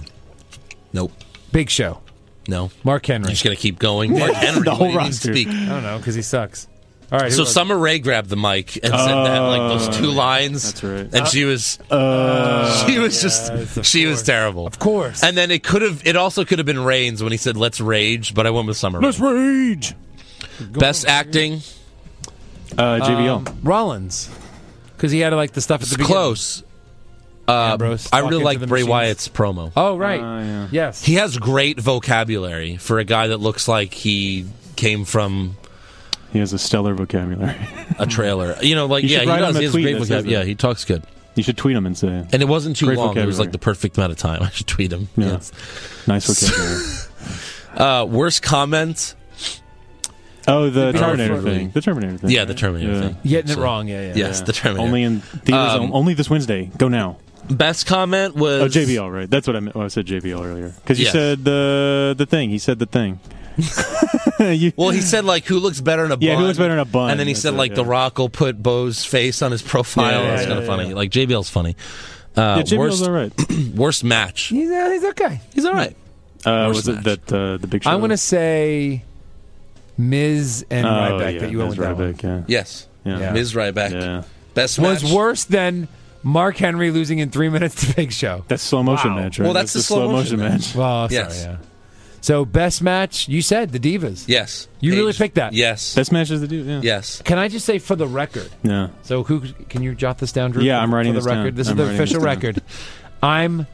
[SPEAKER 10] Nope.
[SPEAKER 6] Big Show,
[SPEAKER 10] No.
[SPEAKER 6] Mark
[SPEAKER 10] I'm
[SPEAKER 6] Henry.
[SPEAKER 10] just gonna keep going. Mark Henry.
[SPEAKER 7] The whole
[SPEAKER 10] what do you mean
[SPEAKER 7] roster.
[SPEAKER 10] Speak.
[SPEAKER 6] I don't know because he sucks. All right.
[SPEAKER 10] So
[SPEAKER 6] who-
[SPEAKER 10] Summer Rae grabbed the mic and said that like those two lines.
[SPEAKER 7] That's right.
[SPEAKER 10] And she was she was just she was terrible.
[SPEAKER 6] of course.
[SPEAKER 10] And then it could have it also could have been Reigns when he said let's rage, but I went with Summer. Rae.
[SPEAKER 7] rage.
[SPEAKER 10] Best acting um,
[SPEAKER 7] Uh, JBL.
[SPEAKER 6] Rollins, because he had like the stuff at the beginning.
[SPEAKER 10] close. Uh,
[SPEAKER 6] Ambrose,
[SPEAKER 10] I
[SPEAKER 6] talking
[SPEAKER 10] really
[SPEAKER 6] to
[SPEAKER 10] like
[SPEAKER 6] the
[SPEAKER 10] Bray
[SPEAKER 6] machines.
[SPEAKER 10] Wyatt's promo.
[SPEAKER 6] Oh right.
[SPEAKER 7] Ah, yeah.
[SPEAKER 6] Yes.
[SPEAKER 10] He has great vocabulary for a guy that looks like he came from
[SPEAKER 7] he has a stellar vocabulary.
[SPEAKER 10] a trailer. You know, like
[SPEAKER 7] Hmm. You should
[SPEAKER 10] yeah, he
[SPEAKER 7] write him
[SPEAKER 10] does.
[SPEAKER 7] a
[SPEAKER 10] He has
[SPEAKER 7] tweet
[SPEAKER 10] great
[SPEAKER 7] that says
[SPEAKER 10] vocabulary. Yeah,
[SPEAKER 7] that.
[SPEAKER 10] he talks good.
[SPEAKER 7] you should tweet him and say,
[SPEAKER 10] And it wasn't too
[SPEAKER 7] Great
[SPEAKER 10] long. It was
[SPEAKER 7] vocabulary.
[SPEAKER 10] like the perfect amount of time. I should tweet him.
[SPEAKER 7] Yeah.
[SPEAKER 10] Yes.
[SPEAKER 7] "Nice vocabulary."
[SPEAKER 10] Uh, worst comment.
[SPEAKER 7] oh, the
[SPEAKER 6] Powerful.
[SPEAKER 7] Terminator thing. The Terminator thing.
[SPEAKER 10] Yeah, the
[SPEAKER 7] right?
[SPEAKER 10] Terminator
[SPEAKER 7] Yeah.
[SPEAKER 10] thing.
[SPEAKER 6] Getting it
[SPEAKER 10] So-
[SPEAKER 6] wrong. Yeah. Yeah.
[SPEAKER 10] Yes, the Terminator.
[SPEAKER 7] Only in theaters.
[SPEAKER 10] Um,
[SPEAKER 7] on- only this Wednesday. Go now.
[SPEAKER 10] Best comment was
[SPEAKER 7] Oh, JBL, right? That's what I meant. when I said JBL earlier because you
[SPEAKER 10] Yes. Uh,
[SPEAKER 7] said the the thing. He said the thing. You-
[SPEAKER 10] Well, he said like who looks better in a
[SPEAKER 7] Yeah,
[SPEAKER 10] bun?
[SPEAKER 7] who looks better in a bun?
[SPEAKER 10] And then he
[SPEAKER 7] That's
[SPEAKER 10] said
[SPEAKER 7] it,
[SPEAKER 10] like
[SPEAKER 7] yeah.
[SPEAKER 10] The Rock will put Bo's face on his profile.
[SPEAKER 7] Yeah, yeah,
[SPEAKER 10] That's
[SPEAKER 7] yeah,
[SPEAKER 10] kind of
[SPEAKER 7] yeah,
[SPEAKER 10] funny.
[SPEAKER 7] yeah.
[SPEAKER 10] Like JBL's funny. Uh,
[SPEAKER 7] yeah, Jimmy
[SPEAKER 10] worst,
[SPEAKER 7] was all right.
[SPEAKER 10] worst match.
[SPEAKER 6] He's, uh, he's okay.
[SPEAKER 10] He's all right.
[SPEAKER 7] Uh,
[SPEAKER 10] Worst
[SPEAKER 7] was
[SPEAKER 10] match.
[SPEAKER 7] it that uh, the big show?
[SPEAKER 6] I'm gonna say Miz and
[SPEAKER 7] oh,
[SPEAKER 6] Ryback
[SPEAKER 7] yeah,
[SPEAKER 6] that you went
[SPEAKER 7] Miz
[SPEAKER 6] with that one.
[SPEAKER 7] Ryback, yeah.
[SPEAKER 10] Yes.
[SPEAKER 7] Yeah.
[SPEAKER 6] Yeah.
[SPEAKER 10] Miz Ryback.
[SPEAKER 7] Yeah.
[SPEAKER 10] Best match.
[SPEAKER 6] was worse than Mark Henry losing in three minutes to Big Show.
[SPEAKER 7] That's slow motion
[SPEAKER 6] Wow.
[SPEAKER 7] match, right?
[SPEAKER 10] Well, that's the slow motion
[SPEAKER 7] match.
[SPEAKER 6] Well,
[SPEAKER 10] Yes.
[SPEAKER 6] sorry, yeah. So best match, you said the Divas.
[SPEAKER 10] Yes.
[SPEAKER 6] You really
[SPEAKER 10] Paige.
[SPEAKER 6] picked that.
[SPEAKER 10] Yes.
[SPEAKER 7] Best match is the dude. Yeah.
[SPEAKER 10] yes.
[SPEAKER 6] Can I just say for the record?
[SPEAKER 7] Yeah.
[SPEAKER 6] So who can you jot this down, Drew?
[SPEAKER 7] Yeah,
[SPEAKER 6] for-
[SPEAKER 7] I'm writing
[SPEAKER 6] for the
[SPEAKER 7] this
[SPEAKER 6] record.
[SPEAKER 7] down.
[SPEAKER 6] This
[SPEAKER 7] I'm
[SPEAKER 6] is the
[SPEAKER 7] writing this
[SPEAKER 6] official
[SPEAKER 7] down.
[SPEAKER 6] record. I'm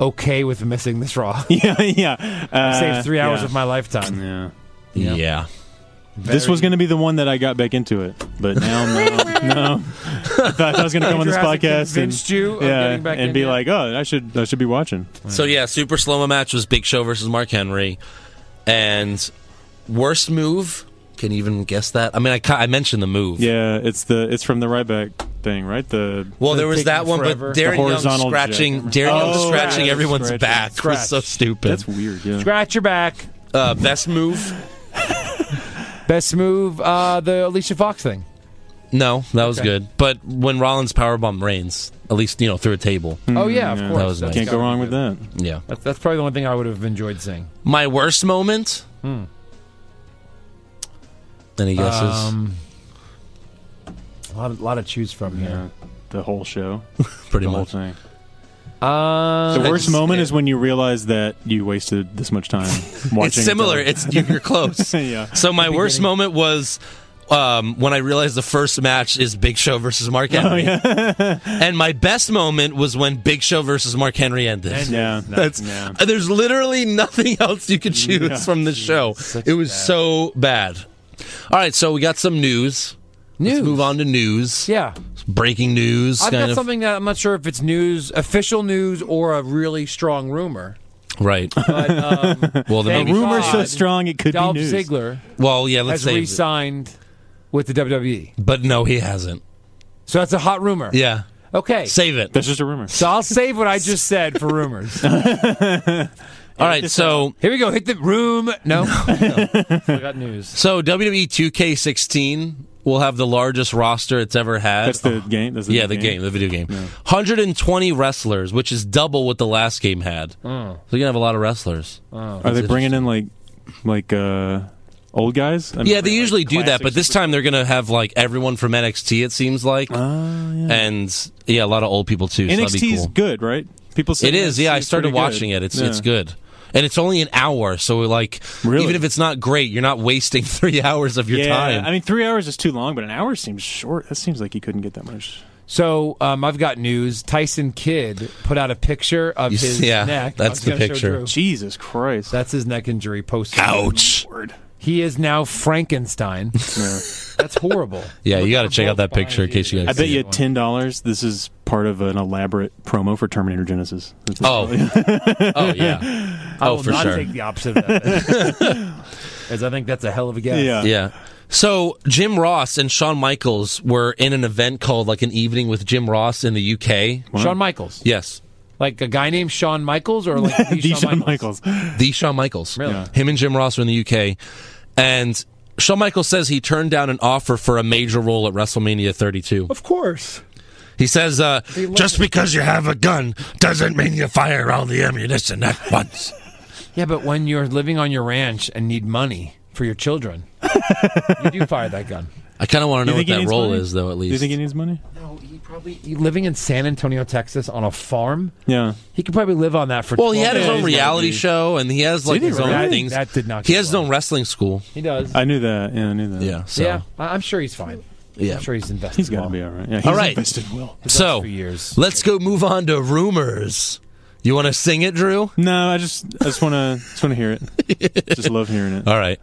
[SPEAKER 6] okay with missing this Raw.
[SPEAKER 7] Yeah. yeah. Uh,
[SPEAKER 6] Saved three hours
[SPEAKER 7] yeah.
[SPEAKER 6] of my lifetime.
[SPEAKER 7] Yeah.
[SPEAKER 10] Yeah.
[SPEAKER 7] This was going to be the one that I got back into it, but now no. no. I thought I was going to come on this
[SPEAKER 6] Andrew hasn't
[SPEAKER 7] podcast
[SPEAKER 6] convinced
[SPEAKER 7] and,
[SPEAKER 6] you of
[SPEAKER 7] yeah,
[SPEAKER 6] getting back
[SPEAKER 7] and
[SPEAKER 6] in
[SPEAKER 7] be
[SPEAKER 6] yet?
[SPEAKER 7] like, oh, I should I should be watching.
[SPEAKER 10] So yeah, super slow mo match was Big Show versus Mark Henry, and worst move. Can you even guess that? I mean, I, ca- I mentioned the move.
[SPEAKER 7] Yeah, it's the it's from the Ryback thing, right? The
[SPEAKER 10] Well, there was
[SPEAKER 6] Taking
[SPEAKER 10] that one,
[SPEAKER 6] forever.
[SPEAKER 10] but
[SPEAKER 7] The
[SPEAKER 10] Darren Young
[SPEAKER 7] horizontal
[SPEAKER 10] scratching,
[SPEAKER 7] jack.
[SPEAKER 10] Darren Young
[SPEAKER 7] Oh,
[SPEAKER 10] scratching
[SPEAKER 7] yeah,
[SPEAKER 10] everyone's
[SPEAKER 7] scratching.
[SPEAKER 10] back
[SPEAKER 6] Scratch.
[SPEAKER 10] was so stupid.
[SPEAKER 7] that's weird. Yeah.
[SPEAKER 6] Scratch your back.
[SPEAKER 10] uh, best move?
[SPEAKER 6] Best move, uh, the Alicia Fox thing.
[SPEAKER 10] No, that was
[SPEAKER 6] Okay.
[SPEAKER 10] good. But when Rollins powerbomb rains, at least you know through a table.
[SPEAKER 7] Hmm.
[SPEAKER 6] oh yeah, of
[SPEAKER 7] Mm, yeah.
[SPEAKER 6] course.
[SPEAKER 10] That was
[SPEAKER 6] That's
[SPEAKER 10] nice.
[SPEAKER 7] Can't go
[SPEAKER 6] gotta
[SPEAKER 7] wrong
[SPEAKER 6] be
[SPEAKER 7] with
[SPEAKER 6] good.
[SPEAKER 7] that.
[SPEAKER 10] Yeah.
[SPEAKER 6] That's, that's probably the only thing I would have enjoyed seeing.
[SPEAKER 10] My worst moment.
[SPEAKER 7] Hmm.
[SPEAKER 10] Any guesses?
[SPEAKER 6] Um, a lot, lot to choose from
[SPEAKER 7] Yeah.
[SPEAKER 6] here.
[SPEAKER 7] The whole show,
[SPEAKER 10] Pretty
[SPEAKER 7] the whole
[SPEAKER 10] much.
[SPEAKER 7] thing.
[SPEAKER 6] Uh,
[SPEAKER 7] The worst
[SPEAKER 10] just-
[SPEAKER 7] moment
[SPEAKER 10] yeah.
[SPEAKER 7] is when you realize that you wasted this much time watching.
[SPEAKER 10] It's similar.
[SPEAKER 7] It's
[SPEAKER 10] It's you're, you're close.
[SPEAKER 7] yeah.
[SPEAKER 10] So my worst moment was um, when I realized the first match is Big Show versus Mark
[SPEAKER 6] Oh,
[SPEAKER 10] Henry. and my best moment was when Big Show versus Mark Henry ended.
[SPEAKER 7] Yeah.
[SPEAKER 10] That's
[SPEAKER 7] yeah.
[SPEAKER 10] uh, there's literally nothing else you could choose from the show. It was so bad. All right, so we got some news.
[SPEAKER 6] News.
[SPEAKER 10] Let's move on to news.
[SPEAKER 6] Yeah,
[SPEAKER 10] Breaking news.
[SPEAKER 6] I've
[SPEAKER 10] kind
[SPEAKER 6] got
[SPEAKER 10] of.
[SPEAKER 6] something that I'm not sure if it's news, official news, or a really strong rumor.
[SPEAKER 10] Right.
[SPEAKER 6] But um,
[SPEAKER 10] Well, then
[SPEAKER 6] Thank
[SPEAKER 10] maybe.
[SPEAKER 6] you.
[SPEAKER 7] Rumor so
[SPEAKER 6] God.
[SPEAKER 7] strong it could
[SPEAKER 6] Dolph
[SPEAKER 7] be news.
[SPEAKER 6] Ziggler
[SPEAKER 10] Well, yeah. Let's
[SPEAKER 6] has
[SPEAKER 10] say.
[SPEAKER 6] re-signed with the WWE,
[SPEAKER 10] But no, he hasn't.
[SPEAKER 6] so that's a hot rumor.
[SPEAKER 10] Yeah.
[SPEAKER 6] Okay,
[SPEAKER 10] Save it.
[SPEAKER 7] That's just a rumor.
[SPEAKER 6] so I'll save what I just said for rumors.
[SPEAKER 10] All right. So
[SPEAKER 6] Here we go. Hit the room. No, I got news.
[SPEAKER 10] so E WWE 2K16 will have the largest roster it's ever had. Oh,
[SPEAKER 7] That's the game. That's the
[SPEAKER 10] yeah, the game, the video game. 120 wrestlers, which is double what the last game had. So you're gonna have a lot of wrestlers.
[SPEAKER 7] Are they bringing in like like uh old guys? I mean,
[SPEAKER 10] Yeah, they
[SPEAKER 7] like,
[SPEAKER 10] usually do that,
[SPEAKER 7] classic
[SPEAKER 10] but this time they're gonna have like everyone from NXT. It seems like,
[SPEAKER 7] Ah,
[SPEAKER 10] and yeah, a lot of old people too. So that'd be
[SPEAKER 7] NXT's
[SPEAKER 10] cool.
[SPEAKER 7] good, right? People say
[SPEAKER 10] It is.
[SPEAKER 7] NXT
[SPEAKER 10] Yeah, I
[SPEAKER 7] is
[SPEAKER 10] started
[SPEAKER 7] pretty
[SPEAKER 10] watching it. It's
[SPEAKER 7] Yeah.
[SPEAKER 10] it's good. And it's only an hour, so like
[SPEAKER 7] Really?
[SPEAKER 10] even if it's not great, you're not wasting three hours of your
[SPEAKER 7] yeah,
[SPEAKER 10] time.
[SPEAKER 7] I mean, three hours is too long, but an hour seems short. That seems like you couldn't get that much.
[SPEAKER 6] So um, I've got news. Tyson Kidd put out a picture of
[SPEAKER 10] You
[SPEAKER 6] his
[SPEAKER 10] see- yeah,
[SPEAKER 6] neck. I was
[SPEAKER 10] that's the
[SPEAKER 6] gonna show
[SPEAKER 10] picture.
[SPEAKER 6] Drew.
[SPEAKER 7] Jesus Christ!
[SPEAKER 6] That's his neck injury post.
[SPEAKER 10] Ouch.
[SPEAKER 7] Word.
[SPEAKER 6] He is now Frankenstein.
[SPEAKER 7] Yeah.
[SPEAKER 6] That's horrible.
[SPEAKER 10] Yeah, you got to
[SPEAKER 6] for
[SPEAKER 10] check out
[SPEAKER 6] both
[SPEAKER 10] that picture in
[SPEAKER 6] behind you.
[SPEAKER 10] case you guys.
[SPEAKER 7] I bet
[SPEAKER 10] see
[SPEAKER 7] you
[SPEAKER 10] it.
[SPEAKER 7] ten dollars. This is part of an elaborate promo for Terminator Genesis. That's what-
[SPEAKER 10] Oh, oh yeah.
[SPEAKER 6] I
[SPEAKER 10] Oh,
[SPEAKER 6] will
[SPEAKER 10] for
[SPEAKER 6] not
[SPEAKER 10] sure.
[SPEAKER 6] take the opposite of that. As I think that's a hell of a guess.
[SPEAKER 7] yeah.
[SPEAKER 10] Yeah. So Jim Ross and Shawn Michaels were in an event called like an evening with Jim Ross in the UK.
[SPEAKER 6] Shawn Michaels.
[SPEAKER 10] Yes,
[SPEAKER 6] Like a guy named Shawn Michaels or like the,
[SPEAKER 7] D.
[SPEAKER 6] Shawn,
[SPEAKER 7] Shawn
[SPEAKER 6] Michaels?
[SPEAKER 7] Michaels.
[SPEAKER 10] the Shawn Michaels.
[SPEAKER 6] Really? Yeah.
[SPEAKER 10] Him and Jim Ross were in the UK, and Shawn Michaels says he turned down an offer for a major role at WrestleMania 32.
[SPEAKER 6] Of course.
[SPEAKER 10] He says, uh, "Just because you have a gun doesn't mean you fire all the ammunition at once."
[SPEAKER 6] Yeah, but when you're living on your ranch and need money for your children, you do fire that gun.
[SPEAKER 10] I kind of want to know what
[SPEAKER 7] he
[SPEAKER 10] that
[SPEAKER 7] needs
[SPEAKER 10] role
[SPEAKER 7] money?
[SPEAKER 10] is, though. At
[SPEAKER 7] Do you
[SPEAKER 10] least
[SPEAKER 7] think he needs money?
[SPEAKER 6] You living in San Antonio, Texas on a farm,
[SPEAKER 7] Yeah.
[SPEAKER 6] he could probably live on that for
[SPEAKER 10] Well, he had
[SPEAKER 6] 12
[SPEAKER 10] his
[SPEAKER 6] years.
[SPEAKER 10] own reality show, and he has like
[SPEAKER 6] Did he
[SPEAKER 10] his own
[SPEAKER 6] really?
[SPEAKER 10] things.
[SPEAKER 6] That did not
[SPEAKER 10] He
[SPEAKER 6] go
[SPEAKER 10] has his
[SPEAKER 6] well.
[SPEAKER 10] own wrestling school.
[SPEAKER 6] He does.
[SPEAKER 7] I knew that. Yeah, I knew that.
[SPEAKER 10] Yeah. So,
[SPEAKER 6] yeah, I- I'm sure he's fine.
[SPEAKER 10] yeah.
[SPEAKER 6] I'm sure he's invested.
[SPEAKER 7] He's got to
[SPEAKER 6] well.
[SPEAKER 7] be all right. Yeah, he's
[SPEAKER 10] All right.
[SPEAKER 7] invested well.
[SPEAKER 10] So
[SPEAKER 6] few years.
[SPEAKER 10] let's go move on to rumors. You want to sing it, Drew?
[SPEAKER 6] Hmm.
[SPEAKER 7] No, I just I just want to just want to hear it. just love hearing it.
[SPEAKER 10] All right.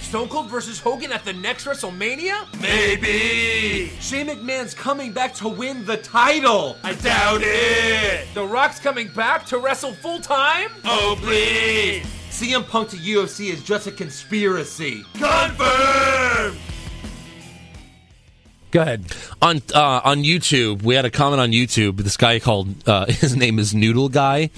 [SPEAKER 5] Stone Cold versus Hogan at the next WrestleMania?
[SPEAKER 11] Maybe.
[SPEAKER 5] Shane McMahon's coming back to win the title.
[SPEAKER 11] I doubt it.
[SPEAKER 5] The Rock's coming back to wrestle full time?
[SPEAKER 11] Oh, please.
[SPEAKER 5] CM Punk to UFC is just a conspiracy.
[SPEAKER 11] Confirm.
[SPEAKER 6] Go ahead.
[SPEAKER 10] On uh, on YouTube, we had a comment on YouTube. This guy called uh, his name is Noodle Guy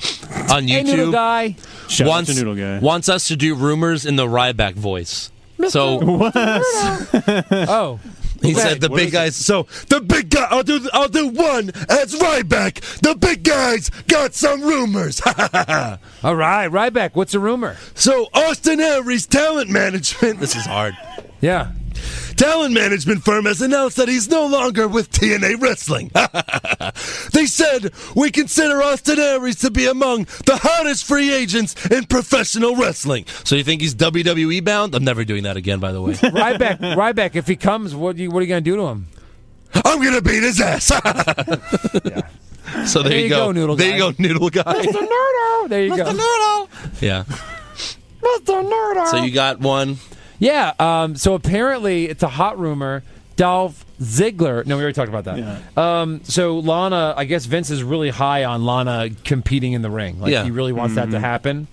[SPEAKER 10] on
[SPEAKER 6] Hey,
[SPEAKER 10] YouTube.
[SPEAKER 6] noodle guy.
[SPEAKER 7] Shout out
[SPEAKER 10] wants
[SPEAKER 7] to Noodle Guy.
[SPEAKER 10] wants us Oh. to do rumors in the Ryback voice. So
[SPEAKER 6] Oh,
[SPEAKER 10] He said the big guys. So the big guy. I'll do. I'll do one as Ryback. The big guys got some rumors.
[SPEAKER 6] All right, Ryback, what's a rumor?
[SPEAKER 10] so Austin Aries talent management. This is hard.
[SPEAKER 6] Yeah.
[SPEAKER 10] Talent management firm has announced that he's no longer with TNA Wrestling. they said, We consider Austin Aries to be among the hottest free agents in professional wrestling. So you think he's WWE bound? I'm never doing that again, by the way.
[SPEAKER 6] Ryback, Ryback, if he comes, what do you, what are you going to do to him?
[SPEAKER 10] I'm going to beat his ass. So there, you go,
[SPEAKER 6] Noodle
[SPEAKER 10] There
[SPEAKER 6] Guy.
[SPEAKER 10] you go, Noodle Guy.
[SPEAKER 6] Nerdo. There you go.
[SPEAKER 10] yeah. So you got one.
[SPEAKER 6] Yeah. Um, so apparently, it's a hot rumor. Dolph Ziggler. No, we already talked about that. Um, so Lana, I guess Vince is really high on Lana competing in the ring. Like
[SPEAKER 10] Yeah. Mm-hmm.
[SPEAKER 6] he really wants that to happen.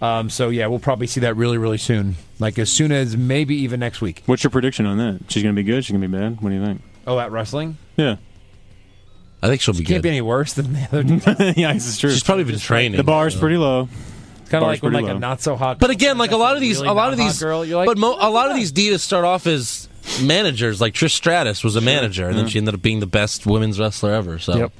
[SPEAKER 6] Um, so yeah, we'll probably see that really, really soon. Like as soon as maybe even next week.
[SPEAKER 7] What's your prediction on that? She's gonna be good. She's gonna be bad. What do you think?
[SPEAKER 6] Oh, at wrestling
[SPEAKER 7] Yeah,
[SPEAKER 10] I think she'll be
[SPEAKER 6] can't
[SPEAKER 10] good.
[SPEAKER 6] be any worse than the other. It's
[SPEAKER 7] yeah, this is true.
[SPEAKER 10] She's probably been training.
[SPEAKER 7] the bar's pretty low.
[SPEAKER 6] kind of
[SPEAKER 7] Bar's
[SPEAKER 6] like when
[SPEAKER 7] pretty
[SPEAKER 6] like a
[SPEAKER 7] low.
[SPEAKER 6] not so hot.
[SPEAKER 10] But again, like a lot of these,
[SPEAKER 6] Really
[SPEAKER 10] a lot of
[SPEAKER 6] not hot
[SPEAKER 10] these,
[SPEAKER 6] girl, you're like,
[SPEAKER 10] but mo- a lot of these divas start off as managers. Like Trish Stratus was a manager, and then she ended up being the best women's wrestler ever. So,
[SPEAKER 6] Mm-hmm. Yep.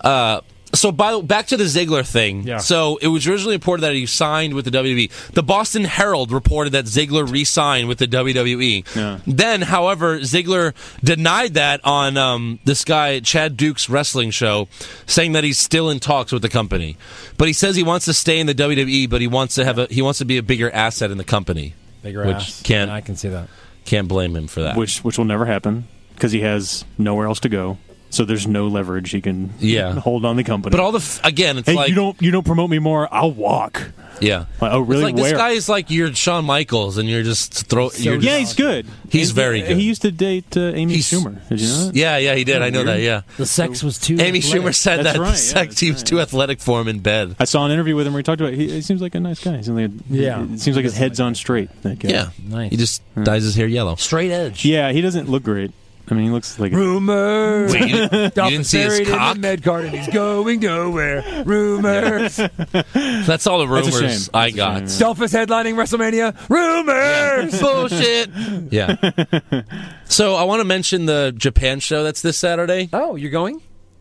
[SPEAKER 10] uh, so by the- back to the Ziggler thing.
[SPEAKER 6] Yeah.
[SPEAKER 10] So it was originally reported that he signed with the WWE. The Boston Herald reported that Ziggler re-signed with the WWE.
[SPEAKER 7] Yeah.
[SPEAKER 10] Then, however, Ziggler denied that on um, this guy Chad Duke's wrestling show, saying that he's still in talks with the company. But he says he wants to stay in the WWE, but he wants to have a he wants to be a bigger asset in the company.
[SPEAKER 6] Bigger
[SPEAKER 10] which
[SPEAKER 6] ass.
[SPEAKER 10] can't-
[SPEAKER 6] I can see that.
[SPEAKER 10] Can't blame him for that.
[SPEAKER 7] which which will never happen because he has nowhere else to go. So there's no leverage he can
[SPEAKER 10] Yeah.
[SPEAKER 7] hold on the company.
[SPEAKER 10] but all the f- again, it's
[SPEAKER 7] hey,
[SPEAKER 10] like
[SPEAKER 7] you don't you don't promote me more. I'll walk.
[SPEAKER 10] yeah.
[SPEAKER 7] Like, oh really?
[SPEAKER 10] It's like this
[SPEAKER 7] Where?
[SPEAKER 10] guy is like you're Shawn Michaels, and you're just throw. you're
[SPEAKER 7] yeah,
[SPEAKER 10] just,
[SPEAKER 7] he's good.
[SPEAKER 10] He's
[SPEAKER 7] And
[SPEAKER 10] very
[SPEAKER 7] he-
[SPEAKER 10] good.
[SPEAKER 7] He used to date uh, Amy
[SPEAKER 10] He's-
[SPEAKER 7] Schumer. Did you know that?
[SPEAKER 10] yeah, yeah, he did. I know that. Yeah,
[SPEAKER 6] The sex was too.
[SPEAKER 10] Amy Schumer said
[SPEAKER 7] That's
[SPEAKER 10] that.
[SPEAKER 7] right, yeah,
[SPEAKER 10] the sex,
[SPEAKER 7] that's
[SPEAKER 10] he was
[SPEAKER 7] right.
[SPEAKER 10] too athletic for him in bed.
[SPEAKER 7] I saw an interview with him where he talked about. He, he seems like a nice guy. He seems like a-
[SPEAKER 6] Yeah.
[SPEAKER 7] It seems like his head's on straight. That guy.
[SPEAKER 10] Yeah,
[SPEAKER 6] Nice.
[SPEAKER 10] He just dyes his hair yellow.
[SPEAKER 6] Straight edge.
[SPEAKER 7] Yeah, he doesn't look great. I mean, he looks like. A,
[SPEAKER 6] Rumor.
[SPEAKER 10] Wait, you, didn't- you didn't see his cock?
[SPEAKER 6] med garden. He's going nowhere. Rumors.
[SPEAKER 10] That's all the
[SPEAKER 7] a shame.
[SPEAKER 10] rumors
[SPEAKER 7] That's
[SPEAKER 10] I
[SPEAKER 7] a
[SPEAKER 10] got.
[SPEAKER 7] shame,
[SPEAKER 6] Dolph is headlining WrestleMania. Rumors.
[SPEAKER 10] bullshit. Yeah. So I want to mention the Japan show that's this Saturday.
[SPEAKER 6] Oh, you're going?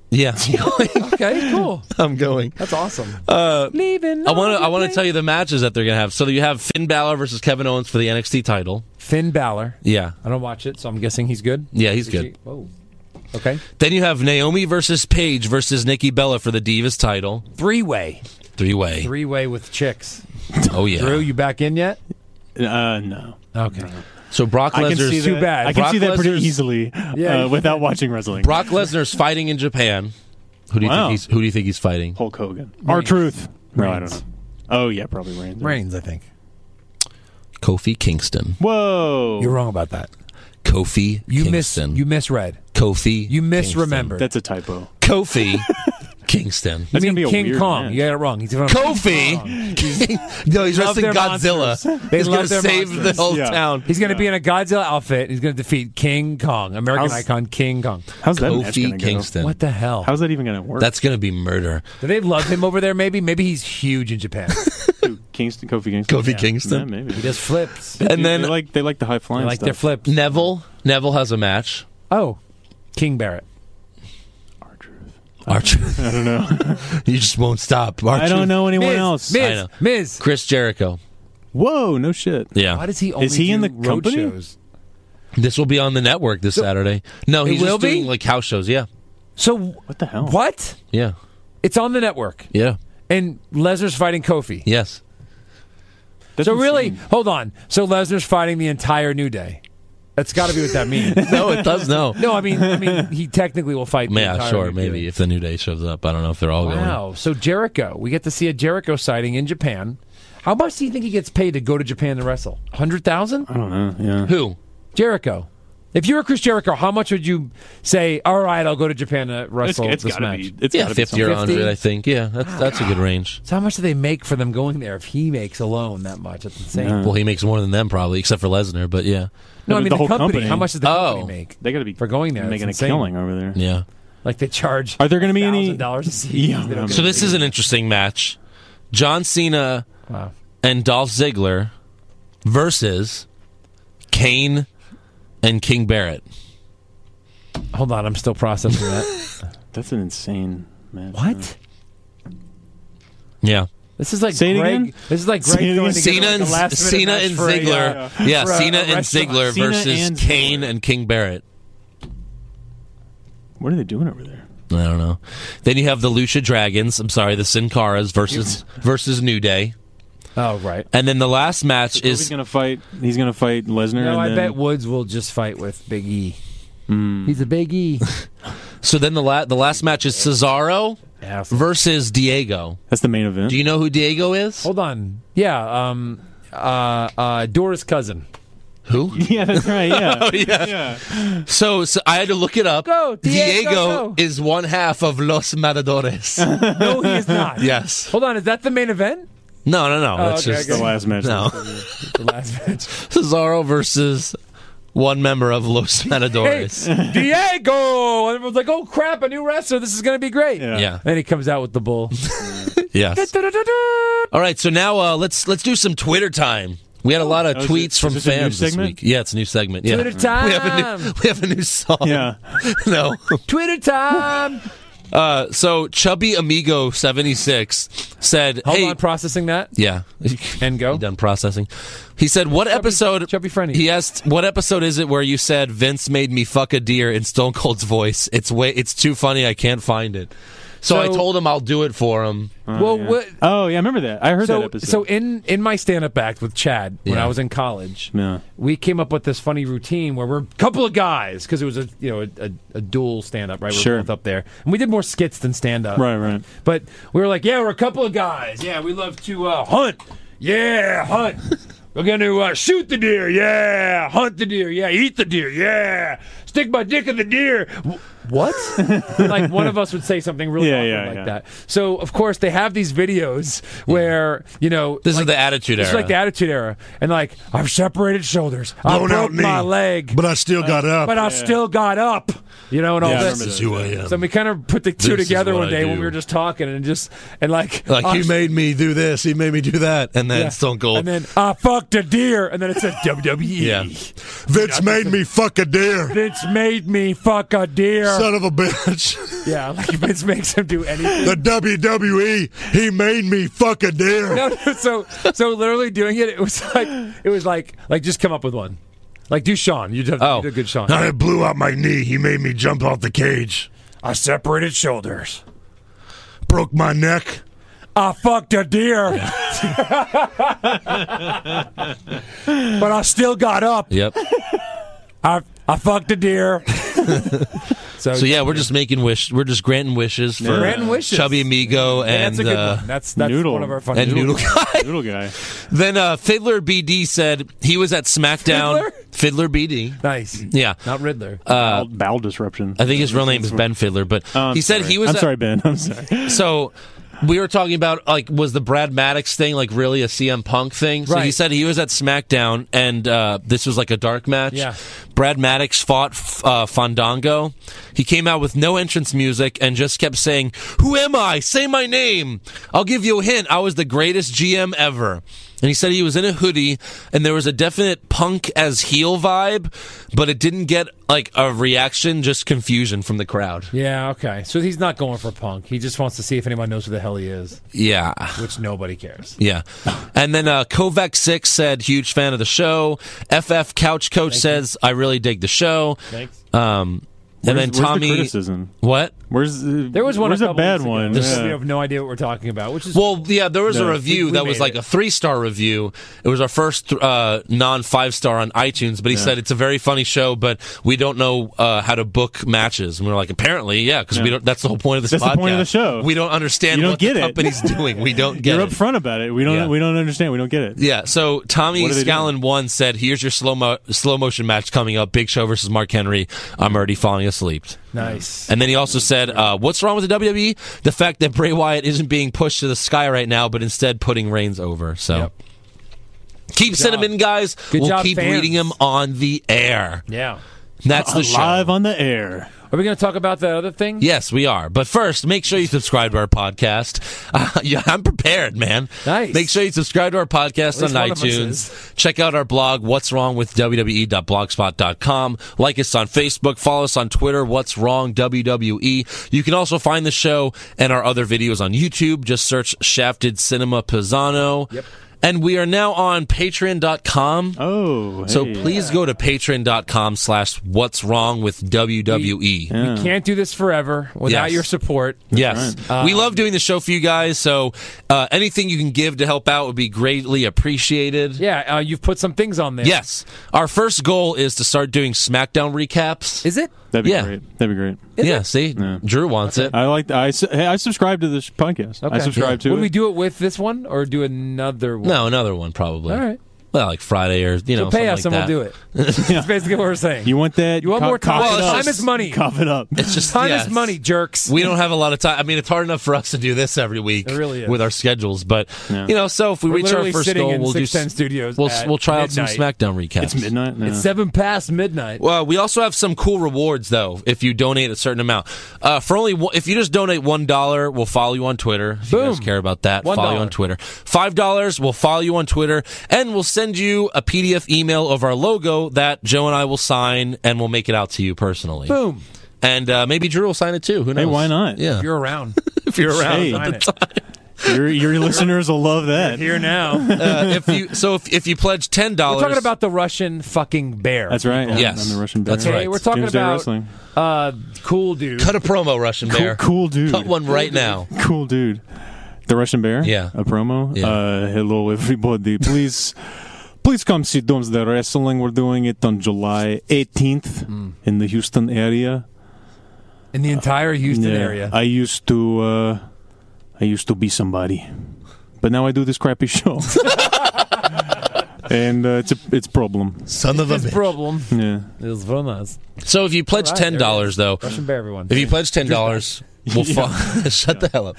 [SPEAKER 10] Yeah,
[SPEAKER 6] Okay, cool.
[SPEAKER 10] I'm going.
[SPEAKER 6] That's awesome.
[SPEAKER 10] Uh,
[SPEAKER 6] Leaving.
[SPEAKER 10] I want to. I want to tell you the matches that they're gonna have. So you have Finn Balor versus Kevin Owens for the NXT title.
[SPEAKER 6] Finn Balor.
[SPEAKER 10] Yeah,
[SPEAKER 6] I don't watch it, so I'm guessing he's good.
[SPEAKER 10] yeah, he's
[SPEAKER 6] Is he-
[SPEAKER 10] good.
[SPEAKER 6] Whoa. Okay.
[SPEAKER 10] Then you have Naomi versus Paige versus Nikki Bella for the Divas title.
[SPEAKER 6] Three way.
[SPEAKER 10] Three way.
[SPEAKER 6] Three way with chicks.
[SPEAKER 10] Oh yeah.
[SPEAKER 6] Drew, you back in yet?
[SPEAKER 7] uh, no,
[SPEAKER 6] Okay.
[SPEAKER 10] So Brock
[SPEAKER 7] I can see
[SPEAKER 10] Lesnar's
[SPEAKER 6] too
[SPEAKER 7] that.
[SPEAKER 6] bad.
[SPEAKER 7] I can
[SPEAKER 10] Brock
[SPEAKER 7] see that pretty
[SPEAKER 10] Lesnar's-
[SPEAKER 7] easily
[SPEAKER 6] Yeah,
[SPEAKER 7] uh,
[SPEAKER 6] you
[SPEAKER 7] without watching wrestling.
[SPEAKER 10] Brock Lesnar's fighting in Japan. Who do you
[SPEAKER 7] Wow.
[SPEAKER 10] think he's Who do you think he's fighting?
[SPEAKER 7] Hulk Hogan. Our truth. No, I don't
[SPEAKER 6] Reigns.
[SPEAKER 7] know. Oh yeah, probably Reigns.
[SPEAKER 6] Reigns, I think.
[SPEAKER 10] Kofi Kingston.
[SPEAKER 7] Whoa.
[SPEAKER 6] You're wrong about that.
[SPEAKER 10] Kofi
[SPEAKER 6] You miss.
[SPEAKER 10] Kingston.
[SPEAKER 6] You misread.
[SPEAKER 10] Kofi.
[SPEAKER 6] You misremembered.
[SPEAKER 7] That's a typo.
[SPEAKER 10] Kofi Kingston.
[SPEAKER 6] You
[SPEAKER 7] That's
[SPEAKER 6] mean
[SPEAKER 7] gonna be a
[SPEAKER 6] King
[SPEAKER 7] weird
[SPEAKER 6] Kong?
[SPEAKER 7] match.
[SPEAKER 6] You got it wrong. He's
[SPEAKER 10] Kofi. King- no, he's
[SPEAKER 6] Love
[SPEAKER 10] wrestling
[SPEAKER 6] their
[SPEAKER 10] Godzilla.
[SPEAKER 6] monsters. They
[SPEAKER 10] he's
[SPEAKER 6] love
[SPEAKER 10] gonna
[SPEAKER 6] their
[SPEAKER 10] save
[SPEAKER 6] monsters.
[SPEAKER 10] the whole
[SPEAKER 7] Yeah.
[SPEAKER 10] town.
[SPEAKER 6] He's going to be in a Godzilla outfit. He's going to defeat King Kong, American
[SPEAKER 7] How's-
[SPEAKER 6] icon King Kong.
[SPEAKER 7] How's that match gonna
[SPEAKER 10] Kofi
[SPEAKER 7] go?
[SPEAKER 10] Kingston.
[SPEAKER 6] What the hell?
[SPEAKER 7] How's that even going to work?
[SPEAKER 10] That's gonna be murder.
[SPEAKER 6] Do they love him over there? Maybe, maybe he's huge in Japan.
[SPEAKER 7] Who, Kingston, Kofi Kingston.
[SPEAKER 10] Kofi Kingston.
[SPEAKER 7] Yeah, maybe.
[SPEAKER 6] he just flips.
[SPEAKER 10] And
[SPEAKER 7] they
[SPEAKER 10] then
[SPEAKER 7] like they like the high flying
[SPEAKER 6] like their
[SPEAKER 7] stuff.
[SPEAKER 6] flips.
[SPEAKER 10] Neville. Neville has a match.
[SPEAKER 6] Oh, King Barrett.
[SPEAKER 10] Archer. I don't know. you just won't stop. Archer.
[SPEAKER 7] I don't know anyone
[SPEAKER 6] Miz,
[SPEAKER 7] else.
[SPEAKER 10] I know.
[SPEAKER 6] Miz, Miz.
[SPEAKER 10] Chris Jericho.
[SPEAKER 7] Whoa, no shit.
[SPEAKER 10] Yeah.
[SPEAKER 6] Why does he only
[SPEAKER 7] he in
[SPEAKER 6] do
[SPEAKER 7] the
[SPEAKER 6] road
[SPEAKER 7] company?
[SPEAKER 6] shows?
[SPEAKER 10] This will be on the network this Saturday. No,
[SPEAKER 6] It
[SPEAKER 10] he's
[SPEAKER 6] will
[SPEAKER 10] just
[SPEAKER 6] be?
[SPEAKER 10] doing like house shows. Yeah,
[SPEAKER 6] So
[SPEAKER 7] What the hell?
[SPEAKER 6] what?
[SPEAKER 10] yeah,
[SPEAKER 6] It's on the network,
[SPEAKER 10] yeah,
[SPEAKER 6] and Lesnar's fighting Kofi.
[SPEAKER 10] yes.
[SPEAKER 7] That's
[SPEAKER 6] so really,
[SPEAKER 7] insane.
[SPEAKER 6] hold on. So Lesnar's fighting the entire New Day. That's got to be what that means.
[SPEAKER 10] No, it does. No,
[SPEAKER 6] no, I mean, I mean, he technically will fight. the
[SPEAKER 10] yeah,
[SPEAKER 6] entire
[SPEAKER 10] sure,
[SPEAKER 6] New Day.
[SPEAKER 10] maybe if the new day shows up, I don't know if they're all going.
[SPEAKER 6] Wow. So Jericho, we get to see a Jericho sighting in Japan. How much do you think he gets paid to go to Japan to wrestle? Hundred thousand?
[SPEAKER 7] I don't know. Yeah.
[SPEAKER 10] Who?
[SPEAKER 6] Jericho. If you were Chris Jericho, how much would you say? All right, I'll go to Japan to
[SPEAKER 7] It's,
[SPEAKER 6] wrestle
[SPEAKER 7] it's
[SPEAKER 6] this
[SPEAKER 7] got to
[SPEAKER 6] match.
[SPEAKER 7] be. It's
[SPEAKER 10] Yeah,
[SPEAKER 7] gotta
[SPEAKER 10] fifty
[SPEAKER 7] be
[SPEAKER 10] or
[SPEAKER 7] something.
[SPEAKER 10] hundred, I think. Yeah, that's that's a good range.
[SPEAKER 6] So how much do they make for them going there? If he makes alone that much, that's insane.
[SPEAKER 7] Yeah.
[SPEAKER 10] Well, he makes more than them probably, except for Lesnar. But yeah,
[SPEAKER 6] No, I
[SPEAKER 7] The
[SPEAKER 6] mean the,
[SPEAKER 7] whole
[SPEAKER 6] company.
[SPEAKER 7] company.
[SPEAKER 6] How much does the
[SPEAKER 10] Oh.
[SPEAKER 6] company make?
[SPEAKER 7] They got to be
[SPEAKER 6] For going there,
[SPEAKER 7] making a
[SPEAKER 6] it's insane.
[SPEAKER 7] killing over there.
[SPEAKER 10] yeah.
[SPEAKER 6] Like they charge.
[SPEAKER 7] Are there going to be any?
[SPEAKER 6] thousand dollars a seat?
[SPEAKER 7] Yeah.
[SPEAKER 6] They don't
[SPEAKER 10] So
[SPEAKER 6] get
[SPEAKER 10] this is an interesting match: John Cena
[SPEAKER 6] it. Wow.
[SPEAKER 10] and Dolph Ziggler versus Kane and King Barrett.
[SPEAKER 6] Hold on, I'm still processing that.
[SPEAKER 7] That's an insane match.
[SPEAKER 6] what?
[SPEAKER 10] Yeah.
[SPEAKER 6] This is like
[SPEAKER 7] Say it
[SPEAKER 6] Greg.
[SPEAKER 7] again?
[SPEAKER 6] This is like
[SPEAKER 7] Say it
[SPEAKER 6] Greg going
[SPEAKER 7] again.
[SPEAKER 6] to get
[SPEAKER 10] Cena
[SPEAKER 6] like
[SPEAKER 10] and
[SPEAKER 6] a last minute
[SPEAKER 10] Cena
[SPEAKER 6] match
[SPEAKER 10] and
[SPEAKER 6] for a,
[SPEAKER 10] Ziggler.
[SPEAKER 6] uh,
[SPEAKER 10] yeah,
[SPEAKER 6] for a-
[SPEAKER 10] Cena
[SPEAKER 6] a
[SPEAKER 10] and
[SPEAKER 6] restaurant.
[SPEAKER 10] Ziggler
[SPEAKER 7] Cena
[SPEAKER 10] versus
[SPEAKER 7] and Ziggler.
[SPEAKER 10] Kane and King Barrett.
[SPEAKER 7] What are they doing over there?
[SPEAKER 10] I don't know. Then you have the Lucia Dragons. I'm sorry, the Sin Caras versus versus New Day,
[SPEAKER 6] Oh right.
[SPEAKER 10] and then the last match
[SPEAKER 7] he's
[SPEAKER 10] is
[SPEAKER 7] gonna fight. He's gonna fight Lesnar.
[SPEAKER 6] No,
[SPEAKER 7] and
[SPEAKER 6] I
[SPEAKER 7] then,
[SPEAKER 6] bet Woods will just fight with Big E. He's a Big E.
[SPEAKER 10] so. Then the la- the last match is Cesaro
[SPEAKER 6] Asshole.
[SPEAKER 10] versus Diego.
[SPEAKER 7] that's the main event.
[SPEAKER 10] Do you know who Diego is?
[SPEAKER 6] Hold on. Yeah. Um. Uh. Uh. Dora's cousin.
[SPEAKER 10] Who?
[SPEAKER 7] yeah, that's right. Yeah,
[SPEAKER 10] yeah.
[SPEAKER 7] yeah.
[SPEAKER 10] So, so I had to look it up.
[SPEAKER 6] Go, Diego, go.
[SPEAKER 10] is one half of Los Matadores.
[SPEAKER 6] No, he is not.
[SPEAKER 10] yes.
[SPEAKER 6] Hold on. Is that the main event?
[SPEAKER 10] No, no, no.
[SPEAKER 6] Oh,
[SPEAKER 10] That's
[SPEAKER 6] okay,
[SPEAKER 10] just
[SPEAKER 7] The last match.
[SPEAKER 10] no.
[SPEAKER 6] The last match.
[SPEAKER 10] Cesaro versus one member of Los
[SPEAKER 6] Hey,
[SPEAKER 10] Matadores.
[SPEAKER 6] Diego. And everyone's like, "Oh crap! A new wrestler. This is gonna be great."
[SPEAKER 7] Yeah.
[SPEAKER 10] Yeah.
[SPEAKER 6] And he comes out with the bull.
[SPEAKER 10] Yes.
[SPEAKER 6] Da-da-da-da.
[SPEAKER 10] All right. So now uh, let's let's do some Twitter time. We had a lot of
[SPEAKER 7] Oh, is
[SPEAKER 10] tweets
[SPEAKER 7] it-
[SPEAKER 10] from
[SPEAKER 7] is this a new
[SPEAKER 10] fans this
[SPEAKER 7] segment?
[SPEAKER 10] week. Yeah, it's a new segment. Yeah.
[SPEAKER 6] Twitter time.
[SPEAKER 10] We have a new, we have a new song.
[SPEAKER 7] Yeah.
[SPEAKER 10] no.
[SPEAKER 6] Twitter time.
[SPEAKER 10] Uh, so Chubby Amigo seventy six said,
[SPEAKER 6] Hold
[SPEAKER 10] "Hey,
[SPEAKER 6] on. Processing that.
[SPEAKER 10] yeah,
[SPEAKER 6] And go.
[SPEAKER 10] He done processing. He said, "What episode?"
[SPEAKER 6] Chubby Friendly.
[SPEAKER 10] He asked, "What episode is it where you said Vince made me fuck a deer in Stone Cold's voice? It's way, it's too funny. I can't find it." So, I
[SPEAKER 6] So-
[SPEAKER 10] told him I'll do it for him.
[SPEAKER 6] well, what?
[SPEAKER 7] Oh yeah, I remember that. I heard that
[SPEAKER 6] So,
[SPEAKER 7] episode.
[SPEAKER 6] so in in my stand up act with Chad when
[SPEAKER 10] Yeah.
[SPEAKER 6] I was in college,
[SPEAKER 7] Yeah.
[SPEAKER 6] we came up with this funny routine where we're a couple of guys because it was a you know a, a, a dual stand up right. We're
[SPEAKER 7] Sure.
[SPEAKER 6] both up there, and we did more skits than stand up.
[SPEAKER 7] right, right.
[SPEAKER 6] But we were like, yeah, we're a couple of guys. Yeah, we love to uh, hunt. Yeah, hunt. we're gonna uh, shoot the deer. Yeah, hunt the deer. Yeah, eat the deer. Yeah, stick my dick in the deer. W- What? like one of us would say something really
[SPEAKER 7] Yeah,
[SPEAKER 6] awkward
[SPEAKER 7] yeah,
[SPEAKER 6] like
[SPEAKER 7] yeah.
[SPEAKER 6] that. So of course they have these videos where you know
[SPEAKER 10] This
[SPEAKER 6] like,
[SPEAKER 10] is the attitude
[SPEAKER 6] It's
[SPEAKER 10] era.
[SPEAKER 6] like the attitude era, and like I've separated shoulders. I
[SPEAKER 12] Blown out
[SPEAKER 6] broke my
[SPEAKER 12] knee.
[SPEAKER 6] leg, Uh,
[SPEAKER 12] But I still got up.
[SPEAKER 6] but I still got up. You know, and all
[SPEAKER 7] Yeah, I
[SPEAKER 6] this.
[SPEAKER 7] remember
[SPEAKER 12] This is who I am.
[SPEAKER 6] So we kind of put the two
[SPEAKER 10] This is
[SPEAKER 6] together
[SPEAKER 10] what
[SPEAKER 6] one
[SPEAKER 10] I
[SPEAKER 6] day
[SPEAKER 10] do.
[SPEAKER 6] when we were just talking and just and like,
[SPEAKER 10] Like,
[SPEAKER 6] I-
[SPEAKER 10] he made me do this. He made me do that, and then
[SPEAKER 6] yeah.
[SPEAKER 10] Stone Cold.
[SPEAKER 6] and then I fucked a deer, and then it says WWE.
[SPEAKER 10] yeah,
[SPEAKER 12] Vince made me fuck a deer.
[SPEAKER 6] E." Vince made me fuck a deer.
[SPEAKER 12] Son of a bitch.
[SPEAKER 6] yeah, like Vince makes him do anything.
[SPEAKER 12] The WWE, he made me fuck a deer.
[SPEAKER 6] No, no, so so literally doing it, it was like it was like like just come up with one, like do Sean. You'd have
[SPEAKER 10] Oh.
[SPEAKER 6] you do a good Sean.
[SPEAKER 12] I blew out my knee. He made me jump off the cage.
[SPEAKER 6] I separated shoulders.
[SPEAKER 12] Broke my neck.
[SPEAKER 6] I fucked a deer, but I still got up.
[SPEAKER 10] yep.
[SPEAKER 6] I I fucked a deer. so,
[SPEAKER 10] So yeah, we're just making wish. We're just granting wishes for
[SPEAKER 6] Granting wishes.
[SPEAKER 10] Chubby Amigo and
[SPEAKER 6] that's a good
[SPEAKER 10] uh,
[SPEAKER 6] one. That's that's
[SPEAKER 7] Noodle.
[SPEAKER 6] one of our fun.
[SPEAKER 10] and Noodle Guy.
[SPEAKER 7] Little guy.
[SPEAKER 10] Then uh, Fiddler BD said he was at SmackDown. Fiddler, BD.
[SPEAKER 6] Nice.
[SPEAKER 10] Yeah. Uh,
[SPEAKER 6] Not Riddler.
[SPEAKER 7] Bowel, bowel disruption.
[SPEAKER 10] I think his real name is Ben Fiddler, but
[SPEAKER 7] Oh, I'm
[SPEAKER 10] he said
[SPEAKER 7] sorry.
[SPEAKER 10] he was.
[SPEAKER 7] I'm
[SPEAKER 10] at-
[SPEAKER 7] sorry, Ben. I'm sorry.
[SPEAKER 10] So we were talking about like was the Brad Maddox thing like really a CM Punk thing? So he
[SPEAKER 6] Right.
[SPEAKER 10] said he was at SmackDown and uh, this was like a dark match.
[SPEAKER 6] Yeah.
[SPEAKER 10] Brad Maddox fought f- uh, Fandango. He came out with no entrance music and just kept saying, "Who am I? Say my name. I'll give you a hint. I was the greatest GM ever." And he said he was in a hoodie and there was a definite punk as heel vibe, but it didn't get like a reaction, just confusion from the crowd.
[SPEAKER 6] yeah, okay. So he's not going for punk. He just wants to see if anyone knows who the hell he is,
[SPEAKER 10] Yeah.
[SPEAKER 6] which nobody cares.
[SPEAKER 10] Yeah. And then uh, Kovac6 said, huge fan of the show. FF Couch Coach says, I really dig the show.
[SPEAKER 6] Thanks.
[SPEAKER 10] Um, and
[SPEAKER 7] Where's-
[SPEAKER 10] then
[SPEAKER 7] where's
[SPEAKER 10] Tommy.
[SPEAKER 7] The criticism.
[SPEAKER 10] what?
[SPEAKER 7] Where's uh,
[SPEAKER 6] There was one
[SPEAKER 7] Where's
[SPEAKER 6] a,
[SPEAKER 7] a,
[SPEAKER 6] couple
[SPEAKER 7] bad
[SPEAKER 6] weeks ago.
[SPEAKER 7] one?
[SPEAKER 6] This is-
[SPEAKER 7] Yeah.
[SPEAKER 6] we have no idea what we're talking about, which is
[SPEAKER 10] Well, yeah, there was a
[SPEAKER 7] No.
[SPEAKER 10] review
[SPEAKER 6] We- we
[SPEAKER 10] that was
[SPEAKER 6] made
[SPEAKER 10] like
[SPEAKER 6] it.
[SPEAKER 10] a three star review. It was our first uh, non five star on iTunes, but he said it's a very funny show, but we don't know uh, how to book matches. And we were like, apparently, yeah, because we
[SPEAKER 7] Yeah.
[SPEAKER 10] don't. That's the whole point of this.
[SPEAKER 7] That's the point of the
[SPEAKER 10] podcast.
[SPEAKER 7] show.
[SPEAKER 10] We don't understand
[SPEAKER 7] You don't
[SPEAKER 10] what
[SPEAKER 7] get
[SPEAKER 10] the
[SPEAKER 7] it.
[SPEAKER 10] company's doing. We don't get
[SPEAKER 7] You're
[SPEAKER 10] it.
[SPEAKER 7] upfront about it. We don't.
[SPEAKER 10] Yeah.
[SPEAKER 7] We don't understand. We don't get it.
[SPEAKER 10] Yeah, so Tommy
[SPEAKER 7] What are they
[SPEAKER 10] Scallon
[SPEAKER 7] doing?
[SPEAKER 10] one said, "Here's your slow mo- slow motion match coming up: Big Show versus Mark Henry." I'm already falling asleep.
[SPEAKER 6] nice.
[SPEAKER 10] And then he also said, uh, "What's wrong with the WWE? The fact that Bray Wyatt isn't being pushed to the sky right now, but instead putting Reigns over." So
[SPEAKER 6] Yep.
[SPEAKER 10] keep sending
[SPEAKER 6] job.
[SPEAKER 10] them in, guys.
[SPEAKER 6] Good
[SPEAKER 10] we'll
[SPEAKER 6] job,
[SPEAKER 10] keep
[SPEAKER 6] fans.
[SPEAKER 10] reading them on the air.
[SPEAKER 6] yeah.
[SPEAKER 10] That's the show.
[SPEAKER 7] Live on the air.
[SPEAKER 6] Are we going to talk about that other thing?
[SPEAKER 10] Yes, we are. But first, make sure you subscribe to our podcast. Uh, yeah, I'm prepared, man.
[SPEAKER 6] Nice.
[SPEAKER 10] Make sure you subscribe to our podcast
[SPEAKER 6] At least
[SPEAKER 10] on
[SPEAKER 6] one of us
[SPEAKER 10] iTunes. Check out our blog, What's Wrong with E WWE.blogspot.com. Like us on Facebook. Follow us on Twitter, What's Wrong WWE. You can also find the show and our other videos on YouTube. Just search Shafted Cinema Pisano. Yep. And we are now on patreon.com.
[SPEAKER 7] Oh,
[SPEAKER 10] So
[SPEAKER 7] hey.
[SPEAKER 10] please go to patreon.com slash what's wrong with E. WWE.
[SPEAKER 7] Yeah.
[SPEAKER 6] Can't do this forever without
[SPEAKER 10] Yes.
[SPEAKER 6] your support.
[SPEAKER 10] Yes.
[SPEAKER 6] Uh,
[SPEAKER 10] we love doing the show for you guys. So uh, anything you can give to help out would be greatly appreciated.
[SPEAKER 6] Yeah, uh, you've put some things on there.
[SPEAKER 10] Yes. Our first goal is to start doing SmackDown recaps.
[SPEAKER 6] Is it?
[SPEAKER 7] That'd be
[SPEAKER 10] Yeah.
[SPEAKER 7] great. That'd be great.
[SPEAKER 10] yeah, see? Drew wants it.
[SPEAKER 7] I like. I su- hey, I subscribe to this podcast. I
[SPEAKER 6] Okay.
[SPEAKER 7] subscribe to
[SPEAKER 6] Would
[SPEAKER 7] it.
[SPEAKER 6] we do it with this one or do another one?
[SPEAKER 10] no, another one probably.
[SPEAKER 6] All right.
[SPEAKER 10] Well, like Friday or, you know,
[SPEAKER 6] So pay
[SPEAKER 10] something
[SPEAKER 6] us
[SPEAKER 10] like
[SPEAKER 6] and
[SPEAKER 10] that.
[SPEAKER 6] we'll do it. That's basically what we're saying.
[SPEAKER 7] you want that?
[SPEAKER 6] You want
[SPEAKER 7] Co-
[SPEAKER 6] more time?
[SPEAKER 7] cough it
[SPEAKER 10] Well,
[SPEAKER 7] up.
[SPEAKER 6] time is money.
[SPEAKER 7] Cough it up.
[SPEAKER 10] It's just
[SPEAKER 6] Time
[SPEAKER 10] yes.
[SPEAKER 6] is money, jerks.
[SPEAKER 10] We don't have a lot of time. I mean, it's hard enough for us to do this every week
[SPEAKER 6] It really is.
[SPEAKER 10] with our schedules, but you know, so if we reach our
[SPEAKER 6] literally
[SPEAKER 10] first
[SPEAKER 6] sitting
[SPEAKER 10] goal,
[SPEAKER 6] in
[SPEAKER 10] we'll do
[SPEAKER 6] Sixth Sense Studios
[SPEAKER 10] We'll
[SPEAKER 6] at
[SPEAKER 10] we'll try out some
[SPEAKER 6] midnight.
[SPEAKER 10] SmackDown recaps.
[SPEAKER 7] It's midnight. now.
[SPEAKER 6] It's seven past midnight.
[SPEAKER 10] Well, we also have some cool rewards though. If you donate a certain amount, uh, for only one, if you just donate one dollar, we'll follow you on Twitter. If you guys
[SPEAKER 6] Boom.
[SPEAKER 10] care about that,
[SPEAKER 6] One
[SPEAKER 10] follow you
[SPEAKER 6] dollar.
[SPEAKER 10] on Twitter. Five dollars, we'll follow you on Twitter, and we'll send you a PDF email of our logo that Joe and I will sign, and we'll make it out to you personally.
[SPEAKER 6] Boom.
[SPEAKER 10] And uh, maybe Drew will sign it too. Who knows?
[SPEAKER 7] Hey, why not?
[SPEAKER 10] Yeah,
[SPEAKER 6] You're around.
[SPEAKER 10] if you're around.
[SPEAKER 7] Hey.
[SPEAKER 6] Sign it.
[SPEAKER 7] your your listeners will love that.
[SPEAKER 6] Here now.
[SPEAKER 10] Uh, if you so if, if you pledge ten
[SPEAKER 6] We're
[SPEAKER 10] dollars,
[SPEAKER 6] talking about the Russian fucking bear.
[SPEAKER 7] That's right. I'm-
[SPEAKER 10] Yes.
[SPEAKER 7] I'm the Russian bear.
[SPEAKER 10] That's
[SPEAKER 6] Okay,
[SPEAKER 10] right.
[SPEAKER 6] we're talking
[SPEAKER 7] Doomsday
[SPEAKER 6] about
[SPEAKER 7] wrestling.
[SPEAKER 6] uh, cool dude.
[SPEAKER 10] cut a promo, Russian
[SPEAKER 7] Cool,
[SPEAKER 10] bear.
[SPEAKER 7] cool dude.
[SPEAKER 10] Cut one right now.
[SPEAKER 7] Cool dude. The Russian bear.
[SPEAKER 10] Yeah.
[SPEAKER 7] A promo.
[SPEAKER 10] Yeah.
[SPEAKER 7] Uh, hello everybody. Please, please come see Doomsday Wrestling. We're doing it on July 18th in the Houston area.
[SPEAKER 6] in the entire Houston area.
[SPEAKER 7] I used to, uh, I used to be somebody, but now I do this crappy show. And uh, it's a it's problem.
[SPEAKER 10] Son of
[SPEAKER 6] His problem
[SPEAKER 7] Yeah,
[SPEAKER 6] is from us.
[SPEAKER 10] So if you pledge
[SPEAKER 6] All right,
[SPEAKER 10] ten dollars though,
[SPEAKER 6] Russian bear, everyone.
[SPEAKER 10] If you pledge ten dollars, we'll fo- shut the hell up.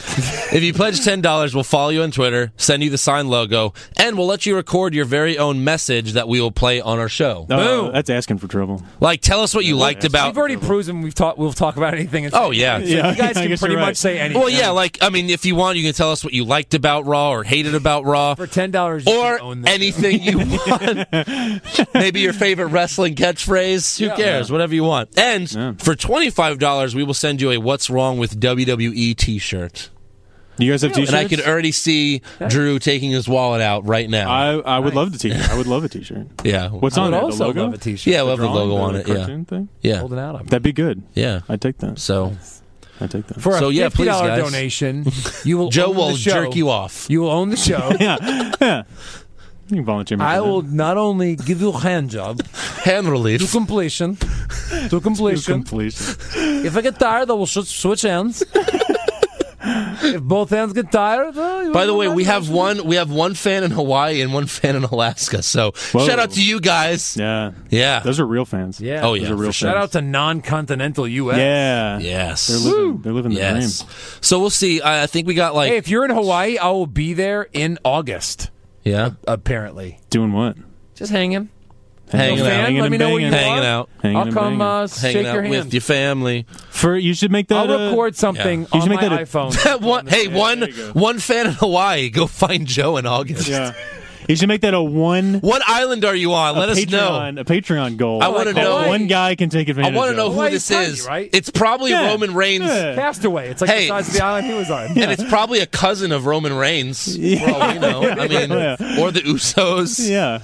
[SPEAKER 10] If you pledge ten dollars, we'll follow you on Twitter, send you the sign logo, and we'll let you record your very own message that we will play on our show.
[SPEAKER 7] Uh,
[SPEAKER 6] Boom.
[SPEAKER 7] that's asking for trouble.
[SPEAKER 10] Like, tell us what you liked about.
[SPEAKER 6] We've already proven we've talked. We'll talk about anything. and
[SPEAKER 10] Oh,
[SPEAKER 6] say
[SPEAKER 10] yeah.
[SPEAKER 6] anything. So
[SPEAKER 7] Yeah,
[SPEAKER 6] you guys
[SPEAKER 7] I
[SPEAKER 6] can
[SPEAKER 7] guess
[SPEAKER 6] pretty
[SPEAKER 7] you're right.
[SPEAKER 6] much say anything.
[SPEAKER 10] Well, yeah, like I mean, if you want, you can tell us what you liked about Raw or hated about Raw.
[SPEAKER 6] for ten dollars
[SPEAKER 10] Or
[SPEAKER 6] own this
[SPEAKER 10] anything you want. Maybe your favorite wrestling catchphrase. Who cares? Whatever you want. And for $25, we will send you a What's Wrong with E WWE t shirt.
[SPEAKER 7] You guys have t-shirts.
[SPEAKER 10] And I could already see Drew taking his wallet out right now.
[SPEAKER 7] I, I would love the t-shirt. I would love a t-shirt.
[SPEAKER 10] yeah.
[SPEAKER 7] What's on
[SPEAKER 6] would
[SPEAKER 7] it?
[SPEAKER 6] also
[SPEAKER 7] the logo?
[SPEAKER 6] love a t-shirt.
[SPEAKER 10] Yeah, we'll have the
[SPEAKER 7] drawing,
[SPEAKER 10] logo on it. Yeah.
[SPEAKER 7] cartoon thing?
[SPEAKER 10] Yeah.
[SPEAKER 6] holding out on
[SPEAKER 7] That'd be good.
[SPEAKER 10] Yeah.
[SPEAKER 7] I take that.
[SPEAKER 10] So
[SPEAKER 7] I take that.
[SPEAKER 6] for a
[SPEAKER 10] So, yeah,
[SPEAKER 6] fifty
[SPEAKER 10] please,
[SPEAKER 6] dollar
[SPEAKER 10] guys.
[SPEAKER 6] donation. You will
[SPEAKER 10] Joe
[SPEAKER 6] own
[SPEAKER 10] will
[SPEAKER 6] the show.
[SPEAKER 10] jerk you off.
[SPEAKER 6] You will own the show.
[SPEAKER 7] you can volunteer. me
[SPEAKER 6] I
[SPEAKER 7] for that.
[SPEAKER 6] will not only give you a hand job
[SPEAKER 10] Hand
[SPEAKER 6] to
[SPEAKER 10] relief.
[SPEAKER 6] completion, to completion.
[SPEAKER 7] Complete.
[SPEAKER 6] If I get tired, I will sh- switch hands. if both hands get tired, uh, you
[SPEAKER 10] By the
[SPEAKER 6] will
[SPEAKER 10] way,
[SPEAKER 6] not
[SPEAKER 10] we
[SPEAKER 6] get-
[SPEAKER 10] have one we have one fan in Hawaii and one fan in Alaska. So
[SPEAKER 7] Whoa.
[SPEAKER 10] shout out to you guys.
[SPEAKER 7] Yeah.
[SPEAKER 10] Yeah.
[SPEAKER 7] Those are real fans.
[SPEAKER 6] Yeah.
[SPEAKER 10] Oh
[SPEAKER 7] Those
[SPEAKER 10] yeah.
[SPEAKER 7] are real
[SPEAKER 6] Shout out
[SPEAKER 7] fans.
[SPEAKER 6] to non-continental U.S.
[SPEAKER 7] Yeah.
[SPEAKER 10] Yes.
[SPEAKER 7] They're living, they're living the
[SPEAKER 10] yes. So we'll see. I, I think we got like
[SPEAKER 6] Hey, if you're in Hawaii, I will be there in August.
[SPEAKER 10] yeah,
[SPEAKER 6] Apparently,
[SPEAKER 7] dream. Doing what?
[SPEAKER 6] just hanging.
[SPEAKER 10] hanging
[SPEAKER 6] fan,
[SPEAKER 10] out,
[SPEAKER 7] hanging
[SPEAKER 6] let me
[SPEAKER 7] and
[SPEAKER 6] know what you
[SPEAKER 7] banging.
[SPEAKER 10] hanging
[SPEAKER 6] want.
[SPEAKER 10] out,
[SPEAKER 7] Hanging
[SPEAKER 6] I'll
[SPEAKER 7] and
[SPEAKER 6] come
[SPEAKER 7] banging.
[SPEAKER 6] uh, shake
[SPEAKER 10] hanging
[SPEAKER 6] your
[SPEAKER 10] out with
[SPEAKER 6] hand.
[SPEAKER 10] your family.
[SPEAKER 7] For you should make that.
[SPEAKER 6] I'll
[SPEAKER 7] uh,
[SPEAKER 6] record something
[SPEAKER 10] You
[SPEAKER 7] should
[SPEAKER 6] on
[SPEAKER 7] make
[SPEAKER 6] my
[SPEAKER 7] that a-
[SPEAKER 6] iPhone.
[SPEAKER 10] That one, hey, one,
[SPEAKER 7] there you go.
[SPEAKER 10] one fan in Hawaii. Go find Joe in August.
[SPEAKER 7] Yeah. You should make that a one.
[SPEAKER 10] What island are you on?
[SPEAKER 7] a
[SPEAKER 10] Let us know.
[SPEAKER 7] Patreon, A Patreon goal.
[SPEAKER 10] I wanna
[SPEAKER 7] That
[SPEAKER 10] know-
[SPEAKER 7] One guy can take
[SPEAKER 10] I
[SPEAKER 7] advantage.
[SPEAKER 10] want to
[SPEAKER 7] of.
[SPEAKER 10] know who
[SPEAKER 6] Hawaii's
[SPEAKER 10] this
[SPEAKER 6] tiny,
[SPEAKER 10] is.
[SPEAKER 6] right?
[SPEAKER 10] It's probably
[SPEAKER 7] Yeah.
[SPEAKER 10] Roman Reigns.
[SPEAKER 7] Yeah.
[SPEAKER 6] Castaway. It's like the
[SPEAKER 10] Hey.
[SPEAKER 6] size of the island he was on.
[SPEAKER 10] And it's probably a cousin of Roman Reigns, for all we know. I mean,
[SPEAKER 7] Yeah.
[SPEAKER 10] or the Usos.
[SPEAKER 7] Yeah.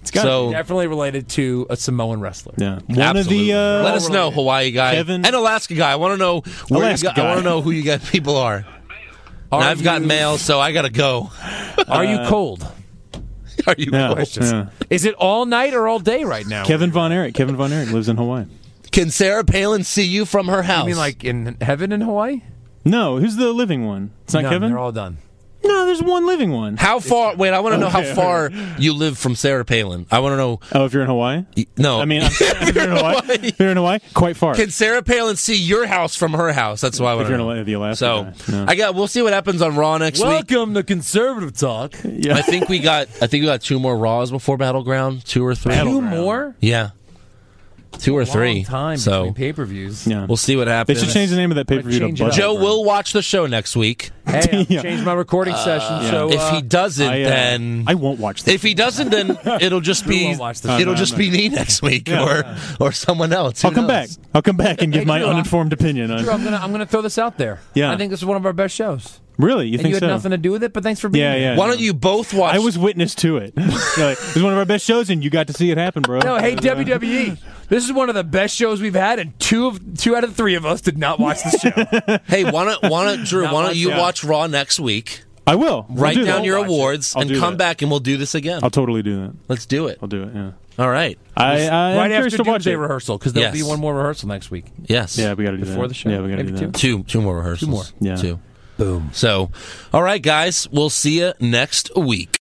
[SPEAKER 7] It's got
[SPEAKER 10] So
[SPEAKER 6] Definitely related to a Samoan wrestler.
[SPEAKER 7] Yeah. One of
[SPEAKER 10] absolutely.
[SPEAKER 7] the. Uh,
[SPEAKER 10] let us know, Hawaii guy
[SPEAKER 7] Kevin-
[SPEAKER 10] and Alaska guy. I want to know where you
[SPEAKER 7] Alaska
[SPEAKER 10] got- I want
[SPEAKER 7] guy.
[SPEAKER 10] to know who you got people are. And I've got
[SPEAKER 6] you-
[SPEAKER 10] mail, so I gotta go.
[SPEAKER 6] Are
[SPEAKER 10] Uh,
[SPEAKER 6] you cold?
[SPEAKER 10] Are you
[SPEAKER 7] Yeah.
[SPEAKER 10] questions?
[SPEAKER 7] yeah.
[SPEAKER 6] Is it all night or all day right now?
[SPEAKER 7] Kevin Von Erich. Kevin Von Erich lives in Hawaii.
[SPEAKER 10] Can Sarah Palin see you from her house?
[SPEAKER 6] I mean, like in heaven in Hawaii?
[SPEAKER 7] No, who's the living one? It's not
[SPEAKER 6] None,
[SPEAKER 7] Kevin.
[SPEAKER 6] They're all done.
[SPEAKER 7] No, there's one living one.
[SPEAKER 10] how far? Wait, I want to know how far you live from Sarah Palin. I want to know.
[SPEAKER 7] Oh, if you're in Hawaii.
[SPEAKER 10] No,
[SPEAKER 7] I mean, I'm, if you're in Hawaii, if you're in Hawaii, quite far.
[SPEAKER 10] can Sarah Palin see your house from her house? That's why I want
[SPEAKER 7] if
[SPEAKER 10] to
[SPEAKER 7] you're in
[SPEAKER 10] know.
[SPEAKER 7] Ala- the Alaska.
[SPEAKER 10] So
[SPEAKER 7] guy. No.
[SPEAKER 10] I got. We'll see what happens on Raw next week.
[SPEAKER 6] Welcome to conservative talk. Two
[SPEAKER 7] yeah.
[SPEAKER 10] I think we got. I think we got two more Raws before Battleground. Two or three.
[SPEAKER 6] more?
[SPEAKER 10] Yeah. two or
[SPEAKER 6] long
[SPEAKER 10] three.
[SPEAKER 6] time
[SPEAKER 10] so
[SPEAKER 6] between pay-per-views.
[SPEAKER 7] Yeah.
[SPEAKER 10] we'll see what
[SPEAKER 7] They
[SPEAKER 10] happens.
[SPEAKER 7] should change the name of that pay per view to
[SPEAKER 6] change it up.
[SPEAKER 7] Blood.
[SPEAKER 10] Joe will watch the show next week.
[SPEAKER 6] Hey, I've
[SPEAKER 7] Yeah.
[SPEAKER 6] changed my recording session,
[SPEAKER 7] yeah.
[SPEAKER 6] so
[SPEAKER 10] if
[SPEAKER 6] uh,
[SPEAKER 10] he doesn't,
[SPEAKER 7] I, uh,
[SPEAKER 10] then
[SPEAKER 7] I won't watch this.
[SPEAKER 10] if he doesn't, then it'll just be
[SPEAKER 6] won't watch the
[SPEAKER 10] it'll
[SPEAKER 7] show?
[SPEAKER 10] just be me next week or or someone else. Who
[SPEAKER 7] I'll come back.
[SPEAKER 10] knows?
[SPEAKER 7] I'll come back and give my
[SPEAKER 6] Drew, I'm-
[SPEAKER 7] uninformed opinion
[SPEAKER 6] Drew,
[SPEAKER 7] on.
[SPEAKER 6] I'm gonna I'm gonna throw this out there.
[SPEAKER 7] Yeah.
[SPEAKER 6] I think this is one of our best shows.
[SPEAKER 7] Really, you
[SPEAKER 6] and you
[SPEAKER 7] think
[SPEAKER 6] had
[SPEAKER 7] so?
[SPEAKER 6] nothing to do with it, but thanks for being
[SPEAKER 7] Yeah,
[SPEAKER 6] here.
[SPEAKER 7] yeah.
[SPEAKER 10] Why don't you both watch?
[SPEAKER 7] I was witness to it. You're like, it was one of our best shows, and you got to see it happen, bro.
[SPEAKER 6] No, hey E.
[SPEAKER 7] Uh,
[SPEAKER 6] WWE, this is one of the best shows we've had, and two of two out of three of us did not watch the show.
[SPEAKER 10] Hey, why don't why don't Drew?
[SPEAKER 6] Not
[SPEAKER 10] Why don't
[SPEAKER 6] much,
[SPEAKER 10] you
[SPEAKER 6] yeah.
[SPEAKER 10] watch Raw next week?
[SPEAKER 7] I will I'll
[SPEAKER 10] Write
[SPEAKER 7] do
[SPEAKER 10] down
[SPEAKER 7] that.
[SPEAKER 10] your
[SPEAKER 7] I'll watch it.
[SPEAKER 10] awards
[SPEAKER 7] I'll
[SPEAKER 10] and
[SPEAKER 7] do
[SPEAKER 10] come
[SPEAKER 7] that.
[SPEAKER 10] back, and we'll do this again.
[SPEAKER 7] I'll totally do that.
[SPEAKER 10] Let's do it.
[SPEAKER 7] I'll do it. Yeah.
[SPEAKER 10] All right.
[SPEAKER 7] I, I
[SPEAKER 6] right
[SPEAKER 7] am
[SPEAKER 6] after
[SPEAKER 7] curious to watch
[SPEAKER 6] Doomsday
[SPEAKER 7] it.
[SPEAKER 6] rehearsal, because there'll
[SPEAKER 10] Yes.
[SPEAKER 6] be one more rehearsal next week.
[SPEAKER 10] Yes.
[SPEAKER 7] Yeah, we got to do that.
[SPEAKER 6] Before the show.
[SPEAKER 7] Yeah, we got to
[SPEAKER 6] Maybe two.
[SPEAKER 7] do that.
[SPEAKER 10] Two two more rehearsals.
[SPEAKER 6] more.
[SPEAKER 7] Yeah.
[SPEAKER 10] Two.
[SPEAKER 6] Boom.
[SPEAKER 10] So, all right, guys, we'll see you next week.